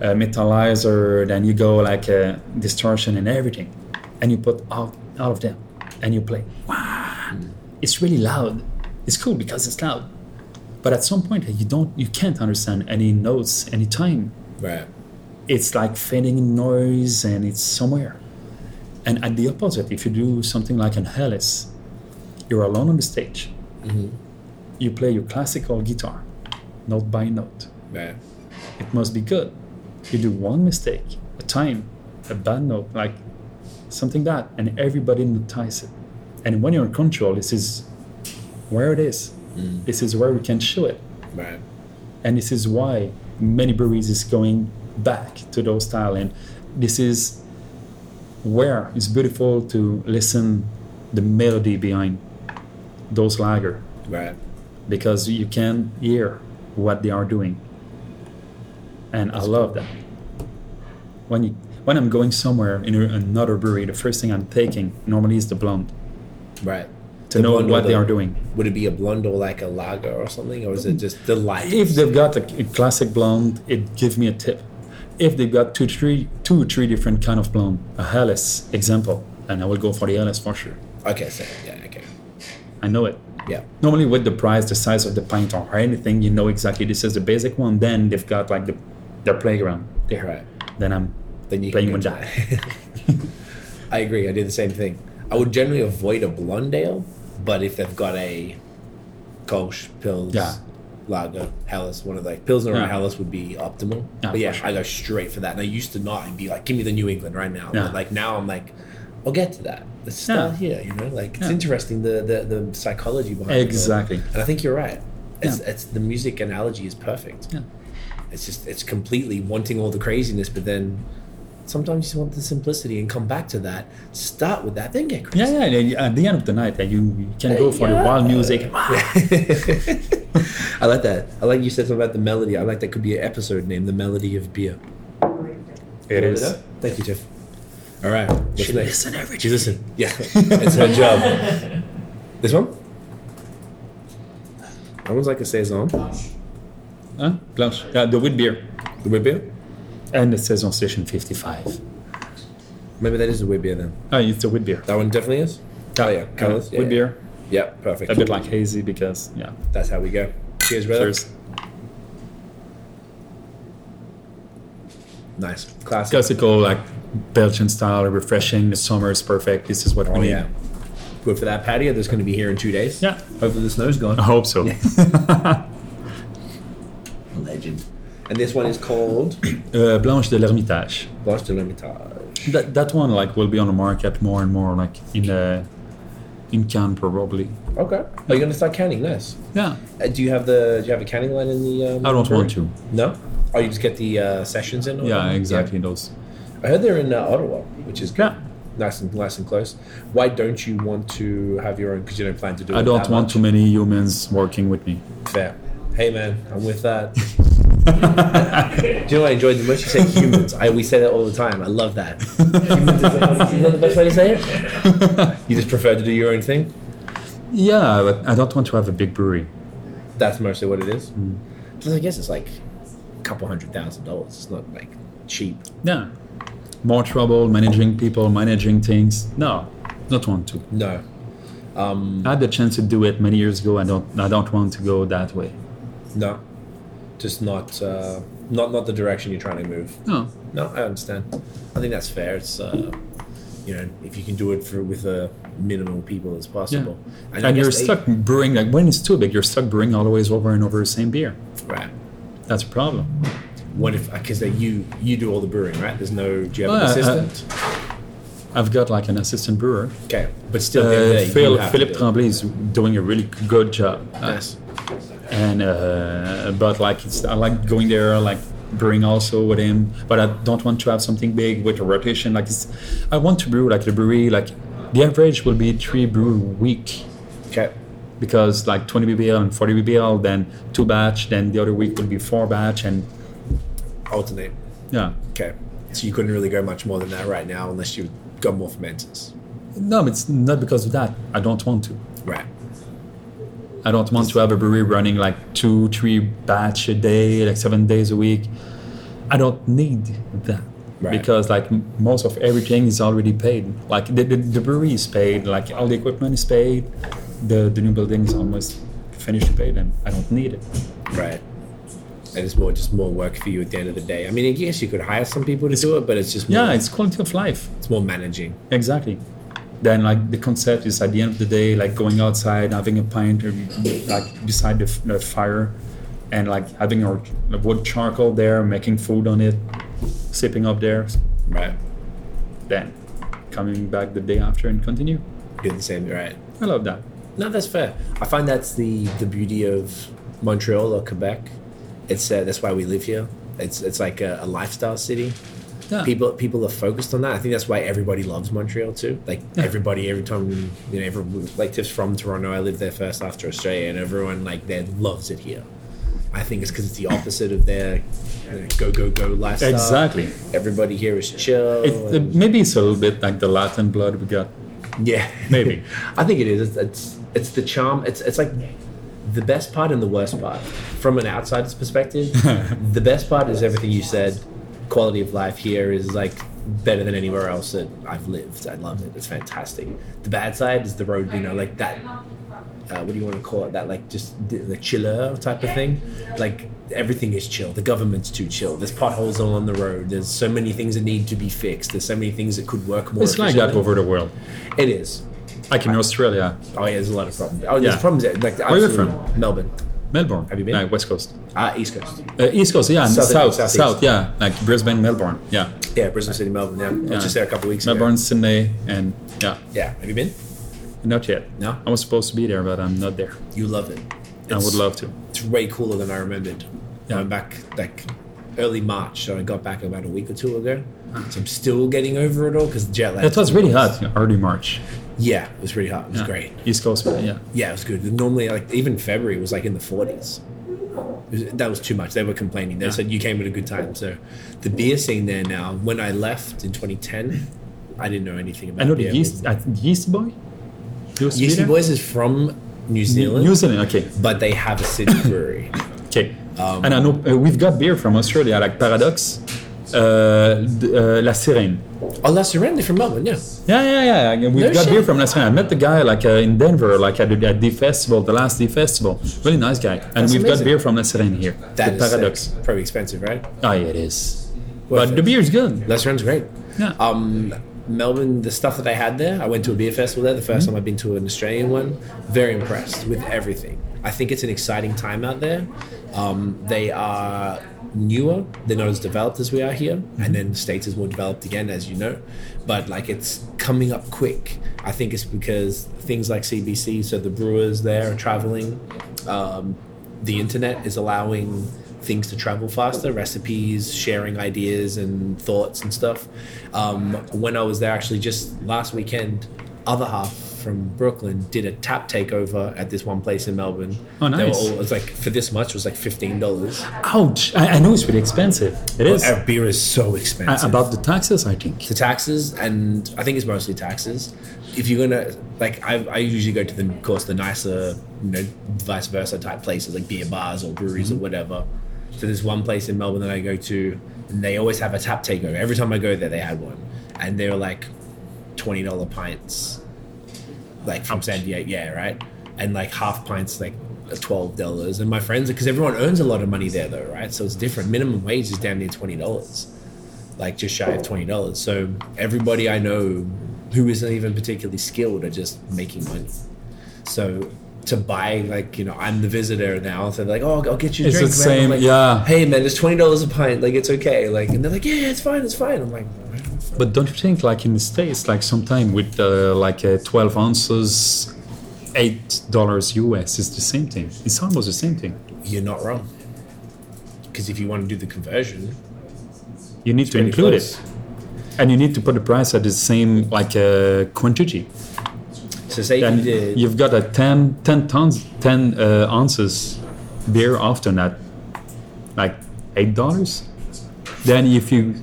C: a metalizer then you go like a distortion and everything and you put all, all of them and you play wow it's really loud it's cool because it's loud but at some point you don't you can't understand any notes any time
B: Right.
C: it's like fading in noise and it's somewhere. And at the opposite, if you do something like an Hellas, you're alone on the stage.
B: Mm-hmm.
C: You play your classical guitar, note by note.
B: Right.
C: It must be good. You do one mistake, a time, a bad note, like something that, and everybody notices it. And when you're in control, this is where it is. This is where we can show it
B: Mm-hmm. Right.
C: and this is why many breweries is going back to those style and this is where it's beautiful to listen the melody behind those lager
B: Right.
C: because you can hear what they are doing and i love that when you when i'm going somewhere in a- another brewery the first thing i'm taking normally is the blonde
B: Right.
C: to know
B: blonde or
C: what they
B: the-
C: are doing
B: Would it be a blonde or like a lager or something, or is it just the light?
C: if they've got a, a classic blonde, it give me a tip. If they've got two, three, two, three different kind of blonde, a Hellas example, and I will go for the Hellas for sure.
B: Okay, so yeah, okay,
C: I know it.
B: yeah,
C: Normally with the price, the size of the pint or anything, you know exactly this is the basic one. Then they've got like the their playground there.
B: Right.
C: Then I'm
B: Then you
C: playing
B: can
C: with
B: go
C: that.
B: to I agree. I do the same thing. I would generally avoid a blonde ale, but if they've got a Kolsch, Pils,
C: Yeah.
B: Lager, Hellas, one of the Pilsner or
C: Yeah.
B: Hellas would be optimal.
C: Yeah,
B: but yeah,
C: for sure.
B: I go straight for that. And I used to not. I'd be like, give me the New England right now.
C: Yeah.
B: But like now I'm like, I'll get to that. Let's
C: Yeah.
B: start here, you know? Like it's
C: Yeah.
B: interesting the, the, the psychology behind it all.
C: Exactly.
B: And I think you're right. It's,
C: Yeah.
B: it's the music analogy is perfect.
C: Yeah.
B: It's just it's completely wanting all the craziness, but then sometimes you just want the simplicity and come back to that. Start with that, then get crazy.
C: Yeah, yeah. and At the end of the night, like, you, you can go for the wild music.
B: I like that. I like you said something about the melody. I like that could be an episode name, the melody of beer.
C: It is.
B: Thank you, Jeff. All right. What's
C: Should
B: next?
C: listen every
B: She listen. Yeah, it's her Ah. job. This one. That one's like a saison.
C: Huh? Blanche. Yeah, the wheat beer.
B: The wheat beer.
C: And it says on station 55.
B: Maybe that is the wheat beer then.
C: Oh, it's the wheat beer.
B: That one definitely is. Oh yeah, colors. Yeah,
C: Wheat
B: yeah.
C: beer.
B: Yeah, perfect.
C: a bit like hazy because yeah
B: That's how we go. Cheers, brother.
C: there's
B: Nice. Classic.
C: classical like Belgian style refreshing the summer is perfect this is what we
B: Oh
C: need
B: yeah. Good for that patio that's going to be here in two days.
C: Yeah. Oh.
B: Hopefully the snow's gone.
C: I hope so Uh,
B: Legend. And this one is called
C: uh, Blanche de l'Ermitage
B: Blanche de l'Hermitage.
C: that, that one like will be on the market more and more like in uh, in Cannes probably
B: Okay. Are you going to start canning? Nice.
C: yeah
B: Uh, do you have the Do you have a canning line in the? Um,
C: I don't
B: brewery?
C: want to
B: No. Oh, you just get the uh, sessions in. or
C: yeah
B: whatever?
C: exactly those
B: I heard they're in uh, Ottawa, which is good.
C: Yeah.
B: Nice and nice and close. Why don't you want to have your own? Because you don't plan to do.
C: I
B: it
C: don't
B: that
C: want
B: much?
C: too many humans working with me
B: Fair. Hey man, I'm with that. Do you know what I enjoyed the most? You said humans. I we say that all the time. I love that. humans is, is that the best way to say it? You just prefer to do your own thing.
C: yeah but I don't want to have a big brewery
B: That's mostly what it is.
C: Mm.
B: Because I guess it's like a couple hundred thousand dollars. It's not like cheap.
C: yeah more trouble managing people, managing things. No, not want to.
B: No. Um,
C: I had the chance to do it many years ago. I don't. I don't want to go that way.
B: No. Just not uh, not not the direction you're trying to move.
C: No.
B: No, I understand. I think that's fair. It's uh, you know, if you can do it for with a minimal people as possible. I
C: And
B: guess
C: you're
B: they-
C: stuck brewing like when it's too big. You're stuck brewing always over and over the same beer.
B: Right.
C: That's a problem.
B: What if because they you you do all the brewing, right? There's no do you have
C: Well,
B: an
C: I-
B: assistant?
C: I've got like an assistant brewer.
B: okay, but still, at the end of the
C: Uh,
B: day,
C: Phil,
B: you have to
C: Philippe
B: do it.
C: Tremblay is doing a really good job. Uh,
B: Yes.
C: and uh, but like it's I like going there like brewing also with him but I don't want to have something big with a rotation like it's I want to brew like the brewery like the average will be three brew a week
B: Okay.
C: because like 20 BBL and 40 BBL then two batch then the other week will be four batch and
B: Alternate.
C: yeah
B: Okay. So you couldn't really go much more than that right now unless you got more fermenters.
C: no but it's not because of that I don't want to
B: Right.
C: I don't want to have a brewery running like two three batch a day like seven days a week I don't need that
B: Right.
C: because like m- most of everything is already paid. Like the, the, the brewery is paid, like all the equipment is paid, the the new building is almost finished to pay them. I don't need it.
B: Right. And it's more just more work for you at the end of the day. I mean, I guess you could hire some people to do it, but it's just more,
C: Yeah, it's quality of life.
B: it's more managing.
C: Exactly. Then like the concept is at the end of the day, like going outside, having a pint, or like beside the, f- the fire, and like having our wood charcoal there, making food on it, sipping up there.
B: Right.
C: Then coming back the day after and continue.
B: Do the same. Right.
C: I love that.
B: No, that's fair. I find that's the the beauty of Montreal or Quebec. It's uh, that's why we live here. It's it's like a, a lifestyle city.
C: Yeah.
B: People people are focused on that. I think that's why everybody loves Montreal too. Like everybody, every time you know, everyone like Tiff's from Toronto. I lived there first after Australia, and everyone like there loves it here. I think it's because it's the opposite of their you know, go go go lifestyle.
C: Exactly.
B: Everybody here is chill.
C: It,
B: and-
C: maybe it's a little bit like the Latin blood we got.
B: Yeah,
C: Maybe.
B: I think it is. It's, it's it's the charm. It's it's like the best part and the worst part from an outsider's perspective. the best part is everything you said. Quality of life here is like better than anywhere else that I've lived. I love it. It's fantastic. The bad side is the road. You know, like that. Uh, what do you want to call it? That like just the, the chiller type of thing. Like everything is chill. The government's too chill. There's potholes all on the road. There's so many things that need to be fixed. There's so many things that could work more.
C: It's like that
B: efficiently.
C: over the world.
B: It is.
C: Like in Australia,
B: Oh yeah, there's a lot of problems. Oh, there's
C: Yeah.
B: problems. there, Like
C: Where are you
B: absolutely- Melbourne,
C: Melbourne.
B: Have you been?
C: Like West Coast.
B: uh, East Coast.
C: Uh, East Coast, yeah. and
B: Southern-
C: south,
B: southeast.
C: south, yeah. Like Brisbane, Melbourne, yeah.
B: Yeah, Brisbane City, Melbourne. Yeah, I
C: Yeah.
B: was just there a couple weeks
C: Melbourne,
B: ago.
C: Sydney, and yeah.
B: Yeah, have you been?
C: Not yet.
B: No?
C: I was supposed to be there, but I'm not there.
B: You love it.
C: I would
B: It's-
C: love to.
B: It's way cooler than I remembered.
C: Yeah.
B: I'm back like early March, so I got back about a week or two ago. So I'm still getting over it all because jet lag.
C: It Ah. was really hot, you know, early March.
B: Yeah, it was really hot. It was
C: Yeah.
B: great.
C: East Coast, yeah.
B: Yeah, it was good. Normally, like even February was like in the forties. That was too much. They were complaining. They said you came at a good time. So, the beer scene there now. When I left in 2010, I didn't know anything about.
C: I know the
B: beer.
C: Yeast, uh, yeast Boy? Used to be
B: Yeasty
C: there?
B: Boys is from New
C: New
B: Zealand,
C: New Zealand, okay.
B: but they have a city brewery.
C: Okay.
B: Um,
C: and I know uh, we've got beer from Australia, like Paradox, uh, d- uh, La Sirene.
B: oh, La Surrender from Melbourne. Yeah,
C: Yeah, yeah, yeah. and We've
B: No
C: got
B: shit.
C: beer from last time. I met the guy like uh, in Denver, like at the, at the festival, the last D festival. Really nice guy. And
B: That's
C: we've
B: amazing.
C: got beer from La Serene here.
B: that
C: the
B: is
C: paradox.
B: sick. Probably expensive, right?
C: Ah, yeah, it is.
B: Worth
C: but the
B: it.
C: beer is good.
B: La Surrender's great.
C: Yeah.
B: Um, Melbourne, the stuff that they had there, I went to a beer festival there, the 1st time I've been to an Australian one. Very impressed with everything. I think it's an exciting time out there. Um, they are newer, they're not as developed as we are here, and then the States is more developed again, as you know. But like it's coming up quick. I think it's because things like CBC, so the brewers there are traveling. Um, the internet is allowing things to travel faster recipes sharing ideas and thoughts and stuff um, when i was there actually just last weekend other half from brooklyn did a tap takeover at this one place in melbourne
C: Oh,
B: They were
C: nice.
B: all- it was like for this much it was like $15
C: Ouch. I, I know it's really expensive. It is.
B: Our beer is so
C: Uh,
B: expensive
C: about the taxes, I think.
B: the taxes and i think it's mostly taxes if you're gonna like i, I usually go to the of course the nicer you know vice versa type places like beer bars or breweries or whatever So there's one place in Melbourne that I go to, and they always have a tap takeover. Every time I go there, they had one, and they were like twenty dollar pints, like from San Diego, yeah, right, and like half pints like twelve dollars. And my friends, because everyone earns a lot of money there though, right? So it's different. Minimum wage is damn near twenty dollars, like just shy of twenty dollars. So everybody I know who isn't even particularly skilled are just making money. So to buy like you know I'm the visitor now, so they're like oh I'll get you a
C: It's
B: drink.
C: the
B: man. I'm
C: same-
B: like,
C: yeah.
B: Hey man, it's twenty dollars a pint. Like it's okay. Like and they're like yeah, yeah, it's fine, it's fine. I'm like
C: But don't you think, like in the states, like sometime with uh, like uh, twelve ounces, eight dollars US is the same thing. It's almost the same thing.
B: you're not wrong. Because if you want to do the conversion,
C: You need to
B: pretty
C: include
B: close.
C: it, and you need to put the price at the same like uh, quantity.
B: so say
C: And
B: you did
C: you've got a 10, 10 tons, ten uh, ounces beer often at like eight dollars. Then if you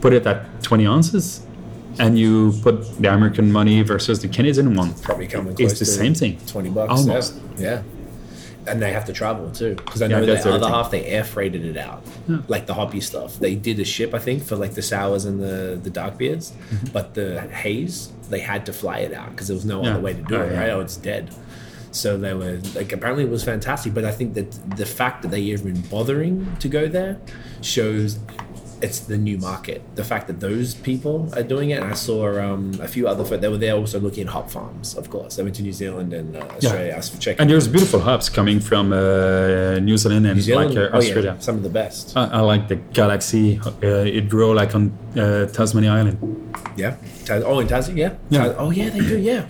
C: put it at twenty ounces, and you put the American money versus the Canadian one,
B: probably coming close
C: it's the
B: to
C: same thing. Oh
B: Twenty bucks.
C: Almost.
B: Yeah. yeah. And they have to travel too, because I
C: Yeah,
B: know the
C: that's
B: other
C: everything.
B: half they air freighted it out, like the hoppy stuff. They did a ship, I think, for like the sours and the the dark beers,
C: Mm-hmm.
B: but the haze they had to fly it out because there was no
C: Yeah.
B: other way to do
C: Oh,
B: it.
C: yeah.
B: Right? Oh, it's dead. So they were like, apparently it was fantastic, but I think that the fact that they even bothering to go there shows it's the new market. The fact that those people are doing it, and I saw um, a few other folk they were there also looking at hop farms. Of course, they went to New Zealand and uh, Australia. I was checking
C: And there's beautiful hops coming from uh, New Zealand and
B: New Zealand,
C: like uh,
B: oh, yeah,
C: Australia. Uh.
B: some of the best.
C: I, I like the Galaxy. Uh, it grow like on uh, Tasmania Island.
B: Yeah. Tas- Oh, in Tassie, yeah.
C: Yeah.
B: Tas- Oh, yeah, they do, yeah.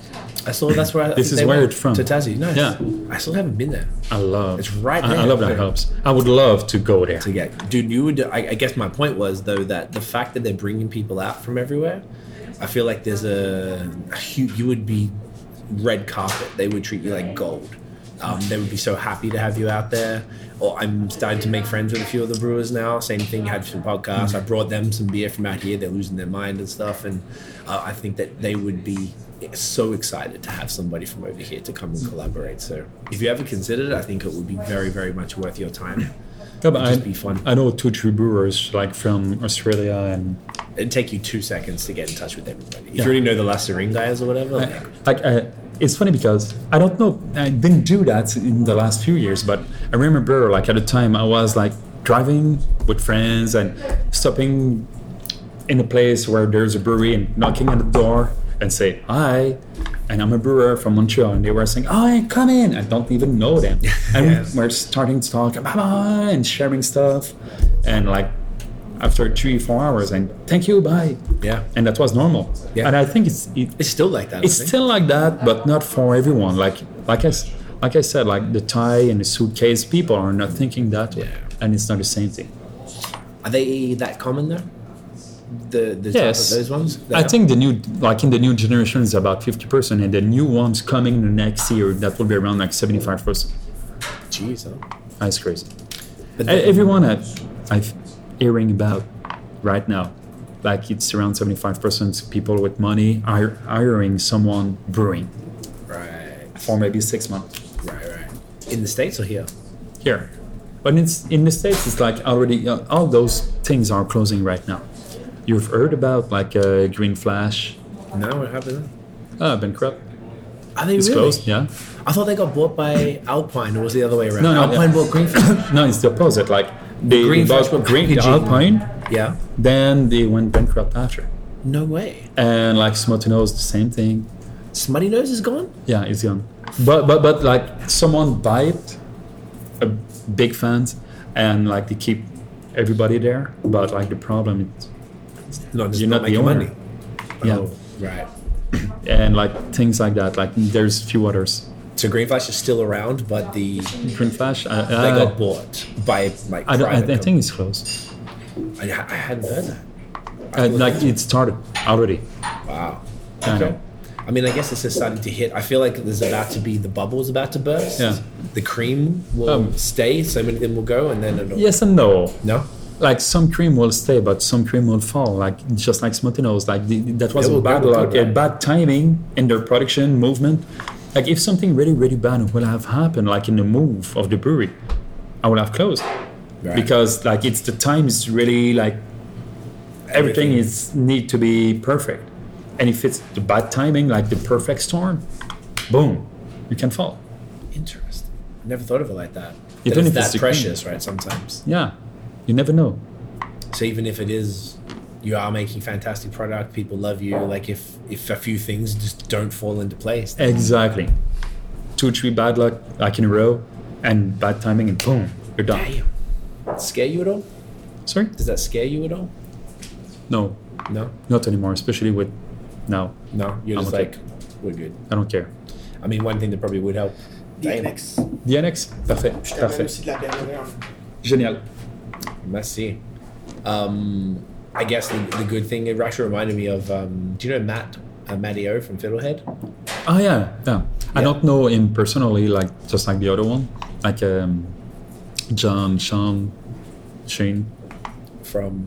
B: I saw that's where I, I
C: This
B: think
C: is
B: they
C: where
B: went,
C: it's from.
B: To Tassie, nice.
C: Yeah.
B: I still haven't been there
C: I love.
B: It's right
C: I, I
B: there.
C: love that hops. I would love to go there.
B: to get. Dude, you would. I, I guess my point was though that the fact that they're bringing people out from everywhere, I feel like there's a, a hu you would be red carpet. They would treat you like gold. Um, they would be so happy to have you out there. Or I'm starting to make friends with a few of the brewers now. Same thing, had some podcasts. I brought them some beer from out here. They're losing their mind and stuff. And uh, I think that they would be so excited to have somebody from over here to come and collaborate. So if you ever considered it, I think it would be very, very much worth your time.
C: Yeah, but
B: It'd just
C: I,
B: be fun.
C: I know two, three brewers like from Australia and
B: It'd take you two seconds to get in touch with everybody. If
C: Yeah.
B: you already know the last ring guys or whatever, like,
C: like uh, it's funny because I don't know I didn't do that in the last few years, but I remember like at the time I was like driving with friends and stopping in a place where there's a brewery and knocking on the door and say hi. And I'm a brewer from Montreal, and they were saying, "Oh, hey, come in!" I don't even know them, and
B: Yes.
C: we're starting to talk blah, blah, and sharing stuff, and like after three, four hours, and thank you, bye,
B: Yeah.
C: and that was normal.
B: Yeah.
C: And I think it's it,
B: it's still like that. I
C: it's
B: think.
C: still like that, but not for everyone. Like like I s- like I said, like the tie and the suitcase people are not thinking that way,
B: Yeah.
C: and it's not the same thing.
B: Are they that common though? The the
C: Yes,
B: type of those ones. They
C: I
B: are?
C: think the new like in the new generation is about fifty percent, and the new ones coming the next year that will be around like seventy five percent.
B: Jeez, huh?
C: That's crazy.
B: But
C: E- Everyone I, I'm hearing about right now, like it's around seventy five percent people with money are hiring someone brewing
B: right,
C: for maybe six months.
B: right, right. In the states or here?
C: here. But it's, in the States, it's like already uh, all those things are closing right now. You've heard about like uh, Green Flash
B: No, what happened?
C: uh, bankrupt.
B: Are they
C: It's
B: really?
C: closed, yeah.
B: I thought they got bought by Alpine, or was it the other way around?
C: No, no,
B: Alpine
C: yeah.
B: bought Greenfield.
C: No, it's the opposite. Like they
B: Green
C: Green
B: Flash
C: bought
B: went
C: Green the
B: packaging.
C: Alpine,
B: yeah.
C: then they went bankrupt after.
B: No way.
C: And like Smotino's the same thing.
B: Smutty Nose is gone.
C: Yeah, it's gone. But but but like someone buy it, a big fans, and like they keep everybody there. But like the problem, it's,
B: No, it's
C: You're not the
B: making
C: owner.
B: money.
C: yeah.
B: Oh, right.
C: and like things like that. Like there's few others.
B: So Green Flash is still around, but the
C: Print Flash. I,
B: they
C: I,
B: got bought by like
C: Oh. I, don't, I,
B: private
C: I think it's closed.
B: company. I, I hadn't heard that.
C: Uh, like it started already.
B: Wow.
C: I
B: Okay.
C: know.
B: I mean, I guess this is starting to hit. I feel like there's about to be the bubble's about to burst.
C: Yeah.
B: The cream will
C: Um,
B: stay. So many of them will go, and then it'll,
C: Yes and no.
B: No.
C: Like some cream will stay, but some cream will fall. Like just like Smotino's. Like the, that was
B: They
C: a
B: will- they
C: bad
B: will go
C: luck, a
B: down.
C: bad timing in their production movement. Like if something really really bad will have happened, like in the move of the brewery, I would have closed.
B: Right.
C: because like it's the time is really like
B: Everything.
C: everything is need to be perfect, and if it's the bad timing, like the perfect storm, boom, you can fall.
B: Interesting. Never thought of it like that.
C: You
B: That
C: don't
B: it's
C: need to
B: that
C: stick
B: precious, right? Sometimes.
C: Yeah, you never know.
B: So even if it is, you are making fantastic product, people love you. Like if if a few things just don't fall into place,
C: Exactly. Two, three bad luck like in a row, and bad timing, and boom, you're done.
B: damn. Scare you at all?
C: Sorry?
B: Does that scare you at all?
C: No,
B: No,
C: not anymore. Especially with now,
B: no. You're
C: I'm
B: just
C: okay.
B: like, we're good.
C: I don't care.
B: I mean, one thing that probably would help. Dynamics.
C: The annex, parfait,
D: Je t'amène
C: parfait,
D: aussi de la bière.
C: génial.
B: Must see. Um, I guess the, the good thing it actually reminded me of. Um, do you know Matt uh, Matteo from Fiddlehead?
C: Oh yeah, yeah. I don't know him personally, like just like the other one, like um, John, Sean, Shane,
B: From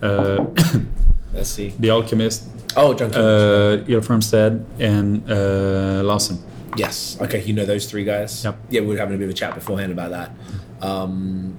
C: uh,
B: let's see.
C: the Alchemist,
B: Oh, John. Cummings.
C: uh, Il Firmstead, and uh, Lawson.
B: Yes. Okay, you know those three guys.
C: Yep.
B: Yeah, we were having a bit of a chat beforehand about that. Um,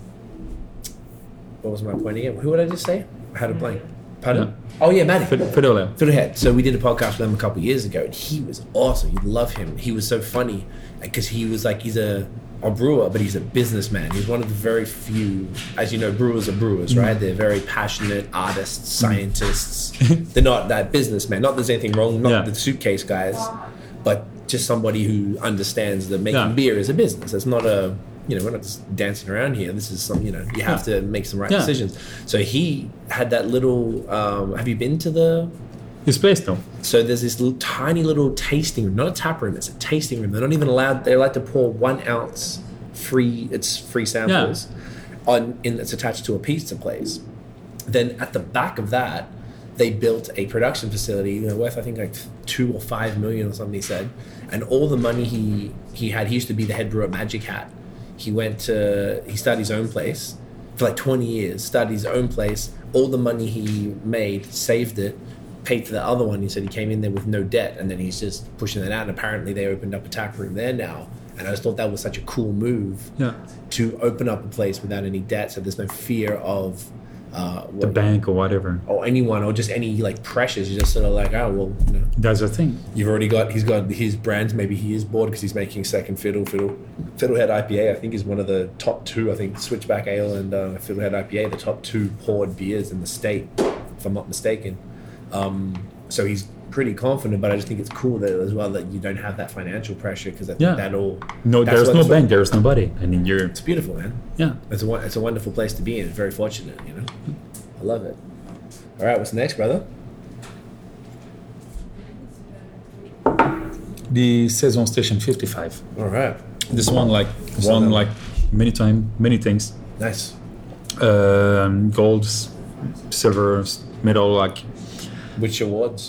B: what was my point again? Who would I just say? I had a blank.
C: Mm.
B: Pardon? Oh yeah, Matty.
C: Fid- Fidola.
B: Fiddlehead. So we did a podcast with him a couple years ago, and he was awesome. You love him. He was so funny because he was like he's a a brewer, but he's a businessman. He's one of the very few, as you know, brewers are brewers,
C: Mm.
B: right? They're very passionate artists, scientists. They're not that businessman. Not that there's anything wrong. Not
C: Yeah.
B: the suitcase guys, but just somebody who understands that making
C: Yeah.
B: beer is a business. It's not a you know we're not just dancing around here. This is some you know you have to make some right
C: Yeah.
B: decisions. So he had that little. Um, have you been to the
C: His place though.
B: so there's this little, tiny little tasting room, not a tap room, it's a tasting room. They're not even allowed. They're allowed to pour one ounce free. It's free samples on in that's attached to a pizza place. Then at the back of that, they built a production facility you know, worth I think like two or five million or something. He said, and all the money he he had, he used to be the head brewer at Magic Hat. He went to he started his own place for like 20 years. Started his own place. All the money he made, saved it, paid for the other one. He said he came in there with no debt, and then he's just pushing that out. And apparently they opened up a tap room there now. And I just thought that was such a cool move
C: Yeah.
B: to open up a place without any debt, so there's no fear of uh,
C: The
B: what-
C: bank or whatever.
B: or anyone or just any like pressures. You're just sort of like, oh well, you know,
C: That's the thing.
B: you've already got he's got his brand. Maybe he is bored because he's making second fiddle fiddle fiddlehead IPA. I think is one of the top two. I think Switchback Ale and uh, Fiddlehead IPA, the top two poured beers in the state, if I'm not mistaken. Um, so he's pretty confident, but I just think it's cool that as well that you don't have that financial pressure because I think
C: Yeah.
B: that all
C: No,
B: that's what-
C: there's no
B: that's what-
C: bank. There's nobody. I mean, you're
B: It's beautiful, man.
C: yeah.
B: It's a won- it's a wonderful place to be in. Very fortunate, you know. I love it. All right, what's next, brother?
C: The saison station 55.
B: All right,
C: This one like
B: So
C: won
B: that-
C: like many time many things.
B: nice.
C: Um, gold, s- silver, s- medal. Like
B: Which awards?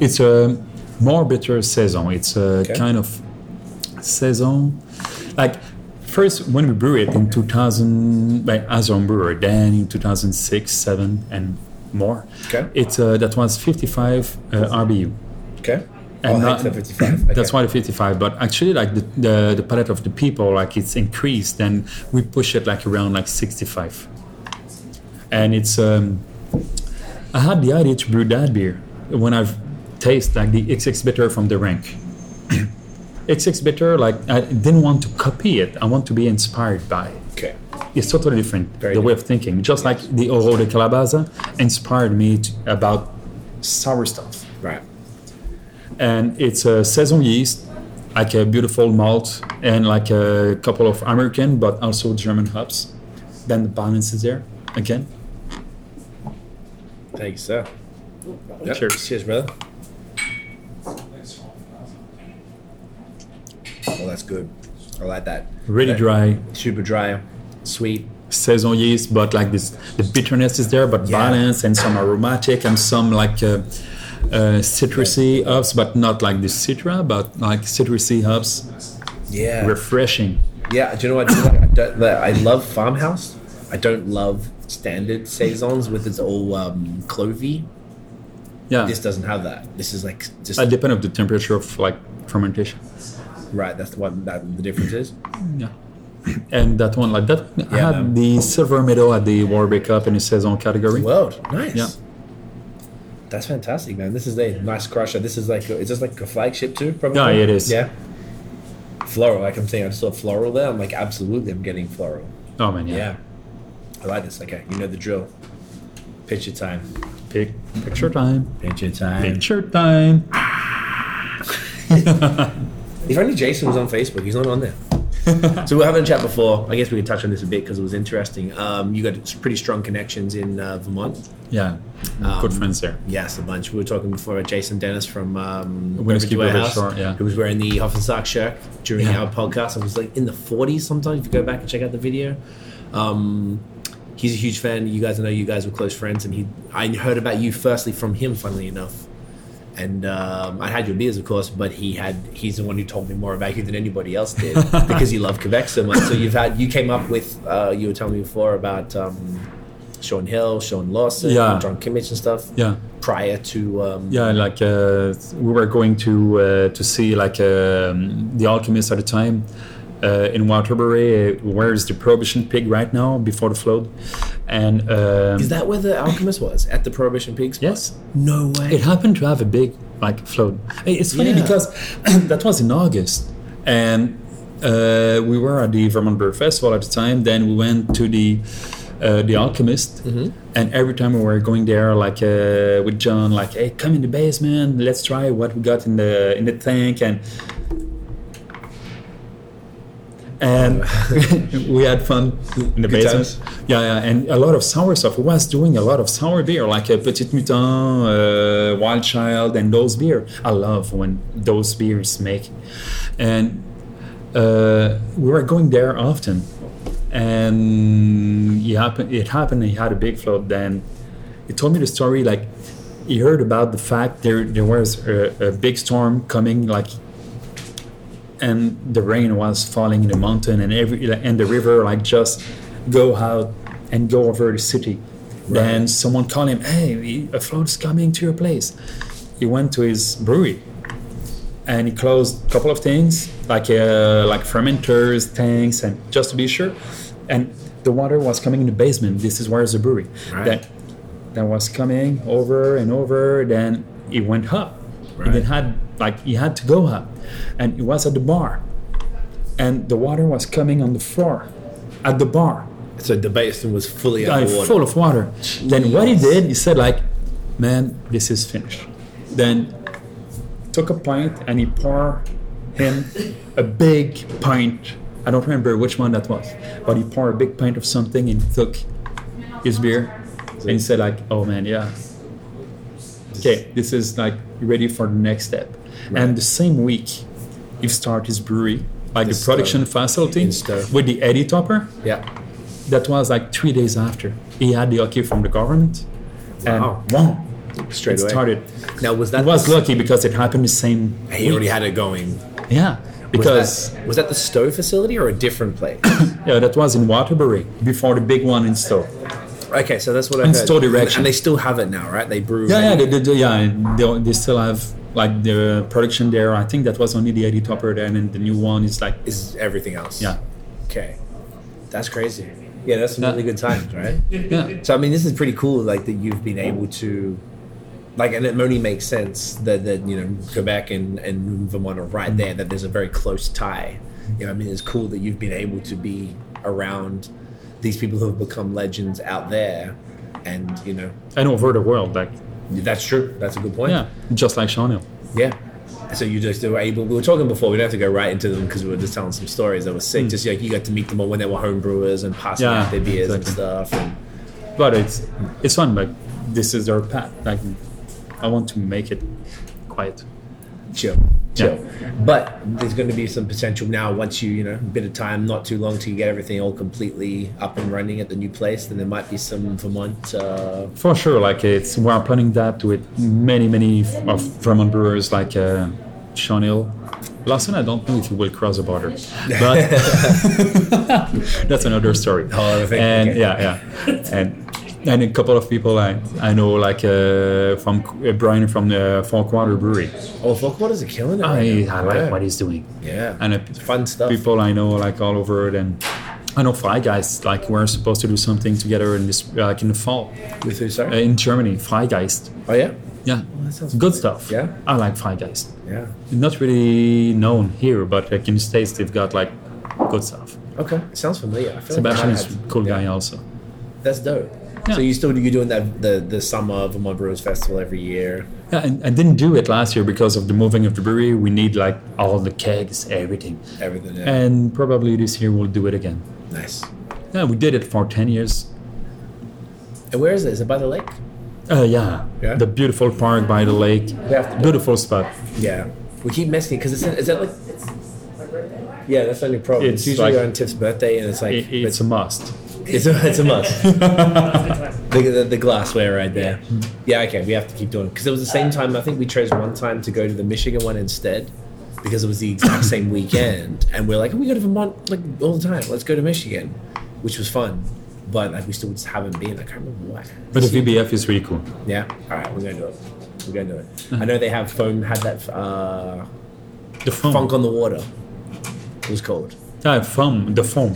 C: it's a more bitter saison. It's a
B: Okay.
C: kind of saison. Like first when we brew it in 2000 by Azon Brewer, then in 2006, seven and more.
B: Okay.
C: It's uh, that was 55 uh, RBU.
B: okay.
C: and
B: oh,
C: not-
B: Hexa 55. okay.
C: that's why the 55 but actually like the, the the palette of the people like it's increased and we push it like around like 65 and it's um i had the idea to brew that beer when i've tasted like the xx bitter from the rank xx bitter like i didn't want to copy it i want to be inspired by it
B: Okay.
C: it's totally different
B: Very
C: the way of thinking just like the oro de calabaza inspired me to, about sour stuff
B: Right.
C: and it's a saison yeast, like a beautiful malt and like a couple of American but also German hops. Then the balance is there again.
B: Thanks, sir. Yep.
C: Cheers.
B: Cheers, brother. Oh, that's good. I like that.
C: Really
B: That-
C: dry
B: Super dry, sweet.
C: saison yeast, but like this, the bitterness is there, but
B: Yeah.
C: balance and some aromatic and some like. Uh, uh, citrusy hops, but not like the citra, but like citrusy hops,
B: Yeah.
C: refreshing.
B: Yeah, do you know what? I, do like? I, don't, like, I love farmhouse. I don't love standard saisons with its all um, clovey.
C: Yeah,
B: This doesn't have that. This is like just
C: that depends of the temperature of like fermentation.
B: right. That's what that, the difference is.
C: Yeah, and that one like that I
B: Yeah,
C: had
B: man.
C: the silver medal at the Warwick Cup in the saison category.
B: World, nice.
C: Yeah.
B: That's fantastic, man. This is a nice crusher. This is like, is this like a flagship too? Probably.
C: Yeah, it is.
B: Yeah. Floral, like I'm saying, I saw floral there. I'm like, absolutely, I'm getting floral.
C: Oh man, yeah.
B: Yeah. I like this. Okay, you know the drill. Picture time.
C: Pic- picture time.
B: Picture time.
C: Picture time.
B: Ah. If only Jason was on Facebook, he's not on there. so we were having a chat before. I guess we could touch on this a bit because it was interesting. Um, you got s- pretty strong connections in uh, Vermont.
C: Yeah.
B: Um,
C: Good friends there.
B: Yes, a bunch. We were talking before about Jason Dennis from um,
C: Whiskey
B: Beverage
C: Beverage Store, yeah.
B: who was wearing the Hoffensack shirt during
C: Yeah.
B: our podcast. It was like in the 40s sometimes. If you go back and check out the video, um, he's a huge fan. You guys I know you guys were close friends, and he I heard about you firstly from him, funnily enough. And um, I had your beers, of course, but he had—he's the one who told me more about you than anybody else did because he loved Quebec so much. So you've had—you came up with—you were telling me before about um, Sean Hill, Sean Lawson,
C: Yeah.
B: John Kimmich, and stuff
C: Yeah.
B: prior to um,
C: Yeah, like uh, we were going to uh, to see like um the Alchemist at the time uh, in Waterbury, uh, where is the Prohibition Pig right now before the flood, and um,
B: is that where the alchemist was at the prohibition peaks
C: yes,
B: no way
C: it happened to have a big like flood. It- It's funny
B: Yeah.
C: because that was in August, and uh, we were at the Vermont Beer Festival at the time. Then we went to the uh, the Alchemist, and every time we were going there, like uh, with John, like, "Hey, come in the basement. Let's try what we got in the in the tank." And and we had fun in the
B: Uh, Good
C: basement.
B: times.
C: Yeah, yeah, and a lot of sour stuff. We was doing a lot of sour beer, like a Petit Mutant, uh, Wild Child, and those beer. I love when those beers make. And uh, we were going there often, and he happen- it happened. He had a big float. Then he told me the story. Like he heard about the fact there there was a, a big storm coming. Like and the rain was falling in the mountain and every and the river like just go out and go over the city then someone called him hey a float's coming to your place he went to his brewery and he closed a couple of things like uh, like fermenters tanks and just to be sure and the water was coming in the basement this is where's the brewery
B: Right.
C: that that was coming over and over then it went up
B: Right.
C: and it had like he had to go up and it was at the bar and the water was coming on the floor at the bar
B: so the basin was fully
C: like,
B: underwater
C: full of water. Then what he did, he said like, "Man, this is finished." Then took a pint and he poured him a big pint. I don't remember which one that was, but he poured a big pint of something and took his beer and he said like, "Oh man, yeah, okay, this is like ready for the next step." And the same week, he started his brewery. Like the
B: Stowe.
C: production facility
B: In Stowe.
C: with the Eddie Topper,
B: yeah
C: that was like three days after he had the okay from the government and
B: Wow.
C: wow
B: straight
C: it
B: away
C: started
B: now was that
C: it was lucky because it happened the same
B: he already had it going
C: yeah
B: was
C: because
B: that, was that the Stowe facility or a different place?
C: yeah, that was in Waterbury before the big one in Stowe.
B: okay, so that's what I
C: In
B: heard.
C: Stowe direction.
B: and they still have it now, right? They brew.
C: Yeah, yeah, they, they, they- yeah, and they, they still have like the production there. I think that was only the 80 topper then, and the new one is like
B: Is everything else?
C: yeah,
B: Okay, that's crazy. Yeah, that's some
C: Yeah.
B: really good times, right?
C: yeah,
B: So I mean, this is pretty cool. Like that you've been able to, like, and it only makes sense that that you know Quebec and and Vermont are right there. That there's a very close tie. You know, I mean, it's cool that you've been able to be around these people who have become legends out there, and you know,
C: and over the world like
B: that's true. That's a good point.
C: yeah, just like Sean Hill.
B: Yeah. So you just were able. We were talking before. We don't have to go right into them because we were just telling some stories that were sick. Just like you got to meet them all when they were homebrewers and passing
C: Hmm. Yeah,
B: out their beers and
C: exactly.
B: stuff. And
C: but it's it's fun. Like this is their path. Like I want to make it quiet.
B: chill, chill. But there's going to be some potential now once you, you know, a bit of time, not too long till you get everything all completely up and running at the new place. Then there might be some Vermont. Uh,
C: For sure, like it's we are planning that with many many f- of Vermont brewers like uh, Sean Hill. Lawson, I don't know if he will cross the border, but that's another story.
B: Oh, I think-
C: and
B: okay.
C: yeah, yeah, and and a couple of people I, I know, like uh, from uh, Brian from the Four Quarter Brewery.
B: Oh, fuck, what is it killing it? right
C: I,
B: now?
C: I like
B: Yeah.
C: what he's doing.
B: Yeah.
C: And uh,
B: fun stuff.
C: People I know, like all over it, and I know Fry Guys, like we're supposed to do something together in this, like in the fall,
B: With who,
C: uh,
B: sorry?
C: in Germany. Fry Guys,
B: oh, yeah?
C: yeah,
B: that sounds
C: good
B: funny.
C: stuff.
B: Yeah?
C: I like Fry Guys.
B: Yeah.
C: Not really known here, but like in the states, they've got like good stuff.
B: Okay. Sounds familiar. I feel
C: Sebastian
B: like I
C: is a
B: had-
C: cool
B: yeah.
C: guy also.
B: That's dope.
C: Yeah.
B: So you still you doing that the the summer Vermont Brewers Festival every year?
C: Yeah, and I didn't do it last year because of the moving of the brewery. We need like all the kegs, everything.
B: Everything. Yeah.
C: And probably this year we'll do it again.
B: nice.
C: Yeah, we did it for 10 years.
B: And where is it? Is it by the lake?
C: Uh, yeah.
B: Yeah.
C: the beautiful park by the lake.
B: have to-
C: Beautiful spot.
B: Yeah. We keep missing it because it's in, is that like. Yeah, that's the only problem. It's,
C: It's
B: usually
C: like-
B: on Tiff's birthday, and it's like
C: It- it's a must.
B: It's a, it's a must. the, the, the glassware right there. Yeah, okay, we have to keep doing it. Because it was the same time, I think we chose one time to go to the Michigan one instead because it was the exact same weekend. And we're like, "Oh, we go to Vermont like all the time. Let's go to Michigan, which was fun. But like, we still just haven't been. I can't remember why.
C: But the VBF is really cool.
B: Yeah, all right, we're going to do it. We're going to do it.
C: Uh-huh.
B: I know they have foam, had that uh,
C: The foam.
B: funk on the water. It was called.
C: Yeah, foam. The foam.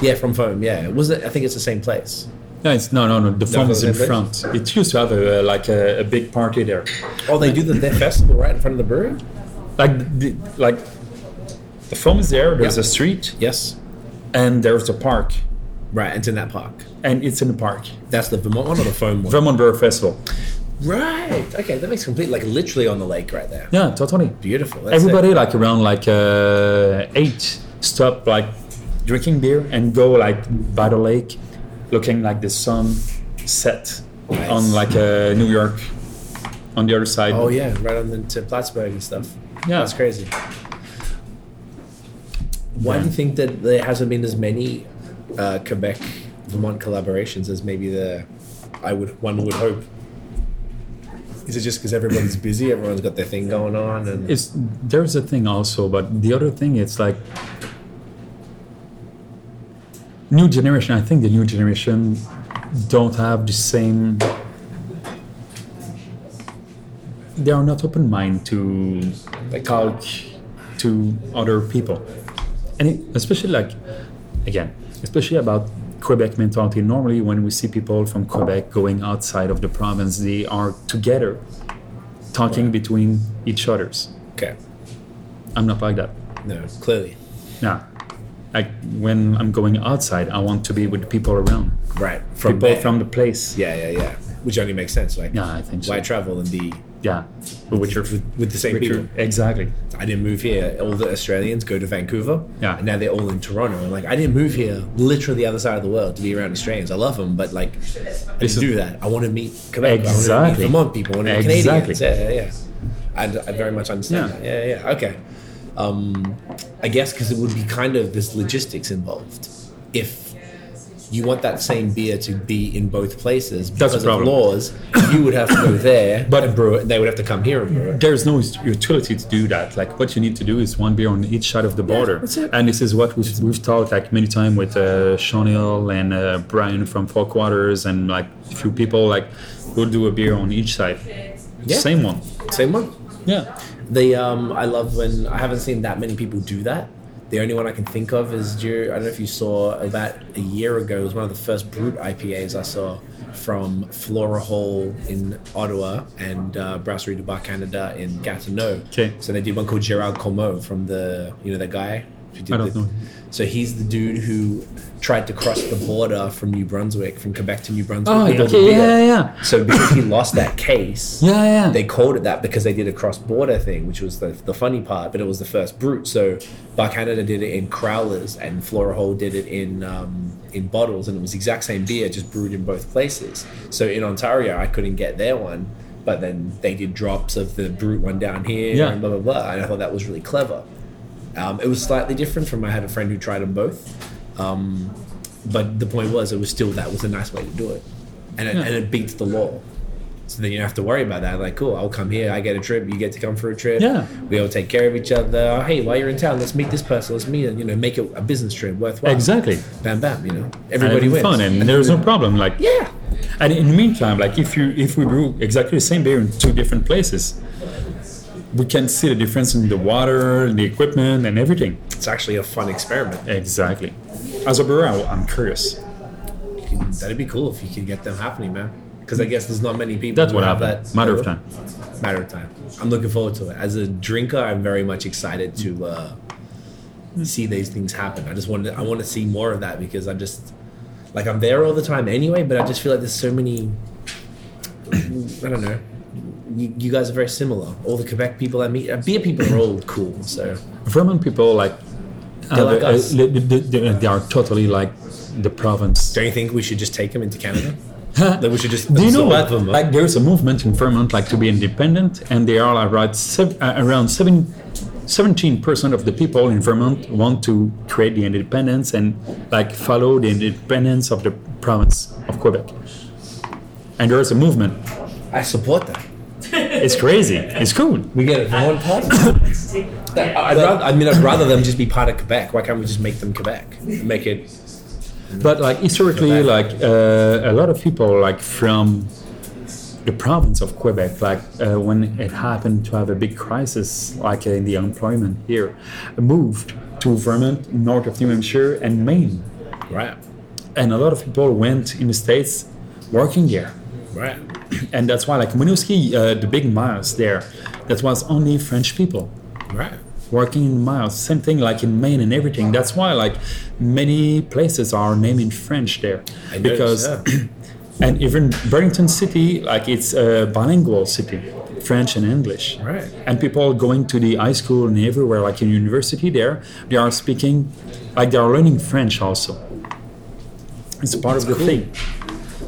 B: Yeah, from foam. Yeah, it was. I think it's the same place.
C: No, it's, no, no, no. The foam
B: for
C: is
B: the
C: in
B: place?
C: front. It used to have a, uh, like a, a big party there.
B: Oh, they do the, their festival right in front of the brewery.
C: Like the, like the foam is there. There's
B: Yeah.
C: a street
B: Yes.
C: and there's a park,
B: Right, it's in that park.
C: and it's in the park.
B: That's the Vermont one or the foam one?
C: Vermont Beer Festival.
B: Right. Okay, that makes complete like literally on the lake right there.
C: Yeah, totally.
B: Beautiful. That's
C: Everybody like around like uh, eight stop like drinking beer and go like by the lake, looking like the sun set
B: Nice.
C: on like uh, New York on the other side.
B: It. Oh yeah, right on into Plattsburgh and stuff.
C: Yeah.
B: That's crazy. Why do you think that there hasn't been as many uh, Quebec Vermont collaborations as maybe the I would one would hope? Is it just because everybody's busy? Everyone's got their thing going on, and
C: It's there's a thing also, but the other thing it's like new generation. I think the new generation don't have the same. They are not open mind to talk to other people, and it, especially like again, especially about Quebec mentality. Normally, when we see people from Quebec going outside of the province, they are together, talking between each others.
B: okay,
C: I'm not like that.
B: no, clearly,
C: Yeah. Like when I'm going outside, I want to be with people around.
B: right from
C: people
B: there.
C: from the place.
B: yeah, yeah, yeah, which only makes sense. Like,
C: Yeah, I think so.
B: why travel and be
C: Yeah. With your, with,
B: with the same
C: your,
B: people?
C: exactly.
B: I didn't move here. All the Australians go to Vancouver.
C: Yeah.
B: And now they're all in Toronto. And like, I didn't move here, literally the other side of the world, to be around Australians. I love them, but like, I didn't
C: This is-
B: do that. I want to meet Quebec. I want to
C: Exactly.
B: meet Vermont people. I want to meet
C: Exactly.
B: Canadians. Yeah, yeah, yeah. I, I very much understand
C: Yeah.
B: that. Yeah, yeah. Okay. Um, I guess because it would be kind of there's logistics involved. If you want that same beer to be in both places
C: That's
B: because
C: a
B: of
C: problem.
B: laws, you would have to go there
C: But-
B: and brew it. They would have to come here and brew it.
C: There's no us- utility to do that. Like what you need to do is one beer on each side of the border.
B: that's it.
C: And this is what we've, we've talked like many times with uh, Sean Hill and uh, Brian from Four Quarters and like a few people like we'll do a beer on each side.
B: Yeah.
C: Same one.
B: Same one.
C: Yeah.
B: The um, I love when I haven't seen that many people do that. The only one I can think of is dur I don't know if you saw about a year ago. It was one of the first brute IPAs I saw from Flora Hall in Ottawa and uh, Brasserie de Bar Canada in Gatineau.
C: Okay.
B: So they did one called Gerald Colmeau from the you know that guy. Who did
C: I don't
B: the-
C: know.
B: So he's the dude who tried to cross the border from New Brunswick, from Quebec to New Brunswick.
C: Oh,
B: to build a
C: okay.
B: beer.
C: Yeah, yeah, yeah.
B: So because he lost that case,
C: Yeah, yeah.
B: they called it that because they did a cross-border thing, which was the, the funny part, but it was the first brute. So Bar Canada did it in crowlers, and Flora Hole did it in um, in bottles, and it was the exact same beer, just brewed in both places. So in Ontario, I couldn't get their one, but then they did drops of the brute one down here,
C: Yeah.
B: and blah blah blah. And I thought that was really clever. Um, it was slightly different from I had a friend who tried them both, um, but the point was it was still that was a nice way to do it, and it,
C: Yeah.
B: and it beats the law. So then you don't have to worry about that. Like, cool, I'll come here. I get a trip. You get to come for a trip.
C: Yeah.
B: We all take care of each other. Oh, hey, while you're in town, let's meet this person. Let's meet. You know, make it a business trip worthwhile.
C: Exactly.
B: Bam, bam. You know,
C: And
B: everybody
C: having
B: wins.
C: fun and there's no problem. Like
B: yeah.
C: And in the meantime, like if you if we brew exactly the same beer in two different places, we can see the difference in the water, the equipment, and everything.
B: It's actually a fun experiment.
C: Exactly. As a brewer, I- I'm curious.
B: That'd be cool if you could get them happening, man. Because I guess there's not many people.
C: That's
B: who
C: what
B: have
C: happened.
B: That
C: Matter of time.
B: Matter of time. I'm looking forward to it. As a drinker, I'm very much excited to uh, see these things happen. I just want to, I want to see more of that because I'm just like I'm there all the time anyway. But I just feel like there's so many. I don't know. You, you guys are very similar. All the Quebec people I meet, uh, beer people are all cool. So
C: Vermont people like.
B: They're like
C: uh,
B: us.
C: they, they- they- they are totally like the province.
B: don't you think we should just take them into Canada? Like, we should just
C: Do you
B: absorb
C: know what?
B: them, huh?
C: Like there's a movement in Vermont like to be independent, and they are around sev- uh, around seven. 17% of the people in Vermont want to create the independence and like follow the independence of the province of Quebec. And there's a movement.
B: I support that.
C: It's crazy. It's cool.
B: We get it from one part. I'd rather, I mean, I'd rather them just be part of Quebec. Why can't we just make them Quebec? Make it.
C: But like historically, like uh, a lot of people like from the province of Quebec, like uh, when it happened to have a big crisis, like in the unemployment here, moved to Vermont, north of New Hampshire and Maine,
B: Right.
C: and a lot of people went in the states working there,
B: Right.
C: and that's why like Winooski, uh, the big miles there, that was only French people
B: Right.
C: working in miles. Same thing like in Maine and everything. That's why like many places are named in French there
B: I
C: because
B: noticed,
C: and even Burlington City like it's a bilingual city, French and English.
B: Right.
C: And people going to the high school and everywhere like in university there, they are speaking like they are learning French also. It's part of the thing.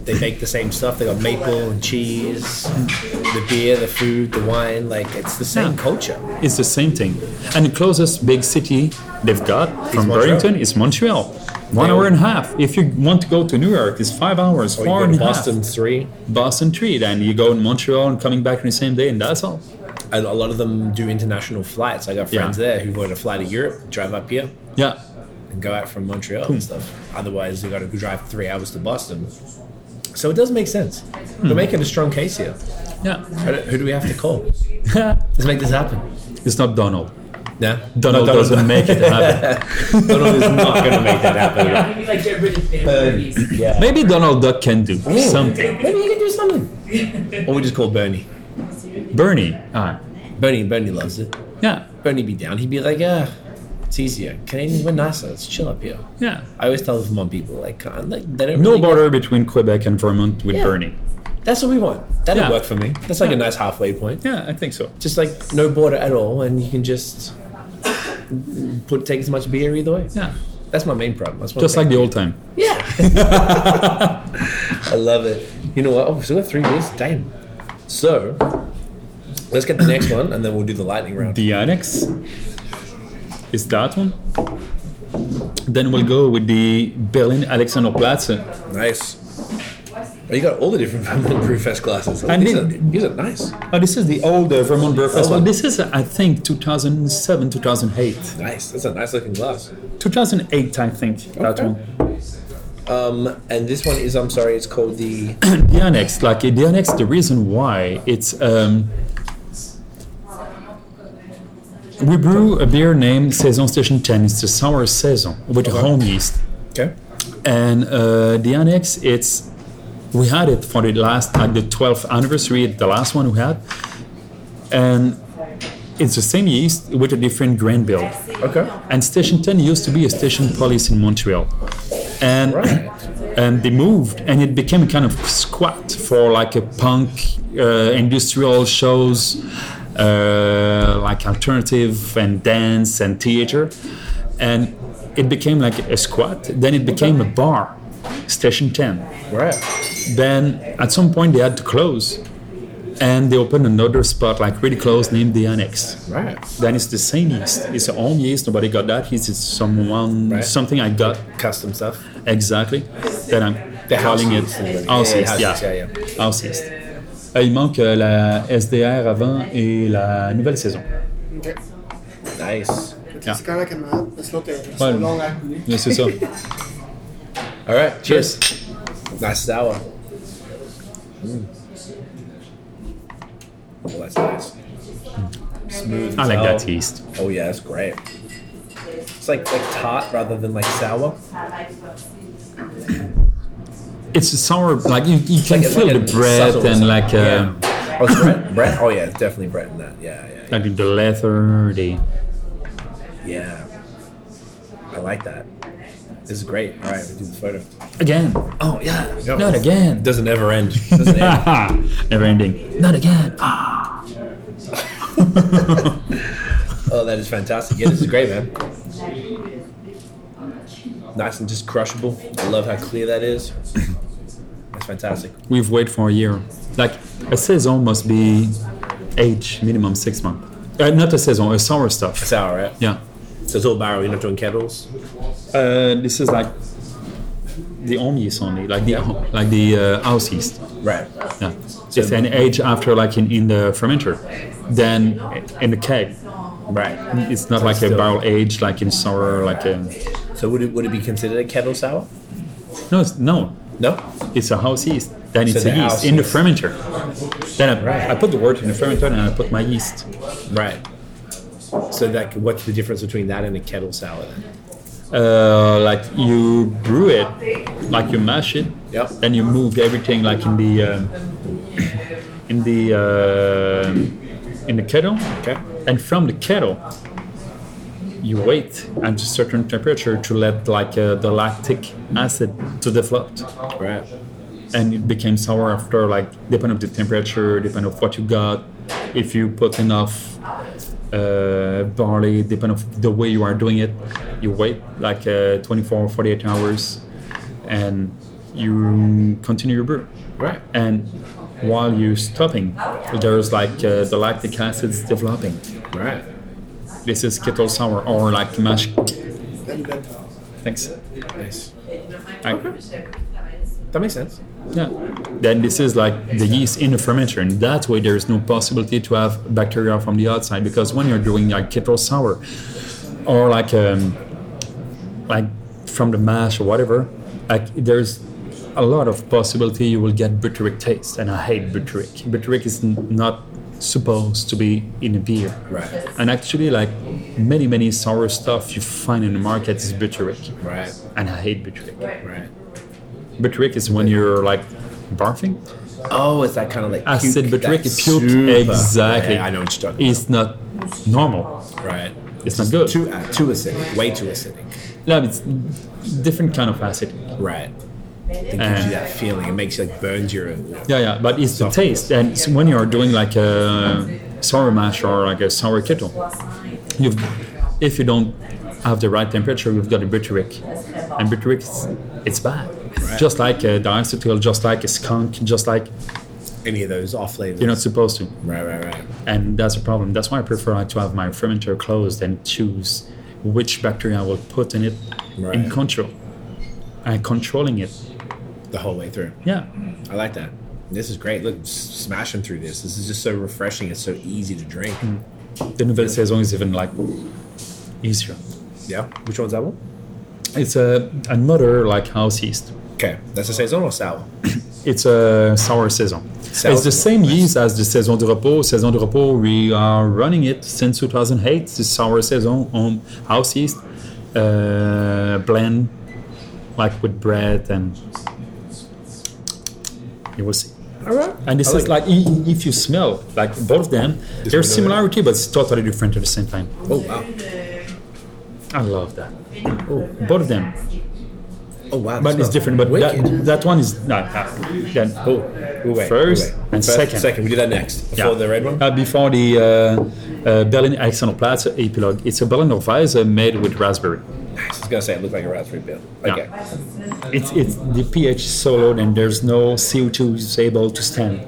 B: They make the same stuff. They got maple and cheese, the beer, the food, the wine. Like it's the same
C: Yeah.
B: culture.
C: It's the same thing. And the closest big city they've got from
B: Montreal.
C: Burlington is Montreal. One
B: Yeah.
C: hour and a half. If you want to go to New York, it's five hours,
B: Or
C: four
B: Oh, you go
C: and
B: to
C: a half.
B: Boston three.
C: Boston three. Then you go in Montreal and coming back on the same day, and that's all.
B: A, a lot of them do international flights. I got
C: Yeah.
B: friends there who want to fly to Europe, drive up here,
C: Yeah.
B: and go out from Montreal and stuff. Otherwise, they got to drive three hours to Boston. So it does make sense.
C: Hmm.
B: We're making a strong case here.
C: Yeah.
B: Who do- who do we have to call? Let's make this happen.
C: it's not Donald.
B: No,
C: Donald
B: No,
C: doesn't make it happen.
B: Donald is not going to make that happen.
E: Maybe like get rid of families.
B: Yeah.
C: Maybe Donald Duck can do something.
B: Maybe you can do something. Or we just call Bernie.
C: Bernie. Ah.
B: Bernie, Bernie loves it.
C: Yeah.
B: Bernie be down. He'd be like, yeah, it's easier. Canadians were nicer. Let's chill up here.
C: Yeah.
B: I always tell Vermont people like, can't, like they don't.
C: No
B: really-
C: border between Quebec and Vermont with
B: Yeah.
C: Bernie.
B: That's what we want. That'll
C: Yeah.
B: work for me. That's like a
C: Yeah.
B: nice halfway point.
C: Yeah, I think so.
B: Just like no border at all, and you can just put take as much beer either way.
C: Yeah.
B: That's my main problem. That's what
C: Just
B: I'm
C: like the old time.
B: Yeah. I love it. You know what? Oh, we still got three minutes. Damn. So, let's get the next one, and then we'll do the lightning round.
C: the annex is that one then we'll go with the berlin alexanderplatz
B: Nice. Oh, you got all the different Vermont Brewfest classes. Oh,
C: I
B: these, are,
C: mean-
B: these are nice.
C: oh this is the old uh, vermont beer festival
B: wow.
C: this is i think 2007 2008
B: Nice. That's a nice looking glass.
C: 2008 i think that
B: Okay.
C: one
B: Um, and this one is, I'm sorry, it's called the.
C: the annex like uh, the annex the reason why it's um we brew a beer named Saison Station 10. It's the sour saison with home yeast.
B: Okay.
C: and uh, the annex it's we had it for the last like the 12th anniversary the last one we had and it's the same yeast with a different grain bill
B: Okay.
C: and station 10 used to be a station police in montreal and
B: Right.
C: and they moved and it became a kind of squat for like a punk uh, industrial shows uh, like alternative and dance and theater and it became like a squat then it became a bar station 10
B: Right.
C: then at some point they had to close and they opened another spot like really close named the annex
B: Right.
C: then it's the same yeast. It's a own yeast. Nobody got that. It's it's someone
B: Right.
C: something I got
B: Custom stuff.
C: exactly. That I'm
B: The house
C: calling it
B: yeast. Yeah,
C: house yeast.
B: house
C: Yeah,
B: yeast, yeah,
C: house yeast. Euh, il manque euh, la SDR avant et la nouvelle saison.
B: Nice.
D: C'est correct comme hein, parce que l'autre est
C: Ouais.
D: long à couler.
C: Mais C'est ça.
B: All right. Cheers. Nice sour. Mm. Oh, that's nice.
C: Smooth.
F: I like
B: Oh.
F: that yeast.
B: Oh yeah, that's great. It's like like tart rather than like sour.
C: It's a sour, like you, you can
B: Like a-
C: feel
B: like a
C: the bread
B: subtle
C: and
B: sour.
C: like uh,
B: Yeah. Oh, it's bread, bread. Oh yeah, it's definitely bread in that. Yeah, yeah, yeah.
F: like the leather, the
B: yeah. I like that. This is great. All right, we do the photo.
C: again,
B: Oh yeah.
C: not again.
B: Doesn't ever end. Doesn't end.
C: Never ending. Not again. Ah.
B: oh, that is fantastic. Yeah, this is great, man. Nice and just crushable. I love how clear that is. That's fantastic.
C: We've waited for a year. Like a saison must be age minimum six months. Uh, not a saison, a sour stuff.
B: Sour, right?
C: Yeah.
B: So it's all barrel. You're not doing kettles.
C: Uh, this is like the home yeast only, like the like the uh, house yeast.
B: Right.
C: Yeah. It's an age after like in, in the fermenter, then in the keg.
B: Right.
C: It's not like a
B: still-
C: barrel aged like in sour like a.
B: So would it would it be considered a kettle sour?
C: No, it's, no,
B: No.
C: it's a house yeast. Then it's
B: the
C: a yeast
B: house
C: in the
B: yeast.
C: fermenter. Then I,
B: Right.
C: I put the wort in the fermenter and I put my yeast.
B: Right. So that what's the difference between that and a kettle sour then?
C: Uh, like you brew it, like you mash it.
B: Yep.
C: Then you move everything like in the um, in the uh, in the kettle.
B: Okay.
C: And from the kettle, you wait at a certain temperature to let like uh, the lactic acid to deflate,
B: Right.
C: and it became sour after like depending of the temperature, depending of what you got, if you put enough uh, barley, depending of the way you are doing it, you wait like uh, 24 48 hours, and you continue your brew
B: Right.
C: and while you're stopping, there's like uh, the lactic acid's developing.
B: Right.
C: This is kettle sour or like mash.
D: Then, then.
C: Thanks.
B: Nice.
C: Like,
B: That makes sense.
C: yeah. Then this is like the yeast in the fermenter, and that way there is no possibility to have bacteria from the outside because when you're doing like kettle sour or like um, like from the mash or whatever, like there's a lot of possibility you will get butyric taste, and I hate butyric. Butyric is n- not supposed to be in a beer.
B: Right.
C: And actually, like many, many sour stuff you find in the market is butyric.
B: Right.
C: And I hate butyric.
B: Right.
C: Butyric is when you're like barfing.
B: Oh, it's that kind of like
C: Acid
B: puke,
C: butyric
B: that
C: is puke.
B: super-
C: Exactly.
B: Yeah, I know what you're talking
C: It's not normal.
B: about. Right.
C: It's not good.
B: Too uh, too acidic. Way too acidic.
C: No, it's different kind of acid.
B: Right. It gives you
C: And
B: that feeling. It makes you like burns your.
C: yeah, yeah, but it's the taste. And it's when you're doing like a sour mash or like a sour kettle, you've if you don't have the right temperature, you've got a butyric, and butyric is, it's bad. Just like uh, diacetyl, just like a skunk, just like
B: Any of those off flavors.
C: you're not supposed to.
B: Right. Right. Right.
C: and that's a problem. That's why I prefer like, to have my fermenter closed and choose which bacteria I will put in it
B: Right.
C: in control. And controlling it,
B: The whole way through.
C: yeah,
B: I like that. This is great. Look, s- smashing through this. This is just so refreshing. It's so easy to drink.
C: Mm. the nouvelle saison is even like easier.
B: Yeah. Which one's that one?
C: It's a another like house yeast.
B: Okay, that's a saison or sour.
C: It's a sour saison.
B: Sour
C: it's the
B: saison,
C: same
B: nice.
C: yeast as the saison de repos. Saison de repos, we are running it since 2008. The sour saison on house yeast uh, blend, like with bread and you will see.
B: All right.
C: And this
B: I
C: is like i- i- if you smell like both of them, there's similarity, but it's totally different at the same time.
B: Oh wow.
C: I love that. Both of them,
B: Oh wow.
C: but
B: this
C: it's
B: smells
C: different. But
B: wicked.
C: that, that one is not. Uh, then
B: Oh, we'll wait,
C: First
B: we'll wait.
C: and
B: First,
C: second.
B: Second, we do that next before the red one.
C: Uh, before the uh, uh, Berlin Alexanderplatz epilogue. It's a Berliner Weisse uh, made with raspberry.
B: I was gonna say it looked like a raspberry peel.
C: Yeah.
B: Okay.
C: It's, it's the pH is so low and there's no CO2 is able to stand.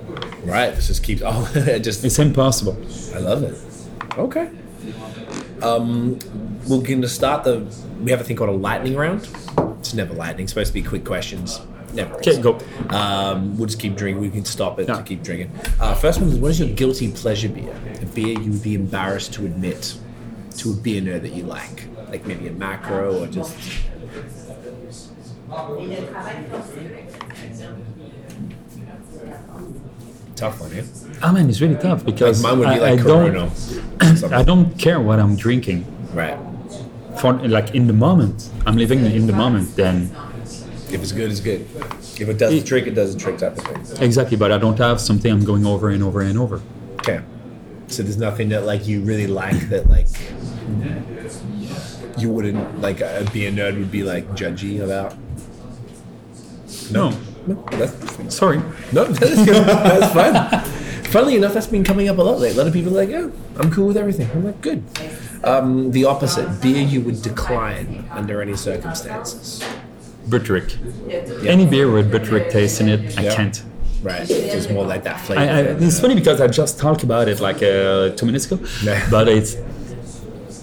B: Right. This just keeps. Oh, it just.
C: It's impossible.
B: I love it. Okay. Um, we're gonna start the. We have a thing called a lightning round. It's never lightning. It's supposed to be quick questions. Never. is.
C: Okay, go.
B: Um, we'll just keep drinking. We can stop it
C: Yeah.
B: to keep drinking. Uh, first one is what is your guilty pleasure beer? A beer you would be embarrassed to admit to a beer nerd that you like, like maybe a macro or just tough one, yeah.
C: I mean, Ah, it's really tough because
B: Mine would be
C: I,
B: like
C: I
B: Corona.
C: don't, I don't care what I'm drinking.
B: Right.
C: For like in the moment, I'm living in the moment. Then
B: If it's good, it's good. If it doesn't trick, it doesn't trick type of thing.
C: exactly, but I don't have something I'm going over and over and over.
B: Okay. So there's nothing that like you really like that like you wouldn't like uh, be a nerd would be like judgy about.
C: No,
B: No, that's
C: sorry.
B: No, that's good. That's fine. Funnily enough, that's been coming up a lot lately. A lot of people are like, oh, I'm cool with everything. I'm like, good. Um, the opposite, beer you would decline under any circumstances.
C: Butterick. Any beer with Butterick taste in it, I
B: Yeah.
C: can't.
B: Right. It's more like that flavor.
C: I, I, it's funny because I just talked about it like uh, two minutes ago,
B: Yeah.
C: but it's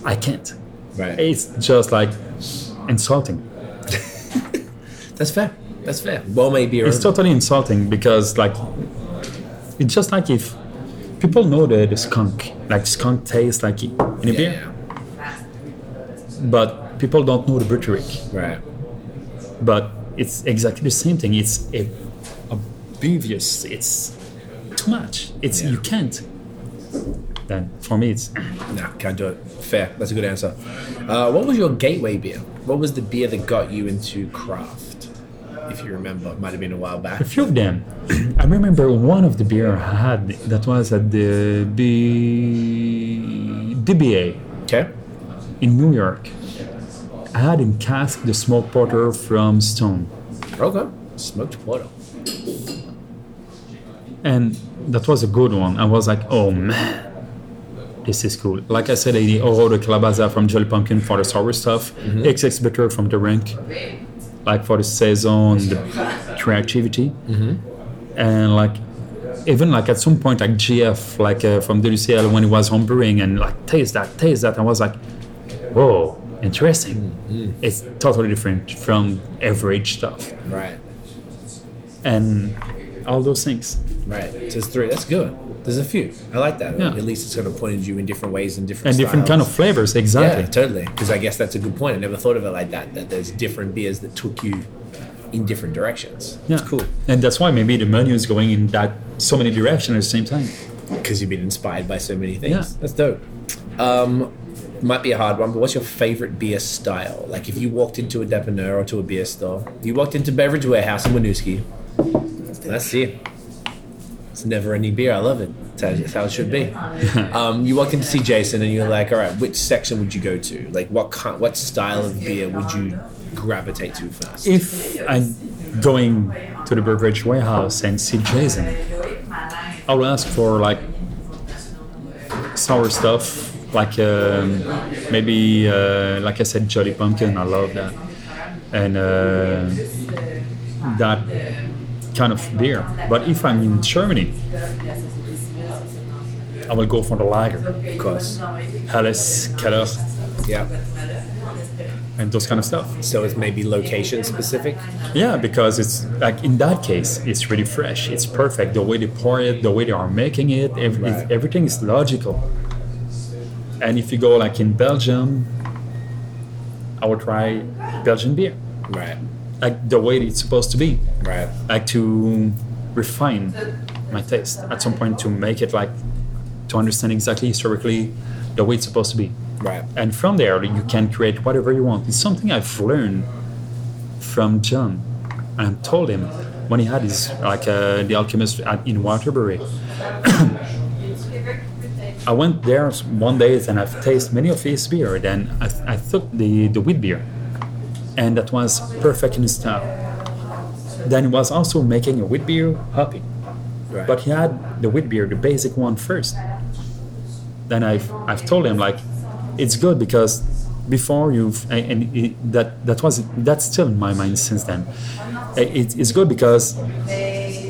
C: I can't.
B: right.
C: It's just like insulting.
B: That's fair. That's fair. Well, maybe
C: It's totally insulting because like it's just like if people know the, the skunk, like skunk tastes like in a
B: yeah,
C: beer,
B: yeah.
C: but people don't know the butterick.
B: Right.
C: But it's exactly the same thing. It's ob- obvious. It's too much. It's
B: Yeah.
C: you can't. Then for me, it's
B: No, can't do it. Fair. That's a good answer. Uh, what was your gateway beer? What was the beer that got you into craft? If you remember, it might have been a while back.
C: a few of them. I remember one of the beer I had that was at the B- DBA
B: Okay.
C: in New York. I had in cask the smoke porter from Stone,
B: Okay. Smoked porter.
C: and that was a good one. I was like, oh man, this is cool. Like I said, the Oro de Calabaza from Jolly Pumpkin for the sour stuff, XX Bitter from the Rank, like for the saison, the creativity, and like even like at some point like GF like uh, from WCL when he was homebrewing and like taste that taste that I was like whoa interesting it's totally different from average stuff
B: Right.
C: and all those things
B: Right. So there's three. That's good. There's a few. I like that.
C: Yeah.
B: At least it's kind of pointed you in different ways and different
C: and different kind of
B: styles.
C: flavors exactly
B: Yeah, totally. Because I guess that's a good point. I never thought of it like that. That there's different beers that took you in different directions.
C: Yeah.
B: It's cool
C: and that's why maybe the menu is going in that so many directions at the same time
B: because you've been inspired by so many things.
C: Yeah.
B: That's dope. Um, might be a hard one, but what's your favorite beer style? Like if you walked into a Depaner or to a beer store, you walked into Beverage Warehouse in Winooski. That's it. It's never any beer. I love it. It's how, it's how it should be. um, you walk in to see Jason, and you're like, all right, which section would you go to? Like, what kind, what style of beer would you gravitate to first?
C: if I'm going to the beverage warehouse and see Jason I'll ask for like sour stuff, like um, maybe uh, like I said, Jolly Pumpkin. I love that, and uh, that kind of beer. But if I'm in Germany, I will go for the lager,
B: Of course.
C: Helles, Keller,
B: Yeah.
C: and those kind of stuff.
B: So it's maybe location specific.
C: Yeah, because it's like in that case, it's really fresh. It's perfect. The way they pour it, the way they are making it, ev- it's-
B: Right.
C: everything is logical. And if you go like in Belgium, I would try Belgian beer,
B: Right.
C: like the way it's supposed to be,
B: Right.
C: like to refine my taste at some point to make it like to understand exactly historically the way it's supposed to be
B: Right.
C: and from there you can create whatever you want. It's something I've learned from John. I told him when he had his like uh, the alchemist at, in Waterbury. I went there one day and I've tasted many of his beer. Then I, I took the the wheat beer, and that was perfect in his style. Then he was also making a wheat beer hoppy.
B: Right.
C: But he had the wheat beer, the basic one first. Then I've, I've told him like, it's good because before you've and, and it, that that was that's still in my mind since then. It, it's good because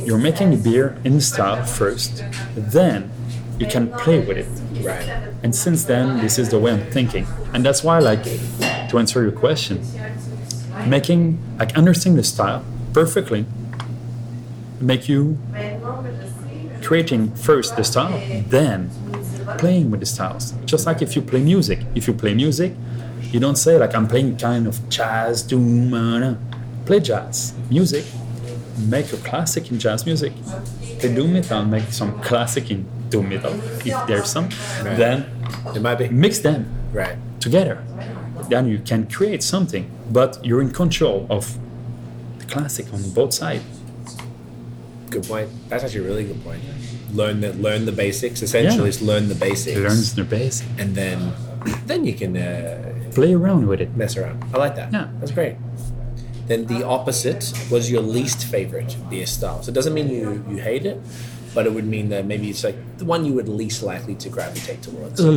C: you're making the beer in style first, then you can play with it.
B: right.
C: And since then, this is the way I'm thinking, and that's why like to answer your question, making like understanding the style perfectly make you creating first the style, then playing with the styles. Just like if you play music, if you play music, you don't say like I'm playing kind of jazz, doom, uh, no. play jazz music, make a classic in jazz music. The doom metal make some classic in doom metal, if there's some. Then
B: It might be.
C: mix them
B: Right.
C: together. Then you can create something, but you're in control of the classic on both sides.
B: Good point. That's actually a really good point. Learn that. Learn the basics. Essentially,
C: Yeah.
B: it's learn the basics,
C: Learn the basic,
B: and then then you can uh,
C: play around with it.
B: mess around. I like that.
C: Yeah.
B: that's great. Then the opposite was your least favorite beer style. So it doesn't mean you you hate it, but it would mean that maybe it's like the one you would least likely to gravitate towards.
C: Uh,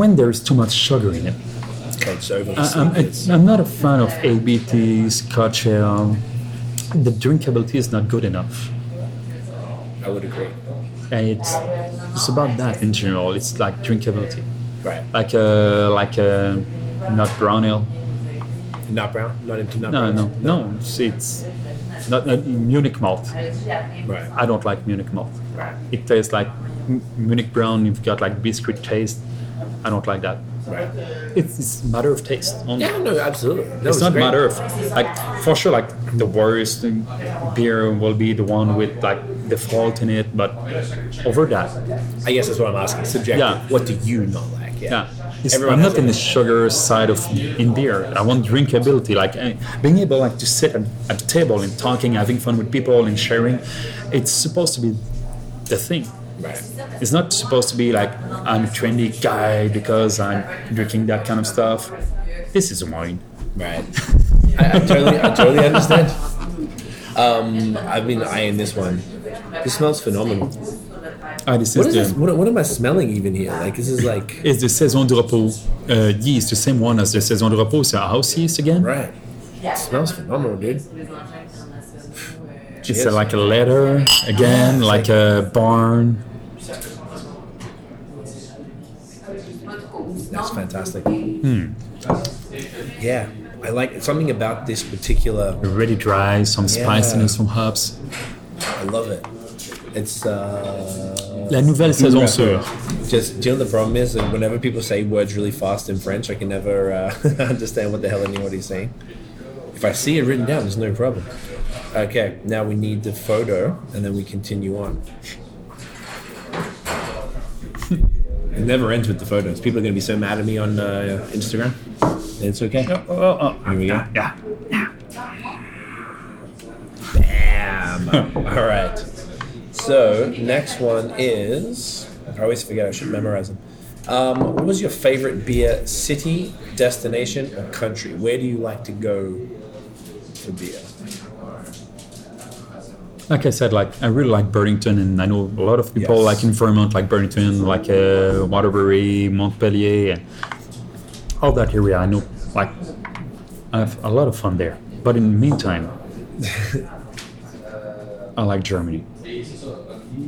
C: When there's too much sugar in it.
B: Okay, it's over.
C: I- I'm, I- I'm not a fan of ABT, Scotch ale. The drinkability is not good enough.
B: I would agree.
C: And it's, it's about that in general. It's like drinkability.
B: Right.
C: Like a, like a not brown ale.
B: Not brown. Not into not
C: No,
B: brown.
C: no, no. It's, it's not, not Munich malt.
B: Right.
C: I don't like Munich malt.
B: Right.
C: It tastes like M- Munich brown. You've got like biscuit taste. I don't like that.
B: Right.
C: It's, it's a matter of taste only.
B: Yeah. No. Absolutely. No,
C: it's not
B: great.
C: matter of like for sure like the worst beer will be the one with like the fault in it but over that
B: I guess that's what I'm asking. Subjective.
C: Yeah.
B: What do you not like?
C: yeah it's,
B: Everyone
C: I'm
B: has
C: not in
B: it.
C: the sugar side of in beer I want drinkability like eh, being able like to sit at, at a table and talking having fun with people and sharing it's supposed to be the thing
B: Right.
C: it's not supposed to be like I'm a trendy guy because I'm drinking that kind of stuff this is wine
B: Right. I, I totally, I totally understand. Um, I've been eyeing this one. This smells phenomenal.
C: ah,
B: What
C: this
B: is
C: is the-
B: this? What, what am I smelling even here? Like this is like
C: is the Saison de Repos uh, yeast, the same one as the Saison de Repos, it's a house yeast again.
B: right. It smells phenomenal, dude.
C: It's uh, like a leather again, like a barn.
B: That's fantastic. Yeah, I like something about this particular.
C: Already dry, some spice in
B: Yeah.
C: it, some herbs.
B: I love it. It's uh,
C: La nouvelle saison sur.
B: just. Do you know the problem is that whenever people say words really fast in French, I can never uh, understand what the hell anybody's saying. If I see it written down, there's no problem. Okay, now we need the photo, and then we continue on. it never ends with the photos. People are going to be so mad at me on uh, Instagram. It's okay. Here we go.
C: Yeah.
B: Bam. All right. So next one is I always forget. I should memorize them. Um, what was your favorite beer city, destination, or country? Where do you like to go for beer?
C: Like I said, like I really like Burlington, and I know a lot of people
B: Yes.
C: like in Vermont, like Burlington, like uh, Waterbury, Montpellier, and all that area. I know, like I have a lot of fun there. But in the meantime, I like Germany.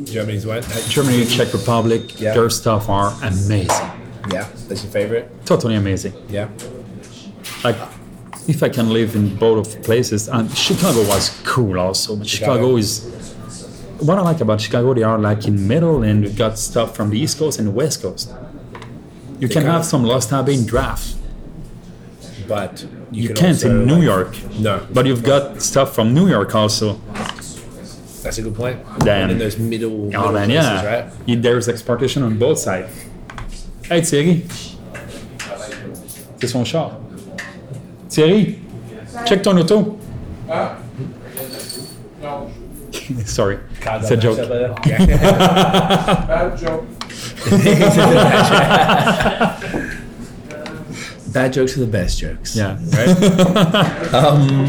B: Germany's one.
C: Germany, Czech Republic,
B: Yeah.
C: their stuff are amazing.
B: Yeah, that's your favorite.
C: Totally amazing.
B: Yeah.
C: Like, if I can live in both of places, and Chicago was cool also. But Chicago
B: Chicago.
C: is what I like about Chicago. They are like in middle, and you got stuff from the East Coast and the West Coast. You can
B: kinda-
C: have some Lost Abbey in draft.
B: But you,
C: You,
B: can
C: can't
B: also,
C: in New
B: like-
C: York,
B: No,
C: but you've got stuff from New York also.
B: that's a good point.
C: Damn.
B: And in those middle, middle
C: Oh man,
B: places,
C: yeah.
B: right?
C: Y- There's exportation on both sides. Hey Thierry. C'est son char. Thierry, check ton auto. Sorry, it's a joke.
B: Yeah. Bad jokes are the best jokes.
C: Yeah.
B: Um,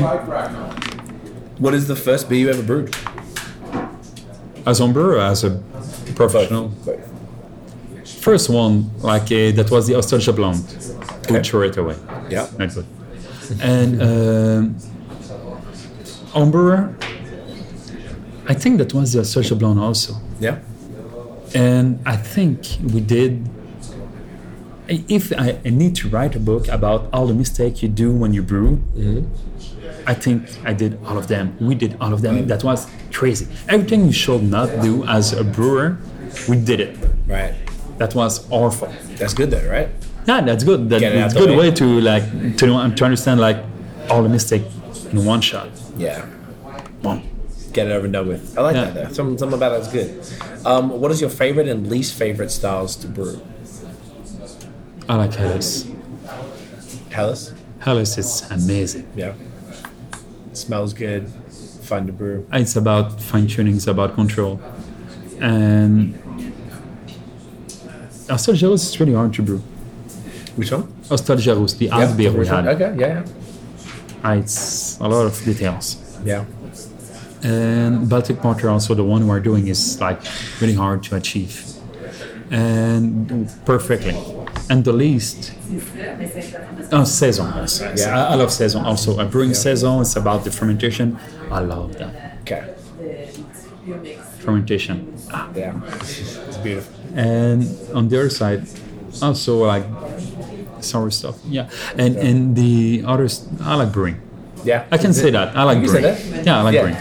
B: What is the first beer you ever brewed?
C: As a brewer, as a professional.
B: Both.
C: First one, like uh, that was the Osterge Blonde. Good straight away.
B: Yeah.
C: Not good. And um, Homebrewer, I think that was the Osterge Blonde also.
B: Yeah.
C: and I think we did. I- If I I need to write a book about all the mistakes you do when you brew,
B: Mm-hmm.
C: I think I did all of them. We did all of them. That was crazy. Everything you should not do as a brewer, we did it.
B: Right.
C: That was awful.
B: That's good though, right?
C: Yeah, that's good. That,
B: Get it out
C: that's
B: the
C: good
B: way.
C: way to like to know to understand like all the mistakes in one shot.
B: Yeah.
C: Boom.
B: get it over and done with. I like
C: Yeah.
B: that though. Something, something about that's good. Um, what is your favorite and least favorite styles to brew?
C: I like Hellas.
B: Hellas.
C: Hellas is amazing.
B: Yeah. Smells good. Fun to brew.
C: It's about fine tuning, it's about control. And Astral is really hard to brew.
B: Which one?
C: Astral the yeah,
B: Yeah,
C: beer we
B: which one?
C: had.
B: Okay. Yeah.
C: Ah, It's a lot of details.
B: Yeah.
C: And Baltic Porter, also the one we're doing, is like really hard to achieve and perfectly. And the least, oh, saison also.
B: Yeah.
C: Yeah. I, I love saison also. A brewing saison, it's about the fermentation. I love that
B: Yeah. Okay.
C: fermentation. Ah.
B: Yeah. It's beautiful.
C: And on the other side, also like sour stuff. Yeah. And and the others, I like brewing.
B: Yeah.
C: I can say that. I like
B: You
C: brewing.
B: said that?
C: Yeah, I like
B: Yeah.
C: brewing.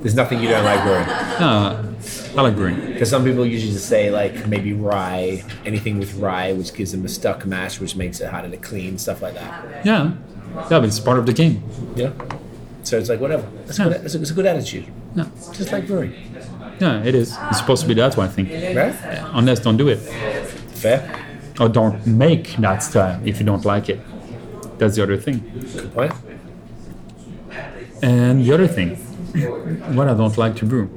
B: There's nothing you don't like brewing.
C: Yeah, I like brewing.
B: Because some people usually just say like maybe rye, anything with rye, which gives them a stuck mash, which makes it harder to clean, stuff like that.
C: Yeah. Yeah, but it's part of the game.
B: Yeah. So it's like whatever. That's a
C: Yeah.
B: good, that's a, that's a good attitude.
C: Yeah.
B: Just like brewing.
C: Yeah, it is. It's supposed to be that way, I think.
B: Right?
C: Unless don't do it.
B: Fair.
C: Or don't make that style if you don't like it. That's the other thing.
B: Good point.
C: And the other thing, what I don't like to brew.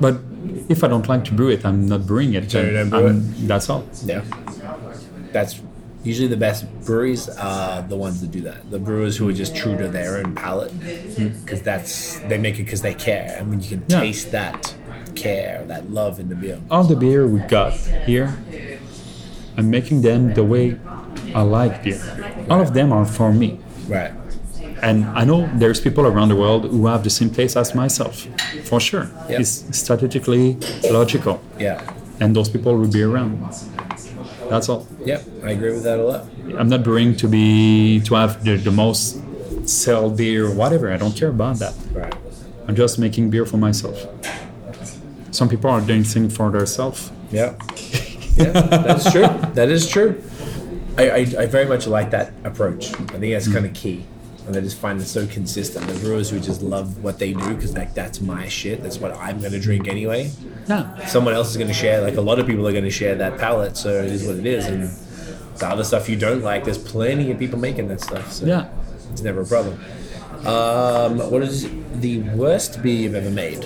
C: But if I don't like to brew it, I'm not brewing it.
B: So you
C: then
B: don't brew
C: I'm- That's all.
B: Yeah. That's usually the best breweries are the ones that do that. The brewers who are just true to their own palate, because that's they make it because they care, and when you can
C: Yeah. Oh.
B: taste that care, that love in the beer.
C: All the beer we got here, I'm making them the way I like beer. All of them are for me.
B: Right.
C: And I know there's people around the world who have the same taste as myself, for sure.
B: Yeah.
C: It's strategically logical,
B: Yeah.
C: and those people will be around. That's all.
B: Yep. I agree with that a lot.
C: I'm not brewing to be to have the, the most sell beer, whatever. I don't care about that.
B: Right.
C: I'm just making beer for myself. Some people are doing things for themselves.
B: Yeah. Yeah, that's true. That is true. I, I, I very much like that approach. I think that's kind of key. And I just find it so consistent. The brewers who just love what they do because like that's my shit. That's what I'm gonna drink anyway.
C: Yeah.
B: Someone else is gonna share. Like a lot of people are gonna share that palette. So it is what it is. And the other stuff you don't like, there's plenty of people making that stuff. So
C: Yeah.
B: it's never a problem. Um, what is the worst beer you've ever made,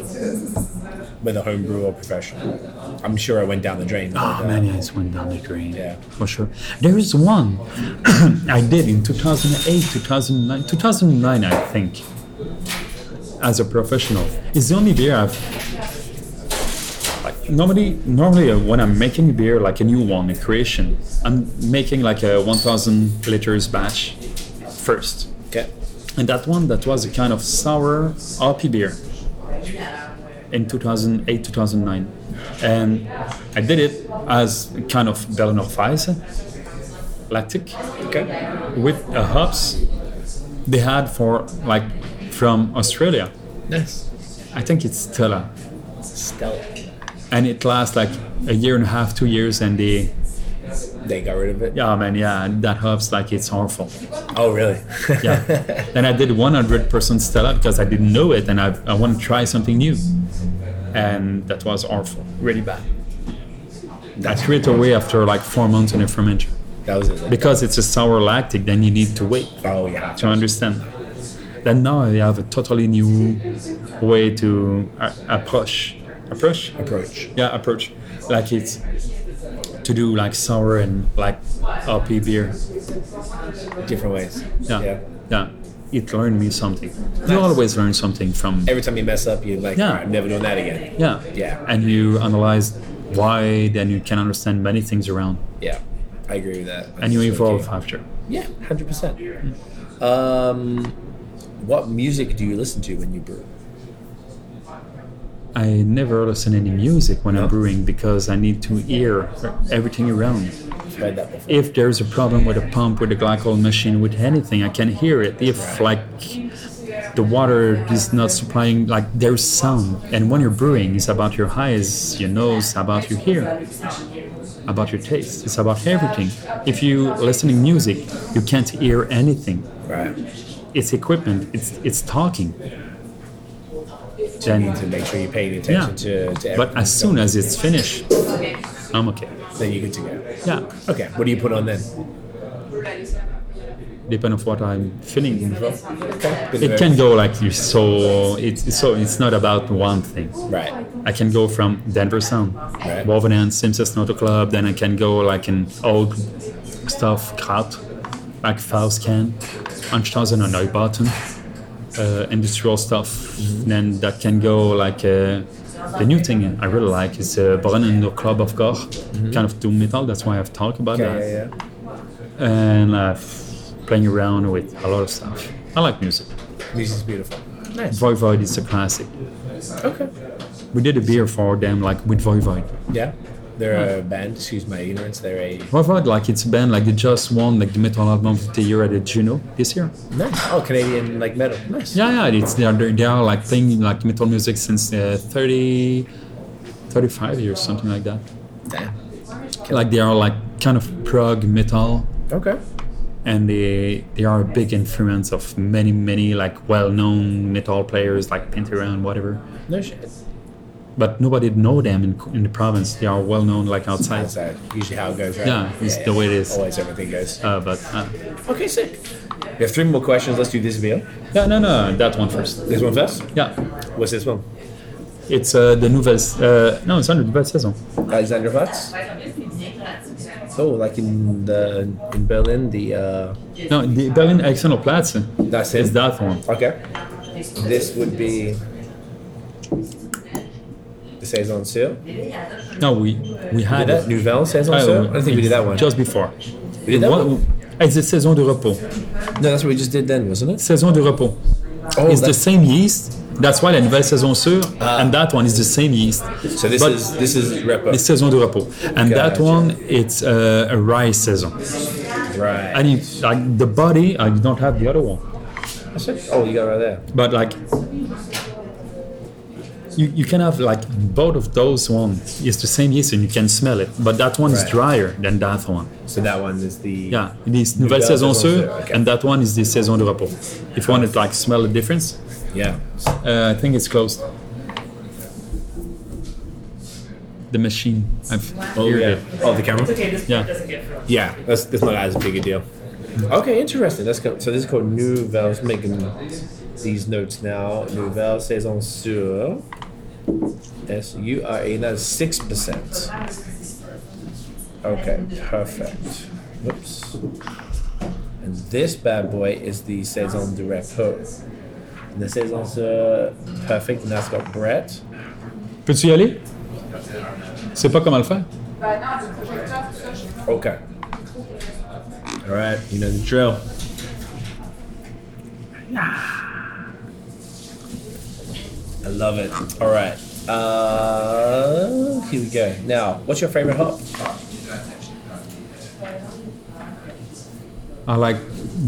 B: whether homebrew or professional? I'm sure I went down the drain.
C: Oh
B: but, uh,
C: man, yeah, it's went down the drain.
B: Yeah.
C: For sure. There is one I did in 2008, 2009, 2009, I think, as a professional. It's the only beer I've. Like, normally, normally uh, when I'm making a beer, like a new one, a creation, I'm making like a 1,000 liters batch first.
B: Okay.
C: And that one, that was a kind of sour RP beer in 2008, 2009. And I did it as a kind of Bellenofeise, lactic,
B: Okay.
C: with uh, hops they had for like from Australia.
B: Nice.
C: I think it's Stella.
B: Stella.
C: And it lasts like a year and a half, two years, and they,
B: They got rid of it.
C: yeah, man, yeah, that hops like it's harmful.
B: Oh, really?
C: Yeah. and I did 100% Stella because I didn't know it and I, I want to try something new. And that was awful, really bad. I threw it away after like four months in a fermenter.
B: that was it. Like,
C: Because it's a sour lactic, then you need to wait
B: oh, yeah.
C: to understand. Then now I have a totally new way to uh, approach. Approach?
B: Approach.
C: Yeah, approach. Like it's to do like sour and like RP beer.
B: Different ways.
C: Yeah. Yeah. It learned me something. You always learn something from
B: Every time you mess up, you're like,
C: Yeah.
B: "All right, I'm never doing that again.
C: yeah.
B: Yeah.
C: And you analyze why then you can understand many things around
B: Yeah. I agree with that.
C: and you
B: That's so
C: evolve
B: key.
C: after.
B: Yeah, 100%. Um, what music do you listen to when you brew?
C: I never listen any music when I'm brewing because I need to hear everything around.
B: I've heard that before.
C: If there's a problem with a pump, with a glycol machine, with anything, I can hear it. If like the water is not supplying like there's sound and when you're brewing it's about your eyes your nose about your hair about your taste it's about everything if you listening music you can't hear anything
B: Right.
C: it's equipment. It's it's talking.
B: need to
C: And
B: make sure you're paying
C: yeah,
B: attention to, to
C: but
B: everything.
C: as soon as it's finished, I'm okay.
B: then you're good to go.
C: Yeah,
B: Okay, what do you put on then?
C: depend of what I'm feeling.
B: Bit of
C: It can go like you so. It's so it's not about one thing.
B: a- right.
C: I can go from Denver Sound,
B: Right.
C: Wolvenant, Simsas Noto Club, then I can go like in old stuff, Kraut, like Faustcan, 1000 and Neubauten, uh, industrial stuff.
B: Mm-hmm.
C: Then that can go like uh, the new thing I really like is uh, Brennen the Club of Gore, kind of doom metal, that's why I've talked about
B: Yeah,
C: that.
B: Mm-hmm. yeah, yeah.
C: And uh, playing around with a lot of stuff. I like music.
B: Music's beautiful.
C: Voivod is a classic.
B: Okay.
C: We did a beer for them like with Voivod.
B: Yeah. They're a band, excuse my ignorance, they're a
C: Voivod, like it's a band like they just won like the metal album of the year at the Juno this year.
B: nice. Oh, Canadian like metal. Nice.
C: Yeah, yeah, it's they are they are like playing like metal music since uh, 30, 35 years, something like that.
B: Damn.
C: Like they are like kind of prog metal,
B: Okay.
C: and they they are a big influence of many many like well-known metal players like Pantera and whatever.
B: No shit.
C: But nobody know them in, in the province. They are well known like outside.
B: That's uh, usually how it goes, right?
C: Yeah, Oh, it's the way it is.
B: Always everything goes.
C: Uh, but uh,
B: Okay, sick. We have three more questions. Let's do this beer.
C: yeah, no, no, that one first.
B: This one first.
C: Yeah.
B: What's this one?
C: It's uh, the nouvelle. Uh, non, it's not the nouvelle saison.
B: Alexander Platz. Oh, like in the in Berlin, the uh,
C: No, the Berlin Alexander Platz
B: that's
C: is
B: it.
C: that one.
B: Okay. This would be the saison seal.
C: No, we we
B: Did
C: had
B: that
C: it.
B: nouvelle saison
C: Oh,
B: seal? I don't think we did that one.
C: Just before.
B: we did that
C: What-
B: one.
C: It's the saison de repos.
B: No, that's what we just did then, wasn't it?
C: Saison de repos.
B: Oh,
C: it's the
B: that- Ah.
C: same yeast. That's why la nouvelle saison sûre and that one is the same yeast.
B: so this
C: but-
B: is this is repo.
C: The saison de repos. And that
B: Gotcha.
C: one, it's uh, a rye saison.
B: right.
C: And if, like the body, I don't have the other one.
B: That's it. Oh, you got it right there.
C: but like you, you can have like both of those ones it's the same yeast and you can smell it but that one is
B: Right.
C: drier than that one
B: So that one is the
C: yeah it is nouvelle saison
B: saison
C: sûre
B: sûre, okay.
C: and that one is the saison de repos if you want to like smell the difference
B: yeah.
C: uh, i think it's closed the machine i've
B: Oh
C: heard
B: yeah.
C: it
B: Oh, the camera.
C: yeah
B: Yeah, that's that's not as big a deal. Okay, interesting. That's co- so. This is called Nouvelle. I'm making these notes now. Nouvelle saison sur S U R A. That is six percent. Okay, perfect. Whoops. And this bad boy is the saison de repos. And the saison sur perfect, and that's got Brett.
C: peux-tu y aller c'est pas comment le faire
B: Okay. All right, you know the drill. I love it. All right. Uh, here we go. Now, what's your favorite hop?
C: i like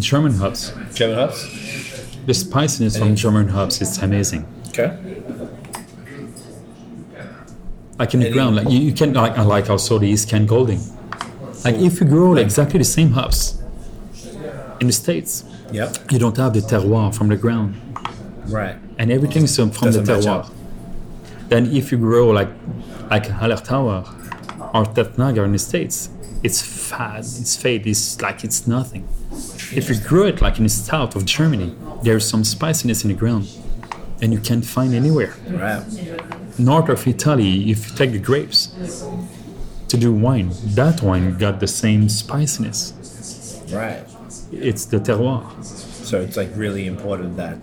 C: german hops
B: German hops.
C: the spiciness from german hops is amazing
B: Okay.
C: like in the
B: Any-
C: ground, like you, you can like I like also the East Kent Golding. Like if you grow like, exactly the same hops in the states,
B: Yep.
C: you don't have the terroir from the ground,
B: Right.
C: and everything is from
B: Doesn't
C: the
B: match
C: terroir.
B: up.
C: Then if you grow like like Hallertauer or Tetnager in the states, it's fad, it's fade, it's like it's nothing. If you grow it like in the south of Germany, there's some spiciness in the ground, and you can't find anywhere
B: Right.
C: north of Italy, if you take the grapes to do wine, that wine got the same spiciness.
B: Right.
C: It's the terroir.
B: So it's like really important that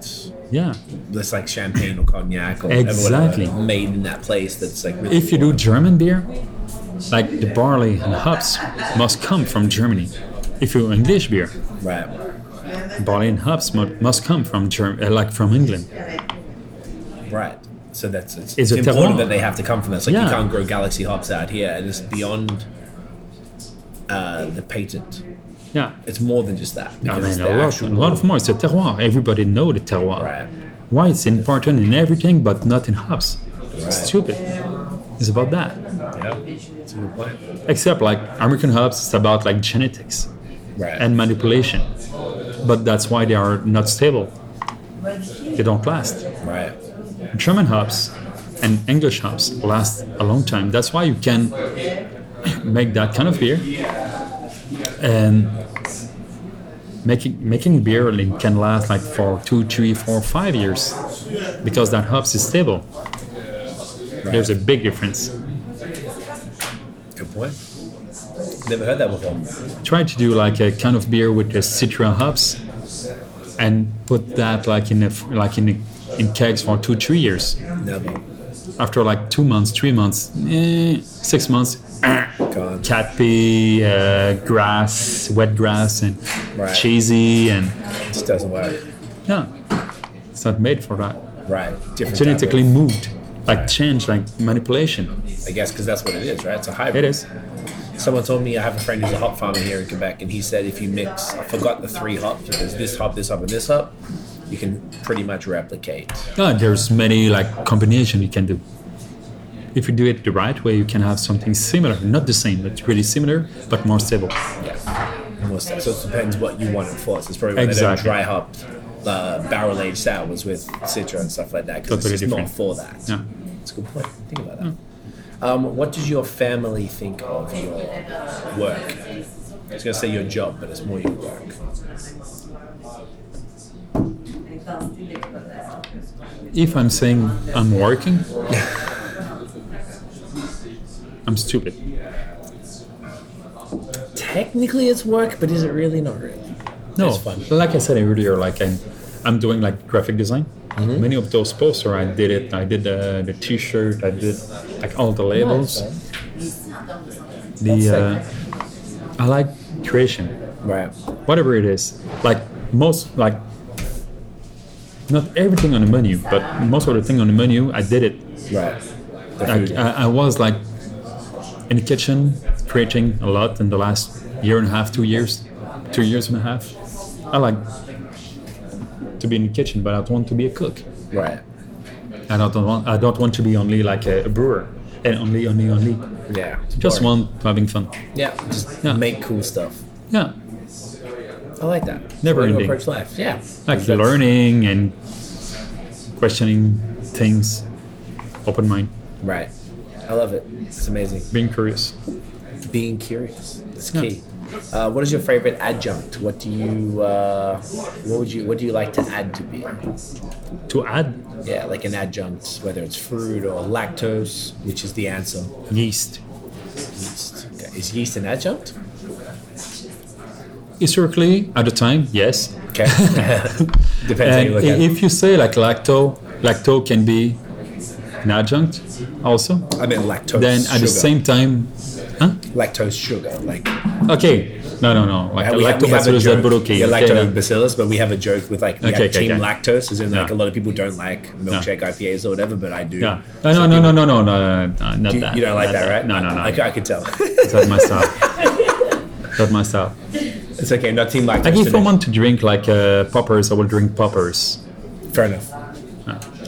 C: Yeah.
B: that's like champagne or cognac or
C: Exactly.
B: whatever made in that place. That's like really
C: If you do German beer, like the barley and hops must come from Germany. If you English beer,
B: right.
C: barley and hops mu- must come from Germ- uh, like from England.
B: Right. So that's it's, it's
C: Is it
B: important
C: terroir?
B: that they have to come from us. Like you
C: Yeah.
B: can't grow galaxy hops out here, and it's beyond uh, the patent.
C: Yeah.
B: It's more than just that.
C: I
B: because it's
C: mean,
B: the
C: a lot, a
B: actual-
C: lot of more. It's a terroir. Everybody know the terroir.
B: Right.
C: Why it's important in everything, but not in hops. Stupid. It's about that.
B: Yeah. It's a good point.
C: except like American Hubs, it's about like genetics
B: Right.
C: and manipulation. but that's why they are not stable. They don't last.
B: Right.
C: German hops and English hops last a long time. That's why you can make that kind of beer and making making beer li- can last like for two, three, four, five years because that hops is stable. There's a big difference.
B: Good point. Never heard that before.
C: Try to do like a kind of beer with the citra hops and put that like in a f- like in a, in kegs for two, three years.
B: Never.
C: After like two months, three months, eh, six months,
B: God.
C: cat pee, uh, grass, wet grass, and
B: Right.
C: cheesy, and
B: Just doesn't work.
C: yeah, it's not made for that.
B: Right. Different
C: Genetically
B: type
C: moved, like change, like manipulation.
B: of- I guess because that's what it is, right? It's a hybrid.
C: It is.
B: Someone told me I have a friend who's a hop farmer here in Quebec, and he said if you mix, I forgot the three hops, but there's this hop, this hop, and this hop, you can pretty much replicate.
C: Yeah, there's many like combination you can do. If you do it the right way, you can have something similar, not the same, but really similar, but more stable.
B: Almost. So it depends what you want it for. So it's probably one
C: Exactly.
B: dry hop, uh, barrel aged sours with citra and stuff like that. Because
C: Totally
B: it's just
C: different.
B: not for that.
C: Yeah. Hmm.
B: It's a good point. Think about that. Um, what does your family think of your work? I was going to say your job, but it's more your work.
C: If I'm saying I'm working, I'm stupid.
B: Technically, it's work, but is it really not really?
C: No,
B: It's fun.
C: like I said earlier, like I'm, I'm doing like graphic design. Many of those poster, I did it. I did the, the T-shirt. I did like all the labels. The uh, I like creation,
B: Right.
C: whatever it is. Like most, like not everything on the menu, but most of the thing on the menu, I did it
B: Right. The
C: like,
B: food.
C: I, I was like in the kitchen creating a lot in the last year and a half, two years, two years and a half. I like to be in the kitchen, but I don't want to be a cook.
B: right.
C: I don't want. I don't want to be only like a, a brewer and only, only, only.
B: Yeah.
C: Just
B: Boring.
C: want having fun.
B: Yeah. Just
C: Yeah.
B: make cool stuff.
C: Yeah,
B: I like that. It's
C: Never
B: the way to
C: ending.
B: Approach life. Yeah.
C: like
B: That's-
C: learning and questioning things, open mind,
B: Right. I love it. It's amazing.
C: being curious.
B: Being curious. That's
C: Yeah.
B: key. Uh, what is your favorite adjunct? What do you uh, what would you what do you like to add to beer?
C: To add
B: Yeah, like an adjunct, whether it's fruit or lactose, which is the answer.
C: yeast.
B: Yeast. Okay. Is yeast an adjunct?
C: Historically, at the time, yes,
B: Okay. Depends how
C: And
B: you look
C: i-
B: at it.
C: if you say like lacto, lacto can be an adjunct also.
B: I mean lactose.
C: then at
B: sugar.
C: the same time, huh?
B: lactose sugar, like
C: Okay, no, no, no. Like
B: Uh, we have- we have a
C: lactobacillus
B: joke.
C: that
B: Yeah,
C: okay, no.
B: lactobacillus, but we have a joke with like we
C: Okay,
B: have
C: okay,
B: team
C: okay.
B: lactose, as in like
C: Yeah.
B: a lot of people don't like milkshake IPAs or whatever, but I do.
C: Yeah. No, no, no, no, no, no, no, no, not
B: You,
C: that.
B: you don't like
C: not
B: that, right?
C: No, no, no.
B: I, I could tell.
C: It's not my style. not my style.
B: it's okay. Not team lactose.
C: Like if
B: today.
C: I want to drink like uh, poppers, I will drink poppers.
B: Fair enough.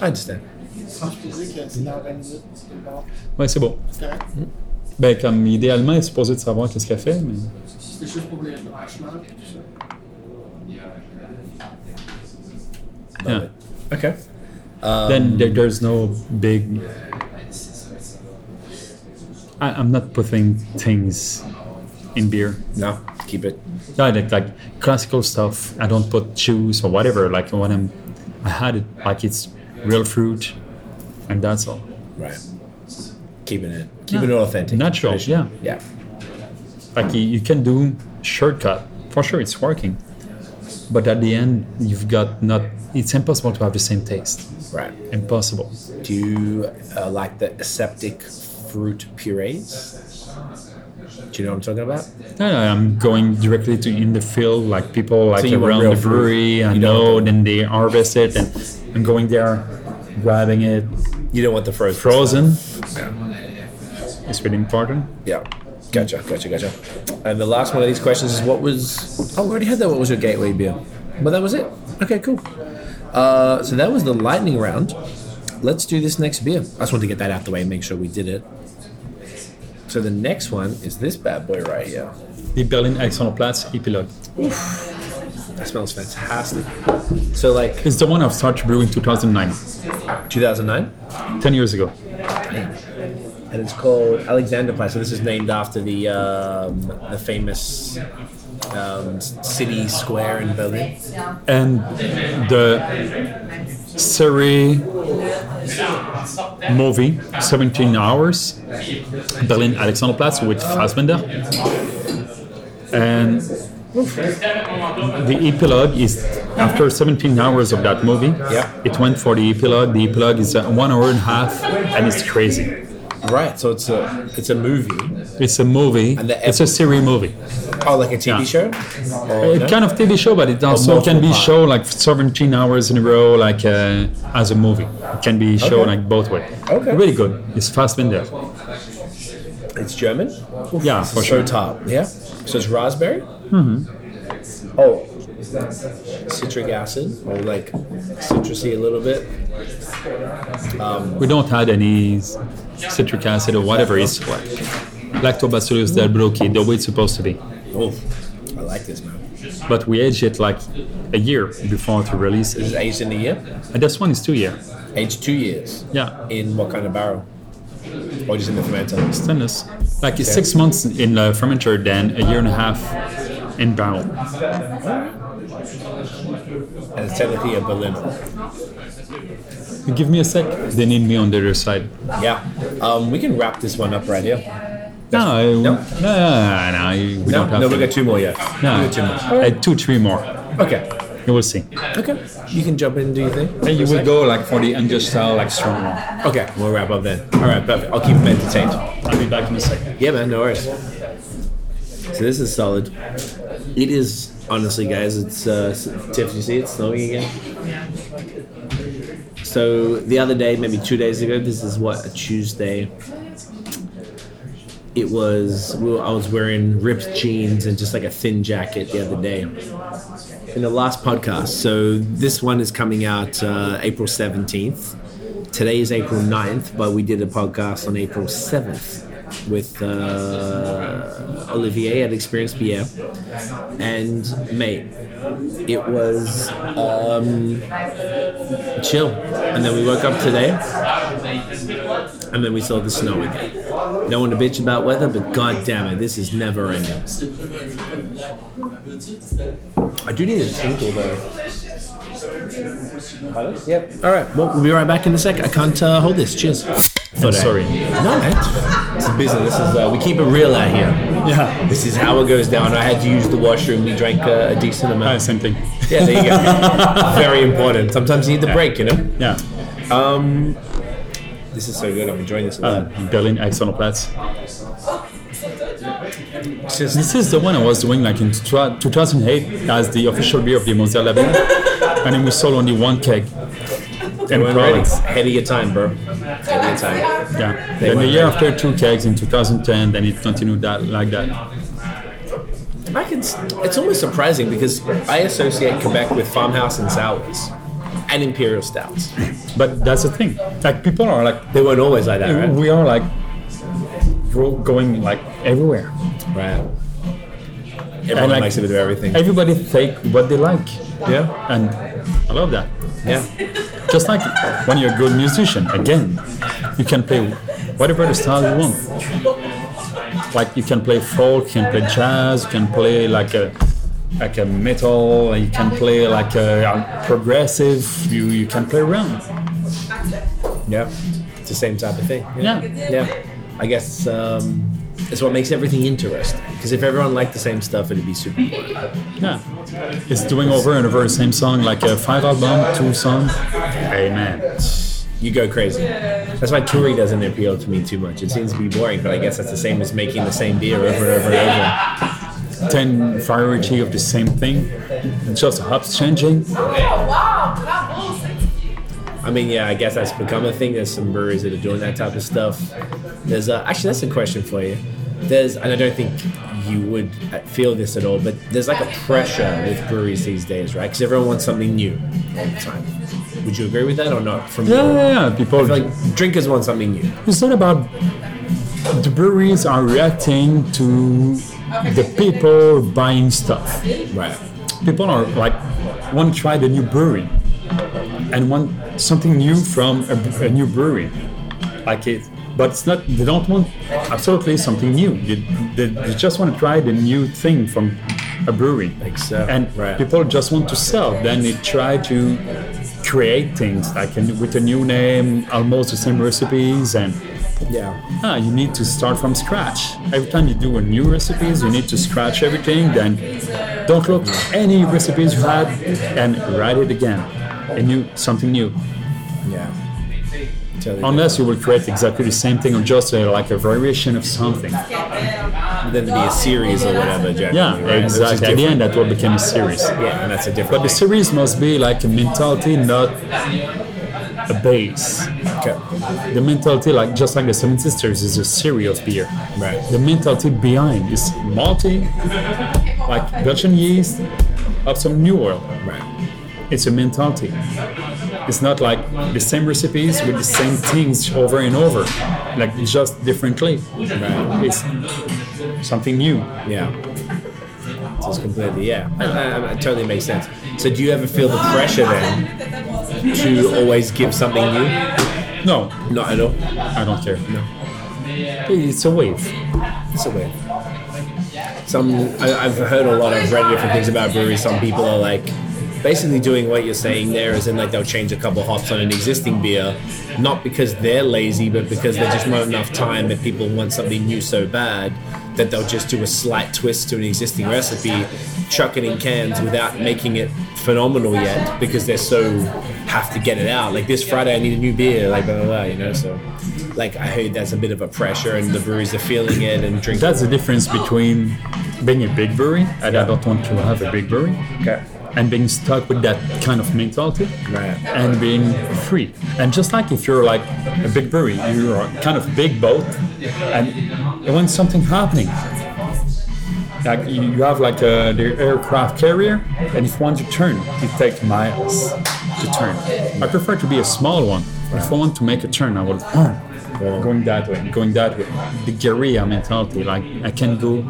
B: I understand.
C: Ouais, c'est bon. Ben, comme idéalement, elle est supposée de savoir qu'est-ce qu'elle fait, mais...
D: C'est juste pour les branchements.
C: Yeah.
B: Okay. Uh,
C: then there, there's no big. I, I'm not putting things in beer.
B: No, keep it.
C: I like like classical stuff. I don't put juice or whatever. Like when I'm, I had it like it's real fruit, and that's all.
B: Right. Keeping it. Keeping it authentic.
C: Natural,
B: traditional. Yeah.
C: Like you, you can do shortcut for sure. It's working, but at the end you've got not. It's impossible to have the same taste.
B: Right.
C: Impossible.
B: Do you uh, like the aseptic fruit purees? Do you know what I'm talking about?
C: No, no, I'm going directly to in the field, like people like
B: you want
C: around
B: real
C: the
B: food.
C: brewery. I
B: You don't
C: know,
B: want
C: then they harvest it, and I'm going there, grabbing it
B: You don't want the frozen.
C: frozen. It's really important.
B: Yeah. Gotcha, gotcha, gotcha. And the last one of these questions is what was. Oh, we already had that. What was your gateway beer? But that was it. Okay, cool. Uh, so that was the lightning round. Let's do this next beer. I just wanted to get that out the way and make sure we did it. So the next one is this bad boy right here.
C: The Berlin Alexanderplatz Epilogue.
B: That smells fantastic. So like
C: It's the one I've started brewing 2009,
B: 2009,
C: 10 years ago.
B: and it's called Alexanderplatz. So this is named after the um, the famous um, city square in Berlin.
C: And the Surrey movie, 17 hours, Berlin Alexanderplatz with Fassbender. And the epilogue is after 17 hours of that movie.
B: Yeah.
C: It went for the epilogue. The epilogue is uh, one hour and a half, and it's crazy.
B: Right. So it's a it's a movie.
C: It's a movie.
B: And the
C: it's a series movie.
B: Oh, like a TV
C: Yeah.
B: show. Or
C: It
B: no?
C: kind of TV show, but it also
B: multiple
C: can be
B: part.
C: show like 17 hours in a row, like uh, as a movie. It can be show
B: Okay.
C: like both way.
B: Okay.
C: Really good. It's fast there.
B: It's German.
C: Yeah,
B: so
C: for sure.
B: top. Yeah. So it's raspberry. Mm-hmm.
C: Mm-hmm.
B: Oh, citric acid or like citrusy a little bit.
C: We don't add any s- citric acid or whatever is like lactobacillus delbrueckii, the way it's supposed to be.
B: Oh, I like this man.
C: But we age it like a year before to release
B: This
C: it.
B: is aged in a year.
C: And this one is two year.
B: Aged two years.
C: Yeah.
B: In what kind of barrel? Or just in the fermenter?
C: Stainless. Like it's six months in the fermenter, then a year and a half in barrel.
B: And it's technically a Berliner.
C: You give me a sec. They need me on the other side.
B: Yeah. Um, we can wrap this one up right here.
C: No, I-
B: No?
C: no, no, no, no, you- we
B: No,
C: don't have
B: no,
C: to.
B: we got two more yet.
C: No,
B: We got two more.
C: uh, two, three more.
B: Okay.
C: You will see.
B: Okay. You can jump in and do your thing.
C: And you will go like for the English style, like strong one.
B: Okay, we'll wrap up then. All right, perfect. I'll keep them entertained.
C: I'll be back in a second.
B: Yeah, man, no worries.
G: So this is solid. It is honestly, guys. It's uh, s- Tiff. You see, it's snowing again. So the other day, maybe two days ago, this is what a Tuesday. It was. Well, I was wearing ripped jeans and just like a thin jacket the other day. In the last podcast, so this one is coming out uh, April seventeenth. Today is April 9th, but we did a podcast on April 7th with uh, Olivier at Experience Pierre. And, mate, it was um, chill. And then we woke up today, and then we saw the snow again. No one to bitch about weather, but god damn it, this is never ending. I do need a tinkle, though. Yep. All right, well, we'll be right back in a sec. I can't uh, hold this. Cheers.
C: I'm sorry.
G: No, man. It's a business. This is uh, we keep it real out here. Yeah. This is how it goes down. I had to use the washroom. We drank uh, a decent
C: Ah,
G: amount.
C: same thing.
G: Yeah, there you go. Very important. Sometimes you need the break, you know.
C: Yeah.
B: Um, This is so good. I'm enjoying this a lot.
C: Uh, Berlin Alexanderplatz.
B: just-
C: This is the one I was doing like in tw- 2008 as the official beer of the Moselle Label. and then we sold only one keg. And
B: We're ready.
C: products.
B: Ahead of your time, bro. Ahead of your time.
C: Yeah.
B: They
C: Then the
B: weren't
C: year
B: ready.
C: after two kegs in 2010, then it continued that like that.
B: I can, s- it's almost surprising because I associate Quebec with farmhouse and sours and imperial stouts.
C: But that's the thing. Like people are like
B: They weren't always like that, right?
C: we are like we're going like everywhere.
B: Right.
C: And,
B: Everyone
C: like,
B: makes a bit of everything.
C: Everybody take what they like.
B: yeah.
C: And I love that.
B: Yeah.
C: Just like when you're a good musician, again, you can play whatever the style you want. Like you can play folk, you can play jazz, you can play like a like a metal, you can play like a, a progressive, you, you can play around.
B: Yeah. It's the same type of thing.
C: Yeah.
B: Yeah. I guess um, it's what makes everything interesting. Because if everyone liked the same stuff, it'd be super boring.
C: Yeah. It's doing over and over the same song, like a five album, two songs. Hey man.
B: You go crazy. That's why touring doesn't appeal to me too much. It seems to be boring, but I guess that's the same as making the same beer over and over and over.
C: 10 variety of the same thing, just hops changing.
B: I mean, yeah, I guess that's become a thing. There's some breweries that are doing that type of stuff. There's uh, actually that's a question for you. There's, and I don't think you would uh, feel this at all, but there's like a pressure with breweries these days, right? Because everyone wants something new all the time. Would you agree with that or not? From
C: Yeah,
B: your-
C: yeah, yeah. People,
B: like drinkers want something new.
C: it's not about the breweries are reacting to the people buying stuff.
B: Right.
C: people are like want to try the new brewery and want something new from a, a new brewery like it but it's not they don't want absolutely something new they, they, they just want to try the new thing from a brewery like
B: so,
C: and
B: right.
C: people just want to sell then they try to create things like in, with a new name almost the same recipes and
B: Yeah.
C: Ah, you need to start from scratch. Every time you do a new recipes, you need to scratch everything. Then don't look any recipes you had and write it again. A new something new.
B: Yeah. Totally.
C: Unless you will create exactly the same thing or just a, like a variation of something.
B: then to be a series or whatever. Generally,
C: Yeah,
B: right? This is
C: exactly. At the
B: different.
C: end, that will become a series.
B: Yeah, and that's a different.
C: But the series must be like a mentality, not a base.
B: Okay.
C: The mentality, like just like the Seven Sisters, is a series of beer.
B: Right.
C: The mentality behind is malty, like Belgian yeast, of some new oil.
B: Right.
C: It's a mentality. It's not like the same recipes with the same things over and over, like just differently. It's something new.
B: Yeah. So it's completely yeah. I- I- I- It totally makes sense. So do you ever feel the pressure then to always give something new?
C: No,
B: Not at all.
C: I don't care. No. It's a wave.
B: It's a weird. Some I, I've heard a lot. I've read different things about breweries. Some people are like basically doing what you're saying there, as in like they'll change a couple hops on an existing beer, not because they're lazy, but because there's just not enough time that people want something new so bad that they'll just do a slight twist to an existing recipe, chuck it in cans without making it phenomenal yet because they're so have to get it out. Like this Friday, I need a new beer. Like blah blah, blah you know. So like I heard that's a bit of a pressure, and the breweries are feeling it and drinking.
C: That's the difference between being a big brewery, and I don't want to have a big brewery,
B: Okay.
C: and being stuck with that kind of mentality,
B: Right.
C: and being free. And just like if you're like a big brewery, you're a kind of big boat, and when something happening, like you you have like uh the aircraft carrier, and if one to turn, it takes miles to turn. I prefer to be a small one. If I want to make a turn, I will turn. Going that way, going that way. The guerrilla mentality, like I can go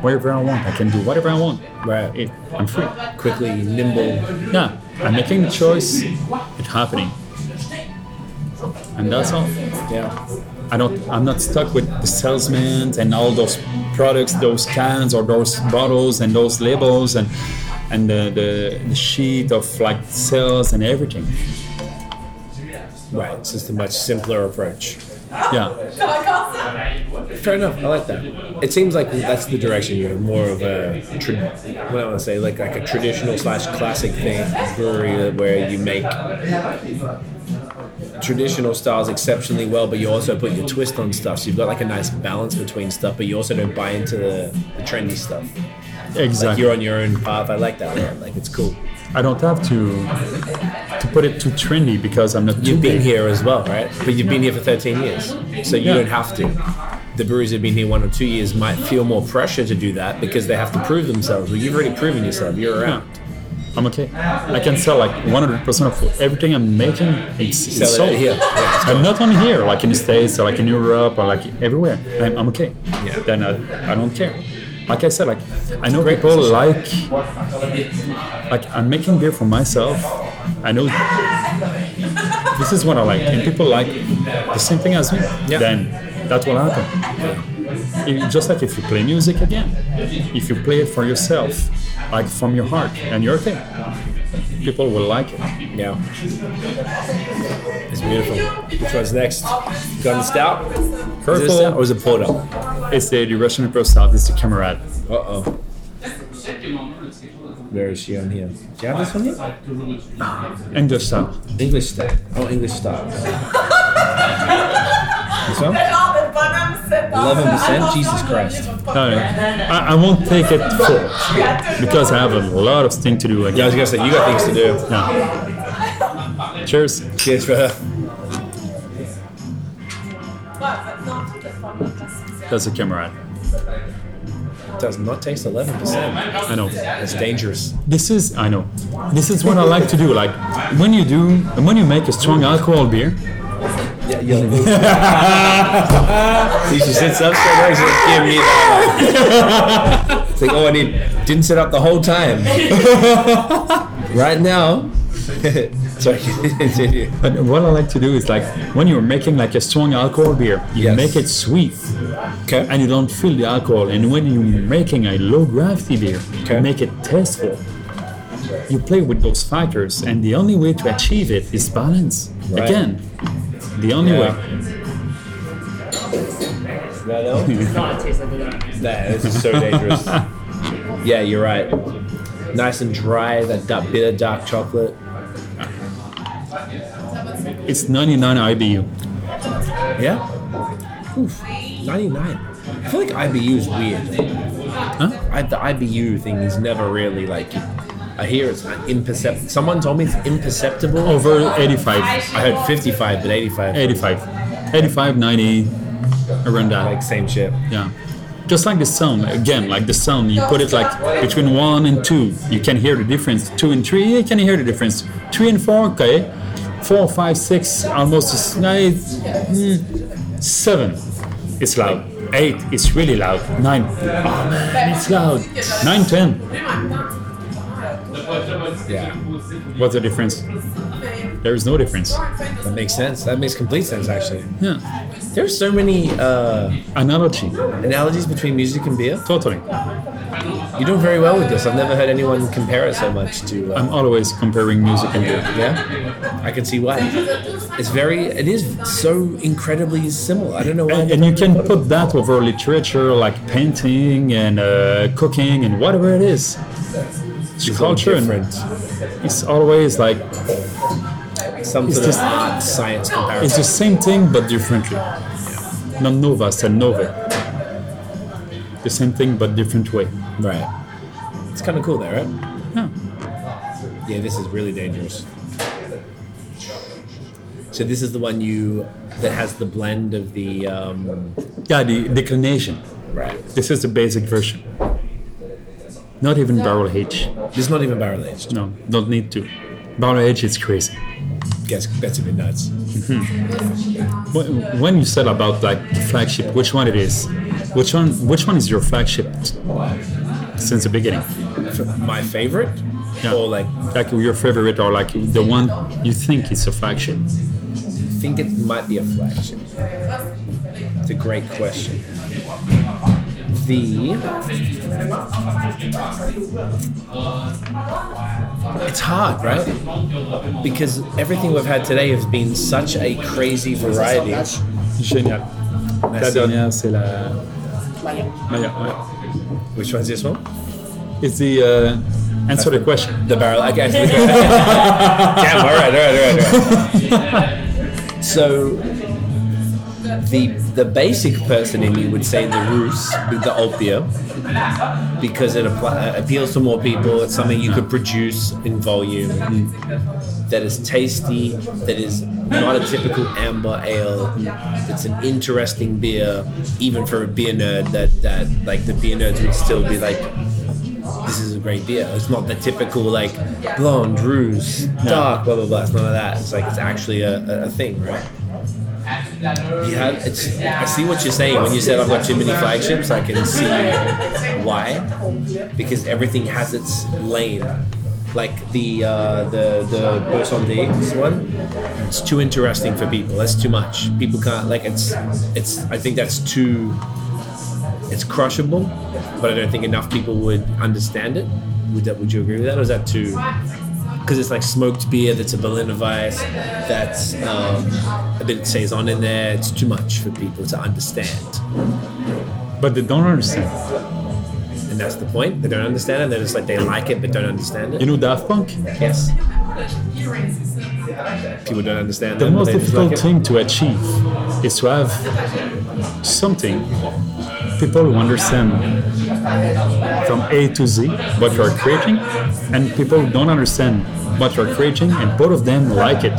C: wherever I want, I can do whatever I want.
B: Right.
C: It, I'm free.
B: quickly, nimble.
C: Yeah, I'm making the choice, it's happening. And that's all.
B: Yeah.
C: I don't. I'm not stuck with the salesmen and all those products, those cans or those bottles and those labels and and the, the, the sheet of like sales and everything.
B: Right. It's just a much simpler approach.
C: Yeah,
B: Fair enough. I like that. It seems like that's the direction you're more of a tra- what I want to say, like like a traditional slash classic thing brewery where you make traditional styles exceptionally well, but you also put your twist on stuff. So you've got like a nice balance between stuff, but you also don't buy into the, the trendy stuff. Like
C: exactly.
B: you're on your own path. I like that. Man. Like it's cool.
C: I don't have to to put it too trendy because I'm not too
B: You've been
C: big.
B: here as well, right? But you've been here for 13 years, so you
C: Yeah.
B: don't have to. The breweries that have been here one or two years might feel more pressure to do that because they have to prove themselves. Well, you've already proven yourself. You're around.
C: I'm okay. I can sell like 100% of everything I'm making. It's, it's
B: Sell it
C: sold.
B: here. Yeah,
C: I'm not only here, like in the States or like in Europe or like everywhere. I'm, I'm okay.
B: Yeah.
C: Then I, I don't care. Like I said, like I know people like like I'm making beer for myself. I know this is what I like, and people like the same thing as me.
B: Yeah.
C: Then that will happen. It- just like if you play music again, if you play it for yourself, like from your heart and your thing, people will like it.
B: Yeah. It's beautiful. Which one's next? Gun stout? Is it a stout or is it porter? Uh
C: It's the, the Russian Pro South, it's the Camarade.
B: oh. Where is she on here? Do you have this one here?
C: English style.
B: English stout. Oh, English stout. this one? 11%? Jesus Christ.
C: No, no. I, I won't take it full because I have a lot of things to do.
B: Yeah, I
C: Again.
B: was gonna say you got things to do.
C: Yeah. Cheers.
B: Cheers for her.
C: That's a Camarade.
B: Does not taste eleven percent.
C: I know.
B: That's dangerous.
C: This is I know. This is what I like to do. Like when you do, when you make a strong alcohol beer,
H: Yeah, yeah.
B: He just sits up straight away. He's like, give me that. one." It's like, oh, I need, didn't sit up the whole time. right now. Sorry. continue.
C: But what I like to do is like when you're making like a strong alcohol beer, you
B: Yes.
C: make it sweet
B: okay.
C: and you don't feel the alcohol. And when you're making a low gravity beer,
B: Okay.
C: you make it tasteful. You play with those factors, and the only way to achieve it is balance.
B: Right.
C: Again, the only
B: Yeah.
C: way.
I: not a taste like that.
B: That this is so dangerous. yeah, you're right. Nice and dry, that dark, bitter dark chocolate.
C: It's 99 IBU.
B: Yeah. Oof, 99. I feel like IBU is weird.
C: Huh?
B: I, the IBU thing is never really like. I hear it's imperceptible. Someone told me it's imperceptible.
C: Over 85.
B: I heard 55, but 85.
C: 85. 85, 90, around that.
B: Like same shit.
C: Yeah. Just like the sound, again, like the sound, you put it like between one and two, you can hear the difference. Two and three, you can hear the difference. Three and four, okay. Four, five, six, almost as nice. Mm, Seven, it's loud. Eight, it's really loud. Nine, oh man, it's loud. Nine, ten.
B: Yeah.
C: What's the difference? There is no difference.
B: That makes sense. That makes complete sense, actually.
C: Yeah.
B: There's so many uh,
C: Analogy,
B: analogies between music and beer.
C: totally.
B: You're doing very well with this. I've never heard anyone compare it so much to.
C: I'm
B: Uh,
C: always comparing music and beer.
B: yeah, I can see why. It's very. It is so incredibly similar. I don't know why.
C: And, and you can put that over literature like painting and uh, cooking and whatever it is.
B: It's
C: It's
B: all
C: culture and
B: different.
C: it's always like
B: Some
C: It's
B: sort
C: just-
B: of science comparison.
C: it's the same thing but differently. Not Nova, said Nova. The same thing but different way.
B: Right. It's kind of cool, though, right?
C: Yeah.
B: Yeah, this is really dangerous. So this is the one you that has the blend of the um,
C: Yeah, the declination.
B: right.
C: This is the basic version. Not even barrel age.
B: This is not even barrel aged.
C: No, don't need to. Barrel age is crazy.
B: Gets gets a bit nuts.
C: When when you said about like the flagship, which one it is? Which one? Which one is your flagship since the beginning?
B: My favorite,
C: Yeah.
B: or like
C: Like your favorite, or like the one you think is a flagship?
B: I think it might be a flagship. It's a great question. The it's hard, right? Because everything we've had today has been such a crazy variety.
C: Génial. La
B: Merci.
C: dernière, c'est la. Maya, ouais.
B: Which one's this one?
C: It's the uh, answer the question.
B: The barrel. Okay. Damn. All right. All right. All right. All right. so the the basic person in me would say the Rus with the old beer because it appli- appeals to more people. It's something you could produce in volume that is tasty, that is not a typical amber ale. It's an interesting beer, even for a beer nerd. That that like the beer nerds would still be like, this is a great beer. It's not the typical like blonde, ruse, dark, blah blah blah. It's none of that. It's like it's actually a, a- a thing, right? You have, it's, I see what you're saying when you said I've got too many flagships. I can see why, because everything has its lane. Like the uh, the the Bossondes one, it's too interesting for people. That's too much. People can't like it's it's. I think that's too it's crushable, but I don't think enough people would understand it. Would that? Would you agree with that, or is that too? Because it's like smoked beer. That's a Berliner Weiss. That's um, a bit of saison in there. It's too much for people to understand,
C: But they don't understand.
B: and that's the point. They don't understand it. They're just like they like it, but don't understand
C: You
B: it.
C: know Daft Punk?
B: Yes. People don't understand
C: The
B: them, but
C: most
B: they just
C: difficult
B: like it.
C: thing to achieve is to have something people who understand from A to Z what you're creating, and people who don't understand what you're creating, and both of them like it.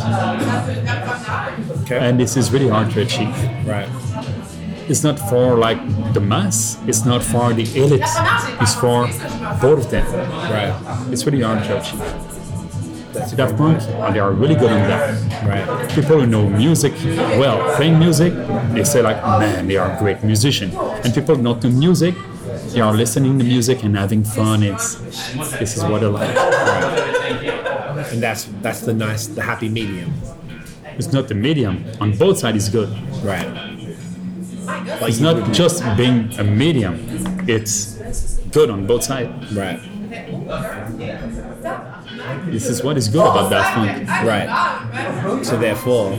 C: And this is really hard to achieve.
B: Right.
C: It's not for like the mass. It's not for the elite. It's for both of them.
B: Right.
C: It's really hard to achieve.
B: That's a
C: Daft
B: great
C: Punk, and they are really good on that. Right. People who know music well, playing music, they say like, man, they are great musician. And people not know music, they are listening to music and having fun. It's this is what I like.
B: And that's that's the nice, the happy medium.
C: It's not the medium. On both sides is good.
B: Right. Like
C: It's
B: you
C: not
B: wouldn't-
C: just being a medium. It's good on both sides.
B: right.
C: This is what is good about Daft Punk.
B: Right. So therefore,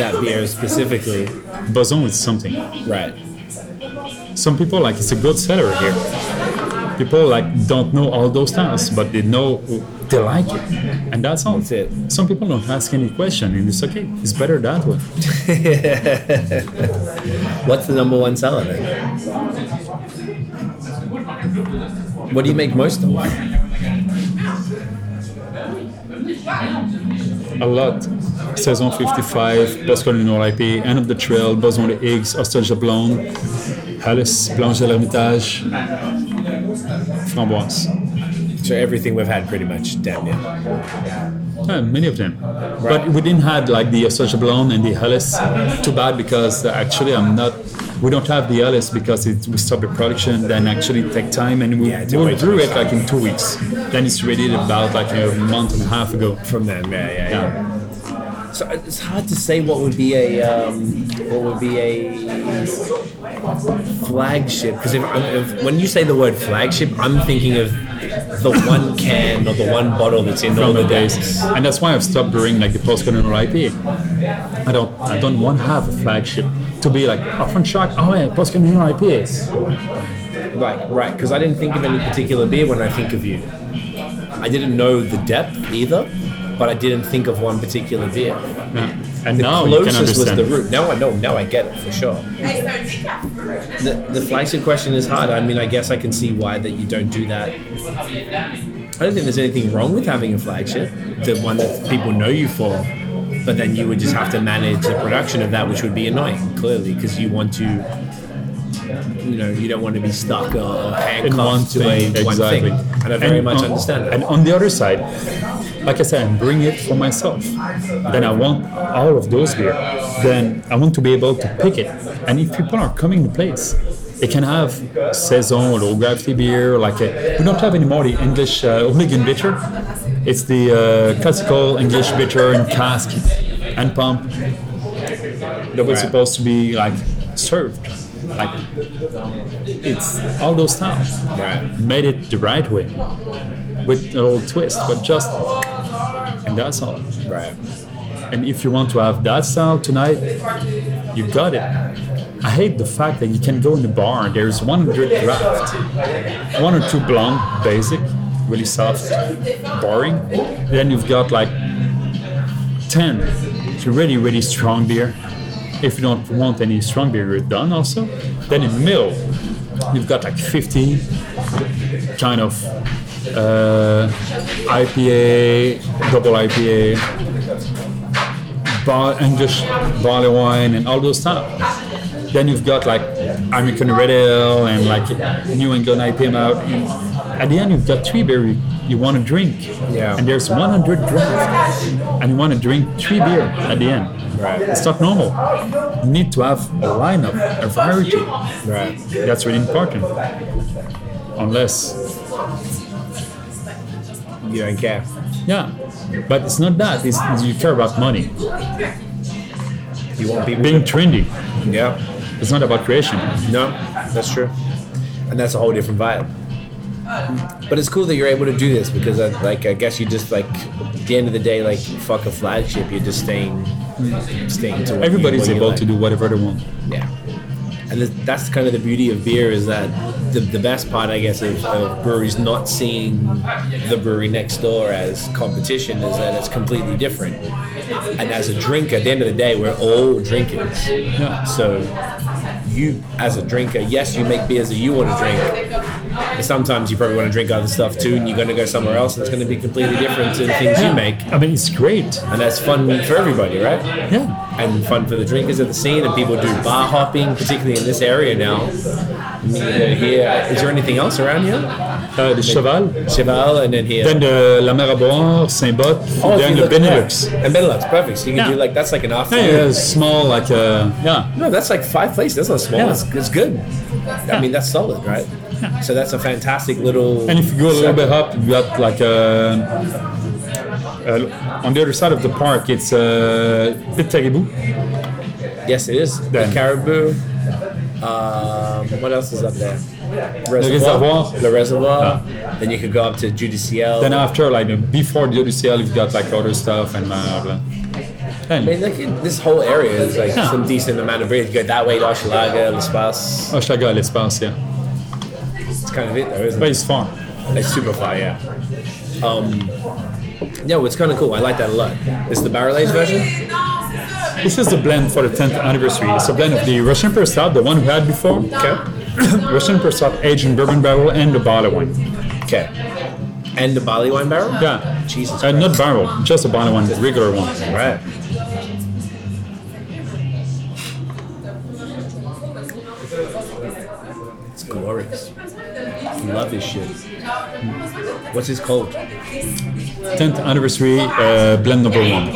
B: that beer specifically.
C: Boson is something.
B: Right.
C: Some people like it's a good seller here. People like don't know all those styles, but they know they like it, and that's all.
B: That's it.
C: Some people don't ask any question, and it's okay. It's better that way.
B: What's the number one seller then? What do you make most of?
C: A lot. Saison 55, Pascal Lunoir IP, End of the Trail, Boson de Higgs, Hostage de Blonde, Alice Blanche de l'Hermitage, Framboise.
B: So everything we've had pretty much damn near.
C: Uh, many of them. But we didn't have like the Osage Blonde and the Alice. Too bad because uh, actually I'm not. We don't have the Alice because it we stopped the production. Then actually take time and we,
B: Yeah, it's a
C: we
B: wait
C: drew it
B: list.
C: like in two weeks. Then it's ready about like a month and a half ago.
B: From them, yeah, yeah, yeah.
C: Yeah.
B: So it's hard to say what would be a um, what would be a flagship because if, if when you say the word flagship, I'm thinking of the one can or the one bottle that's in all
C: From
B: the
C: the
B: days.
C: days, and that's why I've stopped brewing like the postcolonial IP. I don't, I don't want to have a flagship to be like often shocked. Oh yeah, postcolonial IP.
B: Right, right. Because I didn't think of any particular beer when I think of you. I didn't know the depth either, but I didn't think of one particular beer.
C: Yeah. And
B: The
C: now you can
B: closest was
C: understand.
B: the root. Now I know. Now I get it for sure. The, the flagship question is hard. I mean, I guess I can see why that you don't do that. I don't think there's anything wrong with having a flagship, the one that people know you for. But then you would just have to manage the production of that, which would be annoying, clearly, because you want to, you know, you don't want to be stuck or, or
C: in one
B: handcuffed to
C: thing,
B: a one
C: exactly.
B: thing. And I very
C: And
B: much
C: on-
B: understand that.
C: And on the other side, like I said, I'm bringing it for myself. Then I want all of those beer. Then I want to be able to pick it. And if people are coming to place, they can have saison, low gravity beer, like a, we don't have anymore the English uh, Omega bitter. It's the uh, classical English bitter in cask and pump that was supposed to be like served. Like it's all those styles.
B: Right.
C: Made it the right way with a little twist, but just and that's all.
B: Right.
C: And if you want to have that style tonight, you got it. I hate the fact that you can go in the bar and there's one good draft, one or two blonde, basic, really soft, boring. Then you've got like 10 It's a really, really strong beer. If you don't want any strong beer, you're done also. Then in middle, you've got like 50 kind of uh, IPA, double IPA, bar, English barley wine, and all those stuff. Then you've got like American Red Ale and like New England IPM out. And at the end, you've got three beer you, you want to drink.
B: Yeah.
C: And there's 100 draft, and you want to drink three beer at the end. Right. It's not normal. You need to have a lineup, a variety. Right. That's really important. Unless
B: You don't care.
C: yeah, but it's not that. It's you care about money,
B: You want people.
C: being trendy.
B: Yeah.
C: It's not about creation.
B: No, that's true, and that's a whole different vibe. But it's cool that you're able to do this because, I, like, I guess you just like at the end of the day, like, fuck a flagship. You're just staying, staying to what you-
C: Everybody's
B: what you
C: able
B: like.
C: to do whatever they want.
B: Yeah, and th- that's kind of the beauty of beer is that the, the best part, I guess, of, of breweries not seeing the brewery next door as competition is that it's completely different. And as a drinker, at the end of the day, we're all drinkers.
C: Yeah.
B: So you, as a drinker, yes, you make beers that you want to drink. But sometimes you probably want to drink other stuff too, and you're going to go somewhere else that's going to be completely different to the things you make.
C: I mean, it's great.
B: And that's fun for everybody, right?
C: Yeah.
B: and fun for the drinkers of the scene and people do bar hopping, particularly in this area now. near here. Is there anything else around here?
C: Uh, the Cheval,
B: Cheval and then here.
C: then the La Mer à Boire, Saint-Bot,
B: Oh, if
C: then
B: you
C: the
B: look there.
C: Benelux.
B: And Benelux, perfect. So you can
C: Yeah.
B: do like that's like an off.
C: Yeah, yeah, it's small, like, uh, yeah.
B: No, that's like five places. That's not small.
C: Yeah.
B: It's, it's good. I mean, that's solid, right? So that's a fantastic little.
C: And if you go a little
B: setup.
C: bit up, you got like uh, uh, on the other side of the park, it's uh, Pit Caribou.
B: Yes, it is. The
C: Then.
B: caribou. Um, what else is up there?
C: reservoir.
B: The reservoir. Then you could go up to Judiciel.
C: Then after, like before the UDCL, you've got like other stuff and uh, blah blah.
B: I mean,
C: Then
B: like, it- this whole area is like
C: Yeah.
B: some decent amount of breed. You go that way to Hochelaga, L'espace.
C: Oshaga, l'espace, yeah.
B: That's kind of it, though, isn't
C: But
B: it?
C: it's far.
B: It's super far, yeah. Um, yeah, well, it's kind of cool. I like that a lot. It's the barrel aged version.
C: This is the blend for the 10th anniversary. It's a blend of the Russian Persat, the one we had before, Russian Persat aged in bourbon barrel, and the barley wine.
B: Okay. And the barley wine barrel.
C: Yeah,
B: Jesus.
C: uh,
B: Christ.
C: not barrel, just a barley wine, regular one.
B: Right. It's glorious. I love this shit. What's this called?
C: 10th anniversary uh, blend number one.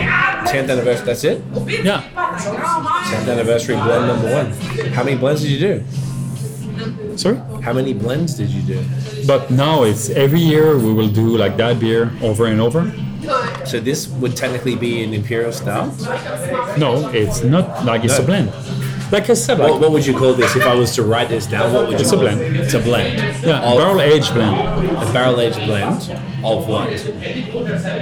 B: 10th anniversary, that's it?
C: Yeah.
B: 10th anniversary blend number one. How many blends did you do?
C: Sorry.
B: How many blends did you do?
C: But now it's every year we will do like that beer over and over.
B: So this would technically be an imperial style.
C: No, it's not like it's a
B: No.
C: blend. Like I said, like
B: What, what would you call this? If I was to write this down, what would you
C: It's a
B: call
C: blend.
B: it? It's a blend.
C: yeah,
B: Of-
C: barrel aged blend,
B: A barrel aged blend of what?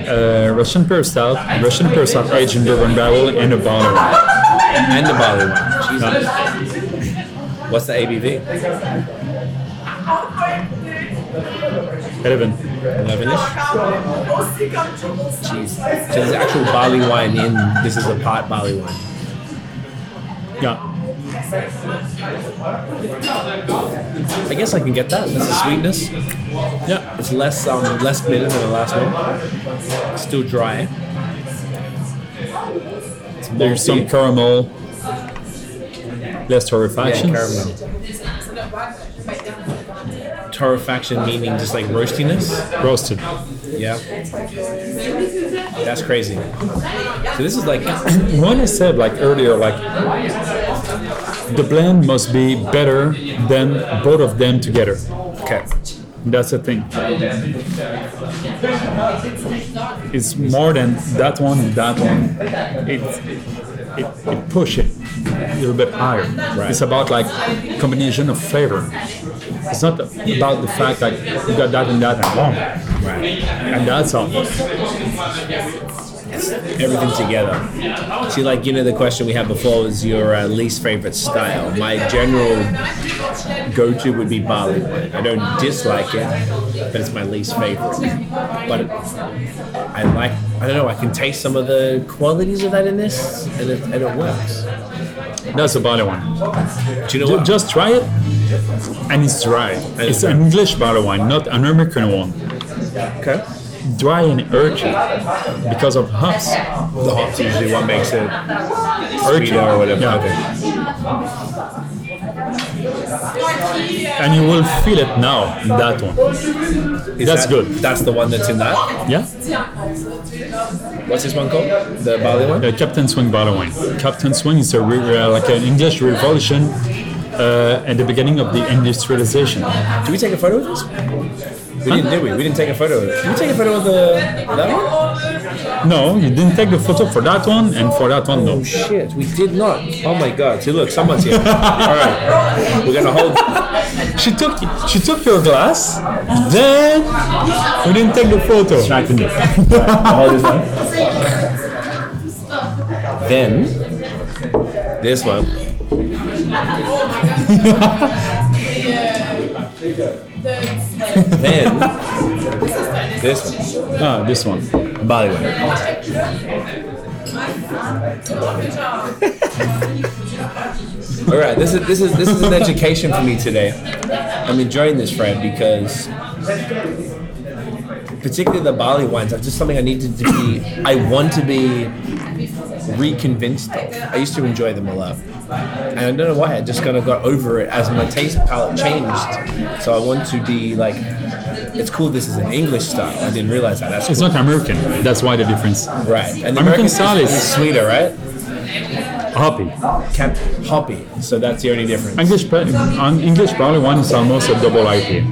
C: uh, Russian Pure Stout, Russian Pure Stout aged in bourbon barrel and a bottle.
B: And the barley wine. Jesus. What's the ABV?
C: Eleven.
B: 11 ish? Um, So there's actual barley wine in this is a pot barley wine.
C: Yeah.
B: I guess I can get that. That's the sweetness.
C: Yeah.
B: It's less um less bitter than the last one. Still dry. It's
C: There's some
B: malty.
C: caramel. Less
B: yeah,
C: torrefaction.
B: caramel. Torrefaction meaning just like roastiness.
C: Roasted.
B: Yeah. That's crazy. So this is like
C: When I said like earlier, like the blend must be better than both of them together.
B: okay.
C: That's the thing. It's more than that one and that one. It it, it push it a little bit higher. It's about like combination of flavor. It's not about the fact that you got that and that and one. And that's all.
B: everything together. See, like you know, the question we had before was your uh, least favorite style. My general go-to would be barley wine. I don't dislike it, but it's my least favorite. But it, I like. I don't know. I can taste some of the qualities of that in this, and it, and it works.
C: That's the bottle one.
B: Do you know
C: Ju-
B: what?
C: Just try it, and it's dry. It's an English bottle wine, not an American one.
B: okay.
C: Dry and earthy because of hops.
B: The hops usually what makes it
C: Earthy
B: sweeter or whatever.
C: Yeah.
B: Okay.
C: And you will feel it now in that one.
B: Is
C: That's
B: that-
C: good.
B: That's the one that's in that.
C: Yeah?
B: What's this one called? The barley one.
C: The Uh, Captain Swing bottle wine. Captain Swing is a re- uh, like an English revolution uh, at the beginning of the industrialization.
B: Did we take a photo of this? We didn't, did we? We didn't take a photo of it. Did we take a photo of the that one?
C: No, you didn't take the photo for that one, and for that one, no.
B: Oh, Shit, we did not. Oh my god. See, look, someone's here. All right, we're gonna hold.
C: She took she took your glass, then we didn't take the photo.
B: Then this one. then this one.
C: Ah, this one.
B: Bali one. All right, this is this is this is an education for me today. I'm enjoying this, Fred, because particularly the barley wines. I've just something I need to, to be. I want to be reconvinced of. I used to enjoy them a lot. And I don't know why, I just kind of got over it as my taste palette changed. So I want to be like, it's cool this is an English style. I didn't realize that. That's
C: It's
B: cool.
C: not American. That's why the difference.
B: right. And the
C: American
B: American style
C: salad.
B: is sweeter, right?
C: Hoppy.
B: Cap- hoppy. So that's the only difference.
C: English, pa- um, English barley wine is almost a double IPA.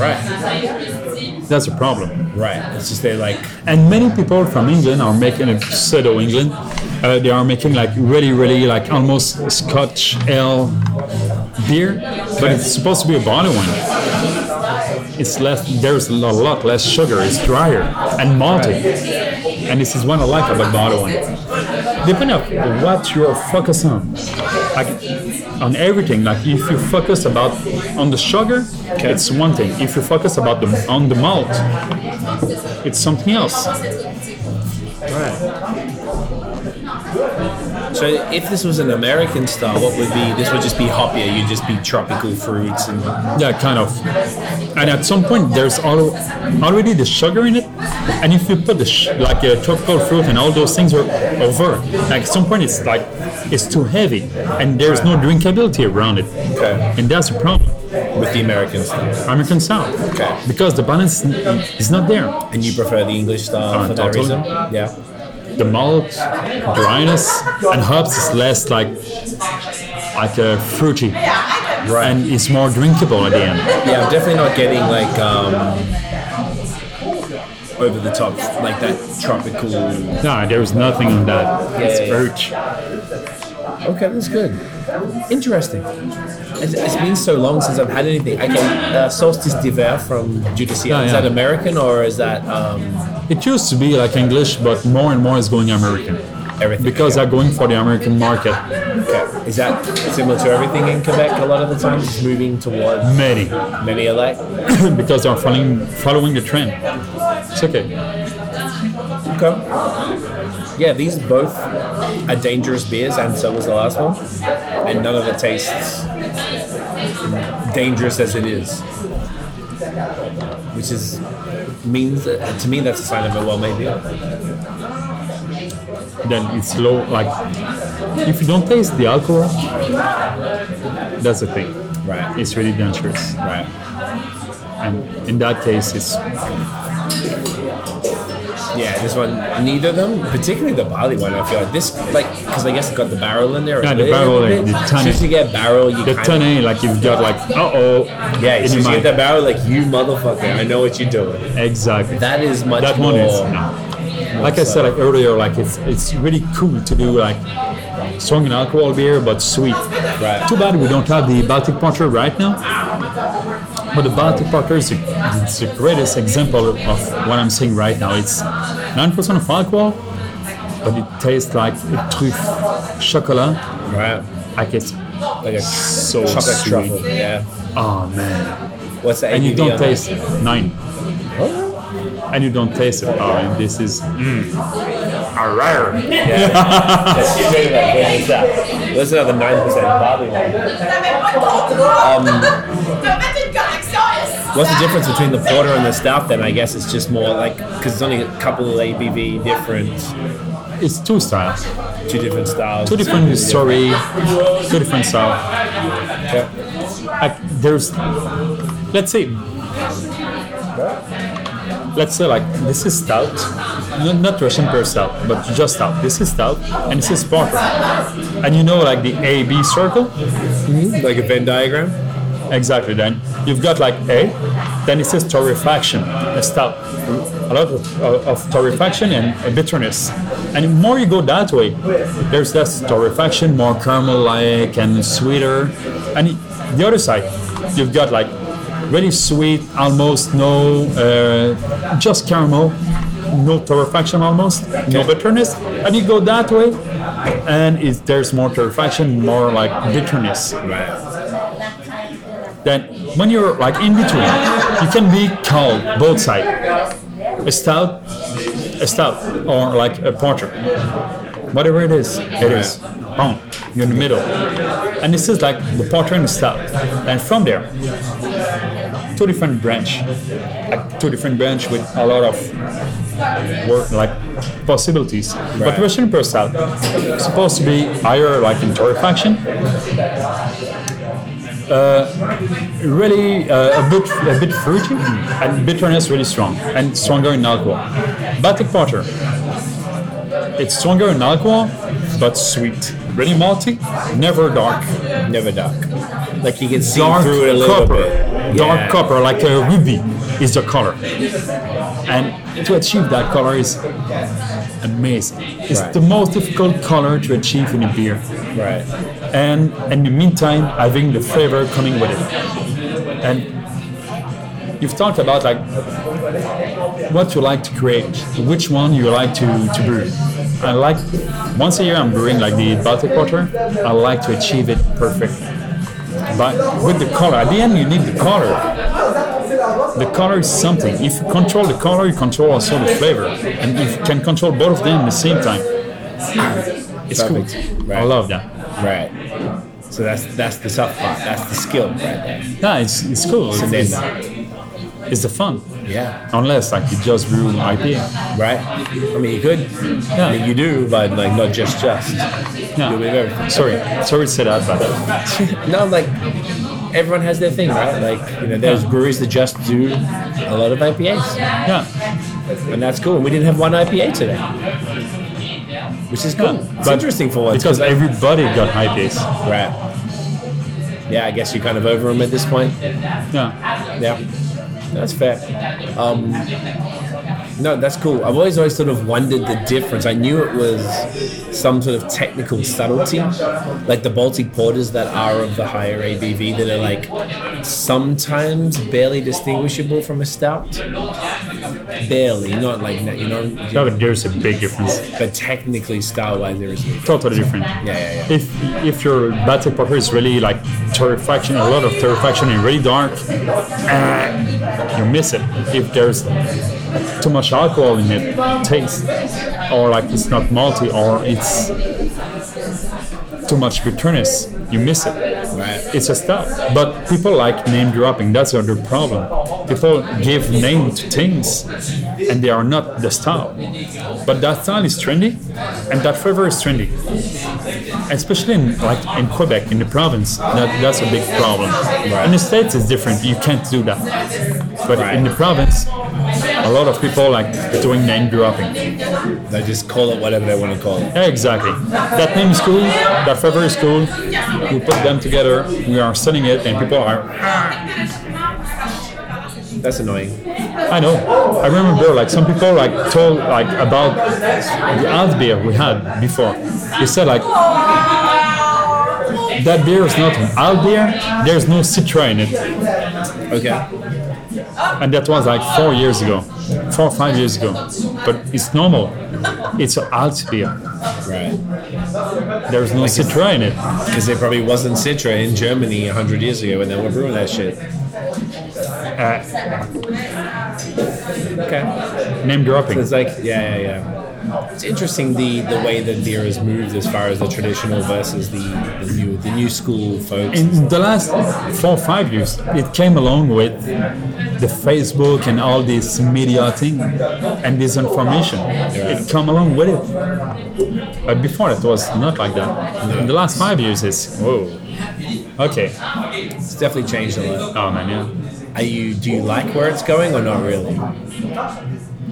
B: Right.
C: That's a problem.
B: Right. It's just they like,
C: And many people from England are making a pseudo England. Uh, they are making like really, really like almost Scotch ale beer, but it's supposed to be a barley wine. It's less. There's a lo- lot less sugar. It's drier and malty. And this is what I like about barley wine. Depending on what you're focused on, like on everything. Like if you focus about on the sugar, it's one thing. If you focus about the on the malt, it's something else.
B: so if this was an American style, what would be, this would just be hoppier. You'd just be tropical fruits and
C: Yeah, kind of. And at some point, there's al- already the sugar in it, and if you put the sh- like uh, tropical fruit and all those things are over, like at some point it's like it's too heavy, and there's no drinkability around it,
B: Okay.
C: and that's a problem.
B: with the American style.
C: American style,
B: Okay.
C: because the balance n- is not there.
B: And you prefer the English style
C: Oh,
B: for that
C: totally.
B: reason? Yeah.
C: The malt, dryness, and herbs is less like like uh, fruity,
B: Right.
C: and it's more drinkable at the end.
B: Yeah, I'm definitely not getting like um, over the top, like that tropical.
C: No, there's nothing in that. it's
B: yeah, yeah.
C: fruit.
B: Okay, that's good. Interesting. It's, it's been so long since I've had anything. I can uh, solstice d'hiver from Judicia.
C: Yeah,
B: Is
C: yeah.
B: that American or is that um,
C: It used to be like English, but more and more is going American
B: everything?
C: because they're going for the American market.
B: Okay. is that similar to everything in Quebec? A lot of the time, just moving towards
C: Many,
B: many alike.
C: because they're following following the trend. It's okay.
B: Okay. Yeah, these both are dangerous beers, and so was the last one. And none of it tastes dangerous as it is, which is means that, to me that's a sign of a well-made beer.
C: Then it's low. Like if you don't taste the alcohol, that's the thing.
B: Right.
C: It's really dangerous,
B: Right.
C: and in that case, it's
B: Yeah, this one, neither of them, particularly the barley one, I feel like this, like, because I guess it got the barrel in there. a
C: Yeah, the
B: little
C: barrel,
B: bit.
C: the
B: So
C: tonic.
B: if you get barrel, you
C: the
B: kind of,
C: tonne. Like you've got like uh oh.
B: yeah,
C: in
B: so you
C: your
B: get
C: mind.
B: that barrel, like you motherfucker, I know what you're doing.
C: Exactly.
B: That is much
C: that
B: more.
C: one is no. like I said like earlier, like it's it's really cool to do like strong and alcohol beer but sweet.
B: Right.
C: Too bad we don't have the Baltic Porter right now. But the Baltic Porter is the, it's the greatest example of what I'm saying right now. It's nine percent of alcohol, but it tastes like a truffe chocolat.
B: Right.
C: Like it's
B: like a
C: So
B: chocolate
C: sweet.
B: truffle. Yeah.
C: oh man.
B: What's the
C: And you
B: ABV
C: don't
B: on that?
C: taste it. nine. And you don't taste it. Oh, and this is mm. Arrar.
B: What's another nine percent barley wine? What's the difference between the porter and the stout? Then I guess it's just more like because it's only a couple of ABV different,
C: It's two styles,
B: two different styles.
C: two different story, two different style.
B: Okay.
C: Like there's, let's say, let's say like this is stout, not, not Russian per stout, but just stout. This is stout, and this is porter. And you know like the A B circle,
B: Like a Venn diagram.
C: Exactly. Then you've got like A, then it says torrefaction, a stout, a lot of, of, of torrefaction and a bitterness. And the more you go that way, there's less torrefaction, more caramel-like and sweeter. And the other side, you've got like really sweet, almost no, uh, just caramel, no torrefaction almost, no bitterness. And you go that way, and it's, there's more torrefaction, more like bitterness
B: Right.
C: then when you're like in between, you can be cold both sides. A stout, a stout, or like a porter. Whatever it is, it is. Boom. You're in the middle. And this is like the porter and the stout. And from there, two different branch. Like two different branch with a lot of work like possibilities. But Russian Percel supposed to be higher like in torrefaction. Uh, really uh, a bit a bit fruity and bitterness really strong and stronger in alcohol. Baltic Porter. It's stronger in alcohol but sweet. Really malty, never dark.
B: Never dark. Like you can see
C: Dark
B: through it a little
C: copper.
B: bit.
C: Dark
B: Yeah.
C: copper, like a ruby, is the color. And to achieve that color is amazing. It's
B: Right.
C: the most difficult color to achieve in a beer.
B: Right.
C: And in the meantime, having the flavor coming with it. And you've talked about like what you like to create, which one you like to, to brew. I like once a year I'm brewing like the Baltic Porter. I like to achieve it perfectly. But with the color, at the end you need the color. The color is something. If you control the color, you control also the flavor, and if you can control both of them at the same time. It's
B: Perfect.
C: cool. I
B: Right.
C: love that.
B: Right. So that's that's the tough part. That's the skill right there.
C: Yeah, it's, it's cool. It's,
B: then-
C: it's, it's the fun.
B: Yeah.
C: Unless like you just brew IPA.
B: Right. I mean, you could. I mean, you do, but like not just just. You do
C: Yeah.
B: everything.
C: Sorry, sorry to say that, but
B: No, like everyone has their thing, right? Like you know, there's
C: Yeah.
B: breweries that just do a lot of IPAs,
C: yeah,
B: and that's cool. And we didn't have one IPA today, which is cool.
C: Yeah,
B: It's
C: but-
B: interesting for once.
C: because everybody got IPAs.
B: right. Yeah, I guess you're kind of over them at this point.
C: Yeah,
B: Yeah, that's fair. Um, no, that's cool. I've always always sort of wondered the difference. I knew it was some sort of technical subtlety, like the Baltic porters that are of the higher ABV that are like sometimes barely distinguishable from a stout. Barely, not like that, you
C: yeah,
B: know.
C: but there's a big difference.
B: But technically, style wise, there is.
C: Totally different.
B: Yeah, yeah, yeah.
C: If if your battle porter is really like torrefaction, a lot of torrefaction and really dark, eh, you miss it. If there's too much alcohol in it, taste, or like it's not malty, or it's too much bitterness, you miss it.
B: Right.
C: It's a stuff. But people like name dropping. That's the other problem. People give name to things, and they are not the style. But that style is trendy, and that flavor is trendy. Especially in like in Quebec, in the province, that, that's a big problem. In the states, it's different. You can't do that. But in the province, a lot of people like doing name dropping.
B: They just call it whatever they want to call it.
C: Yeah, exactly. That name is cool. That flavor is cool. We put them together. We are selling it, and people are.
B: That's annoying.
C: I know. I remember like some people like told like about the alt beer we had before. They said like that beer is not an alt beer. There's no citra in it,
B: Okay.
C: and that was like four years ago, four or five years ago. But it's normal. It's an alt beer.
B: Right.
C: There's no citra in it.
B: Because there probably wasn't Citra in Germany 100 years ago when they were brewing that shit.
C: Uh,
B: okay.
C: Name dropping.
B: It's like, yeah, yeah, yeah. It's interesting the, the way that beer has moved as far as the traditional versus the, the new the new school folks.
C: in the last four or five years, it came along with the Facebook and all this media thing and this information. It come along with it. But before it was not like that. In the last five years, it's whoa. Okay.
B: It's definitely changed a lot.
C: Oh man, yeah.
B: Are you do you like where it's going or not really?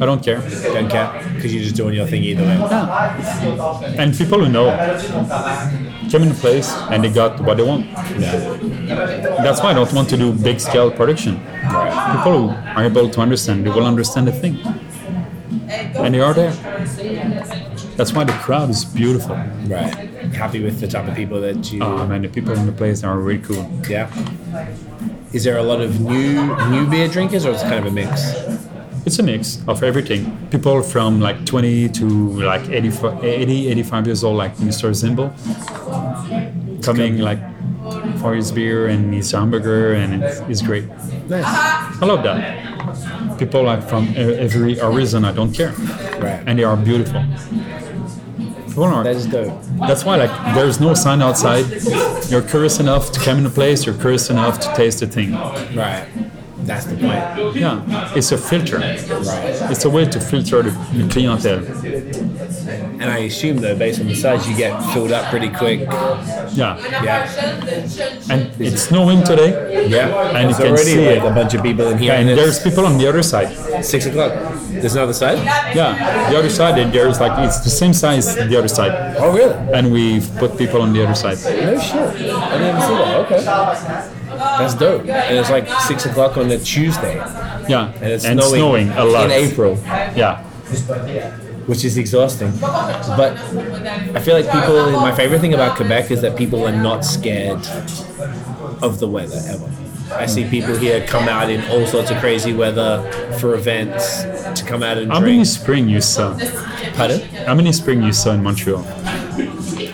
C: I don't care.
B: Don't care because you're just doing your thing either way.
C: And people who know came in place and they got what they want.
B: Yeah.
C: That's why I don't want to do big scale production. People who are able to understand, they will understand the thing. And they are there. That's why the crowd is beautiful.
B: Right. Happy with the type of people that you.
C: Oh man, the people in the place are really cool.
B: Yeah. Is there a lot of new new beer drinkers or it's kind of a mix?
C: It's a mix of everything. People from like 20 to like 85, 80, 85 years old, like Mr. Zimble, coming like for his beer and his hamburger, and it's, it's great. I love that. People like from e- every horizon, I don't care.
B: Right.
C: And they are beautiful. People are-
B: That is dope.
C: That's why, like, there's no sign outside. You're curious enough to come in a place. You're curious enough to taste the thing.
B: Right. That's the point.
C: Yeah, it's a filter. It's a way to filter the, the clientele.
B: And I assume though, based on the size, you get filled up pretty quick.
C: Yeah,
B: Yeah,
C: and it's snowing today,
B: yeah.
C: and
B: There's
C: you can
B: already
C: see
B: like
C: it.
B: a bunch of people in here,
C: Yeah, and
B: and
C: there's
B: it's
C: people on the other side.
B: six o'clock. There's another side.
C: Yeah, the other side, and there's like it's the same size the other side,
B: Oh really?
C: and we've put people on the other side.
B: No shit. I never saw that. Okay. That's dope. And it's like six o'clock on a Tuesday,
C: Yeah,
B: and it's
C: and snowing a lot
B: in April,
C: Yeah,
B: which is exhausting. But I feel like people. My favorite thing about Quebec is that people are not scared of the weather ever. I see people here come out in all sorts of crazy weather for events to come out and
C: how many
B: drink.
C: spring you saw?
B: Pardon?
C: How many spring you saw in Montreal?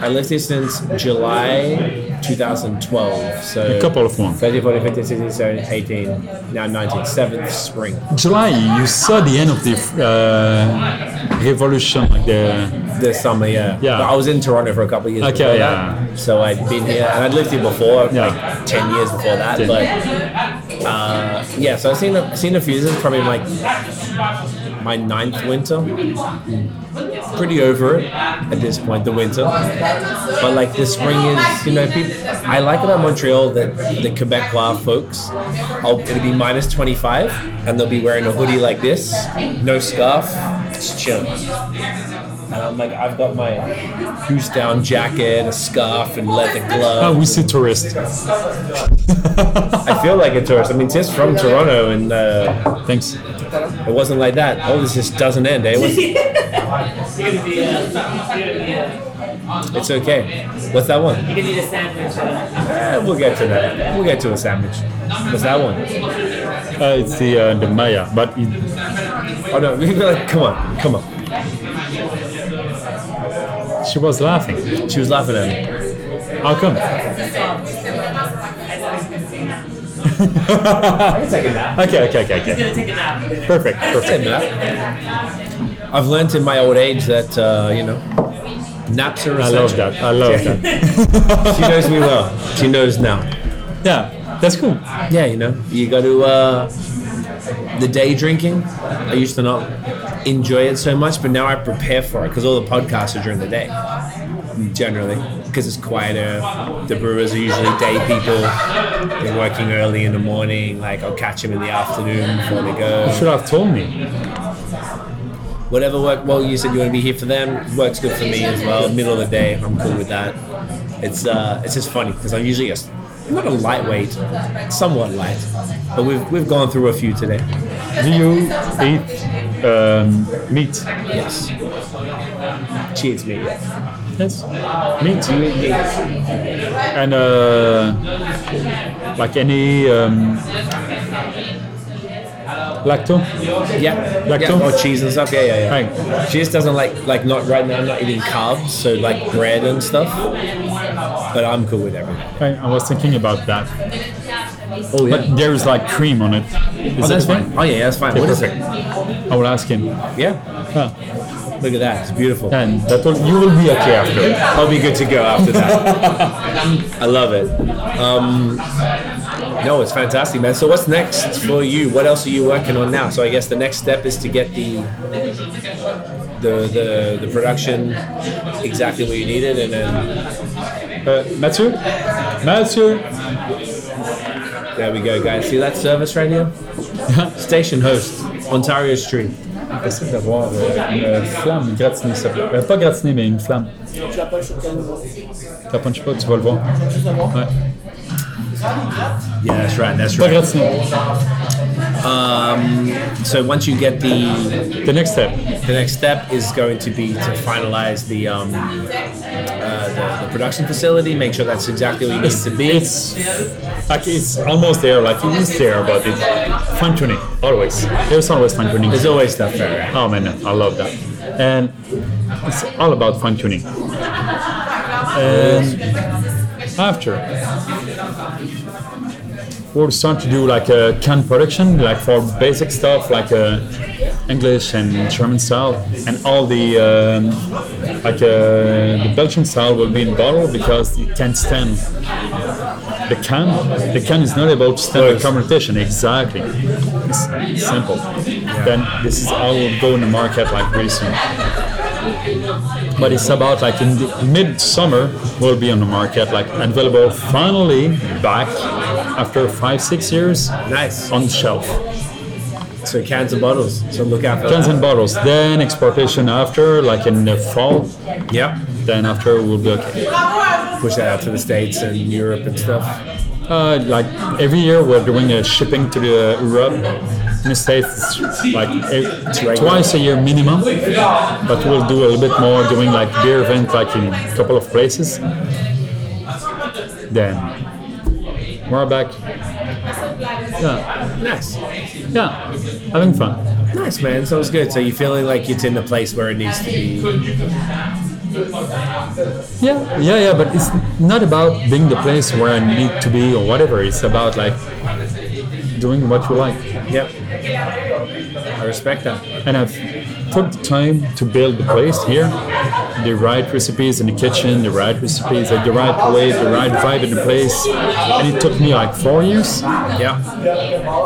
B: I lived here since July 2012. So
C: A couple of ones.
B: 30, 40, 50, 60, 70, 18, now 19, seventh spring.
C: July, you saw the end of the uh, revolution, like the
B: This summer, yeah.
C: Yeah.
B: But I was in Toronto for a couple of years.
C: Okay,
B: before
C: yeah.
B: That. So I'd been here, and I'd lived here before,
C: Yeah.
B: like 10 years before that.
C: Ten.
B: But uh, yeah, so I've seen a, seen a few. This is probably like my ninth winter. Pretty over it at this point, the winter. But like the spring is, you know, people, I like about Montreal that the Quebecois folks, i it'll be minus 25 and they'll be wearing a hoodie like this, no scarf, it's chill. And I'm like, I've got my goose down jacket, a scarf, and leather
C: ah, we
B: gloves.
C: see tourists.
B: I feel like a tourist. I mean, just from Toronto, and uh,
C: Thanks.
B: it wasn't like that. Oh, this just doesn't end, eh? What's- It's okay. What's that one?
I: You can need a sandwich. uh,
B: Eh, we'll get to that. We'll get to a sandwich. What's that one?
C: Uh, it's the uh, the Maya, but it,
B: Oh no, we like, come on, come on.
C: she was laughing.
B: She was laughing at me.
C: How come? okay, okay, okay,
I: He's
C: okay.
I: gonna take a nap.
C: Perfect,
B: Said
C: perfect.
B: nap. I've learnt in my old age that uh, you know naps are
C: I love
B: essential.
C: that. I love that.
B: She knows me well. She knows now.
C: Yeah, that's cool.
B: Yeah, you know, you got to uh, the day drinking. I used to not enjoy it so much, but now I prepare for it because all the podcasts are during the day, generally, because it's quieter. The brewers are usually day people. They're working early in the morning. Like I'll catch them in the afternoon before they
C: You should
B: go.
C: have told me.
B: Whatever work. Well, you said you want to be here for them. Works good for me as well. Middle of the day, I'm cool with that. It's uh, it's just funny because I'm usually a not a lightweight, somewhat light, but we've we've gone through a few today.
C: Do you eat um, meat?
B: Yes. Cheers, mate.
C: Yes, meat. And uh, like any um, lacto?
B: Yeah.
C: Lacto?
B: yeah. Or cheese and stuff. Yeah, yeah, yeah.
C: Right.
B: She just doesn't like like not right now. I'm not eating carbs, so like bread and stuff. But I'm cool with everything.
C: I, I was thinking about that,
B: Oh
C: but there is like cream on it. Is
B: Oh, that's
C: that
B: fine. Oh yeah, that's fine. What is it?
C: I will ask him.
B: Yeah.
C: Ah,
B: Look at that. It's beautiful.
C: and that will, you will be okay after.
B: I'll be good to go after that. I love it. Um, no, it's fantastic, man. So what's next for you? What else are you working on now? So I guess the next step is to get the the the, the production exactly where you need it, and then
C: Uh, Mathieu? Mathieu?
B: there we go, guys. See that service right here? Station host, Ontario Street.
C: J'essaie d'avoir une flamme gratinée, s'il te plaît. Pas gratinée, mais une flamme.
J: Tu la punches sur quel niveau
C: Tu la punches pas, tu vas le voir. Ouais.
B: Yeah, that's right. That's
C: Pas gratinée.
B: Um, So once you get the
C: The next step.
B: The next step is going to be to finalize the um, uh, the, the production facility, make sure that's exactly what it needs to be.
C: It's like it's almost there, like it is there, but it fine tuning always. There's always fine tuning.
B: There's always stuff there.
C: Oh man, I love that, and it's all about fine tuning. And after, we'll start to do like a can production, like for basic stuff, like a English and German style, and all the um, like uh, the Belgian style will be in bottle because it can't stand the can. The can is not able to stand the fermentation exactly. It's simple. Then this is all will go in the market like pretty soon. But it's about like in the midsummer will be on the market like available finally back after five six years
B: Nice.
C: on the shelf.
B: So cans and bottles. So look out for
C: Cans
B: that.
C: and bottles, then exportation after, like in the fall.
B: Yeah.
C: Then after we'll be okay.
B: Push that out to the States and Europe and stuff.
C: Uh, like every year we're doing a shipping to the Europe. In the States, it's like eh, twice a year minimum, but we'll do a little bit more doing like beer event like in a couple of places. Then we're back. Yeah,
B: Nice.
C: yeah, having fun.
B: Nice, man. So it's good. So you're feeling like it's in the place where it needs to be.
C: Yeah, yeah, yeah, but it's not about being the place where I need to be or whatever. It's about like doing what you like.
B: Yep. I respect that.
C: And I've put the time to build the place here. The right recipes in the kitchen, the right recipes, like the right way, the right vibe in the place. And it took me like four years.
B: Yeah.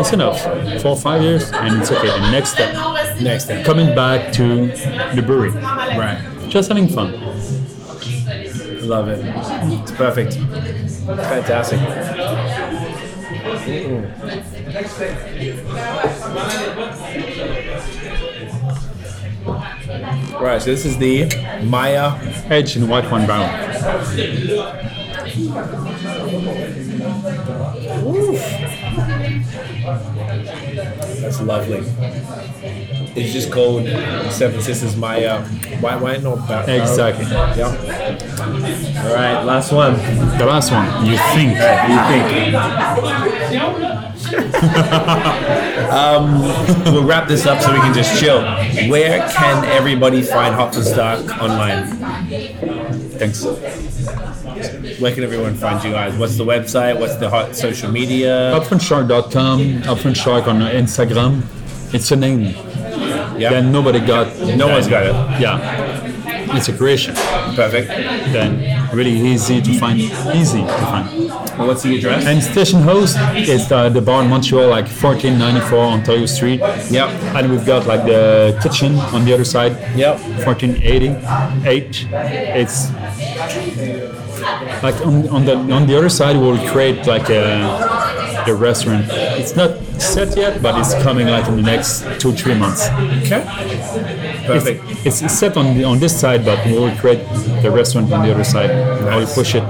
C: It's enough. Four or five years, and it's okay. The next step.
B: Next step.
C: Coming back to the brewery.
B: Right.
C: Just having fun.
B: Love it. It's perfect. Fantastic. Right, so this is the Maya.
C: Edge in white wine barrel.
B: That's lovely. It's just called Seven Sisters Maya white wine or ba-
C: Exactly.
B: Yeah. All right, last one.
C: The last one, you think.
B: Um, We'll wrap this up so we can just chill. Where can everybody find Hops and Stark online?
C: Thanks.
B: Where can everyone find you guys? What's the website? What's the hot social media?
C: Upfrontshark.com, Upfrontshark on Instagram. It's a name.
B: Yeah.
C: Then nobody got.
B: No one's got it.
C: Yeah. It's a creation.
B: Perfect.
C: Then really easy to find. Easy to find.
B: Well, what's the address?
C: And station host is uh, the bar in Montreal, like 1494 Ontario Street.
B: Yep.
C: And we've got like the kitchen on the other side.
B: Yep.
C: 1488. It's like on, on the on the other side we'll create like a the restaurant. It's not set yet, but it's coming like in the next two three months.
B: Okay.
C: It's,
B: Perfect.
C: it's it's set on the, on this side, but we'll create the restaurant on the other side. I will push it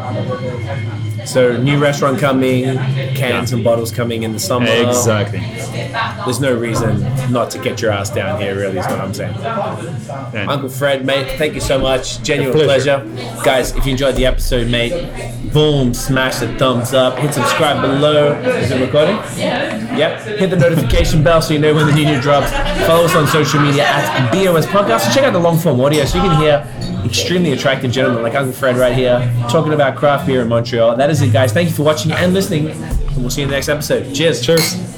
B: So new restaurant coming, cans and bottles coming in the summer.
C: exactly.
B: There's no reason not to get your ass down here. Really, is what I'm saying.
C: Then-
B: Uncle Fred, mate, thank you so much. Genuine pleasure.
C: pleasure.
B: Guys, if you enjoyed the episode, mate, boom, smash the thumbs up. Hit subscribe below. Is it recording? Yep. Hit the notification bell so you know when the new new drops. Follow us on social media at BOS Podcast. Check out the long form audio so you can hear extremely attractive gentlemen like Uncle Fred right here talking about craft beer in Montreal. That is it, guys. Thank you for watching and listening, and we'll see you in the next episode. Cheers. Cheers.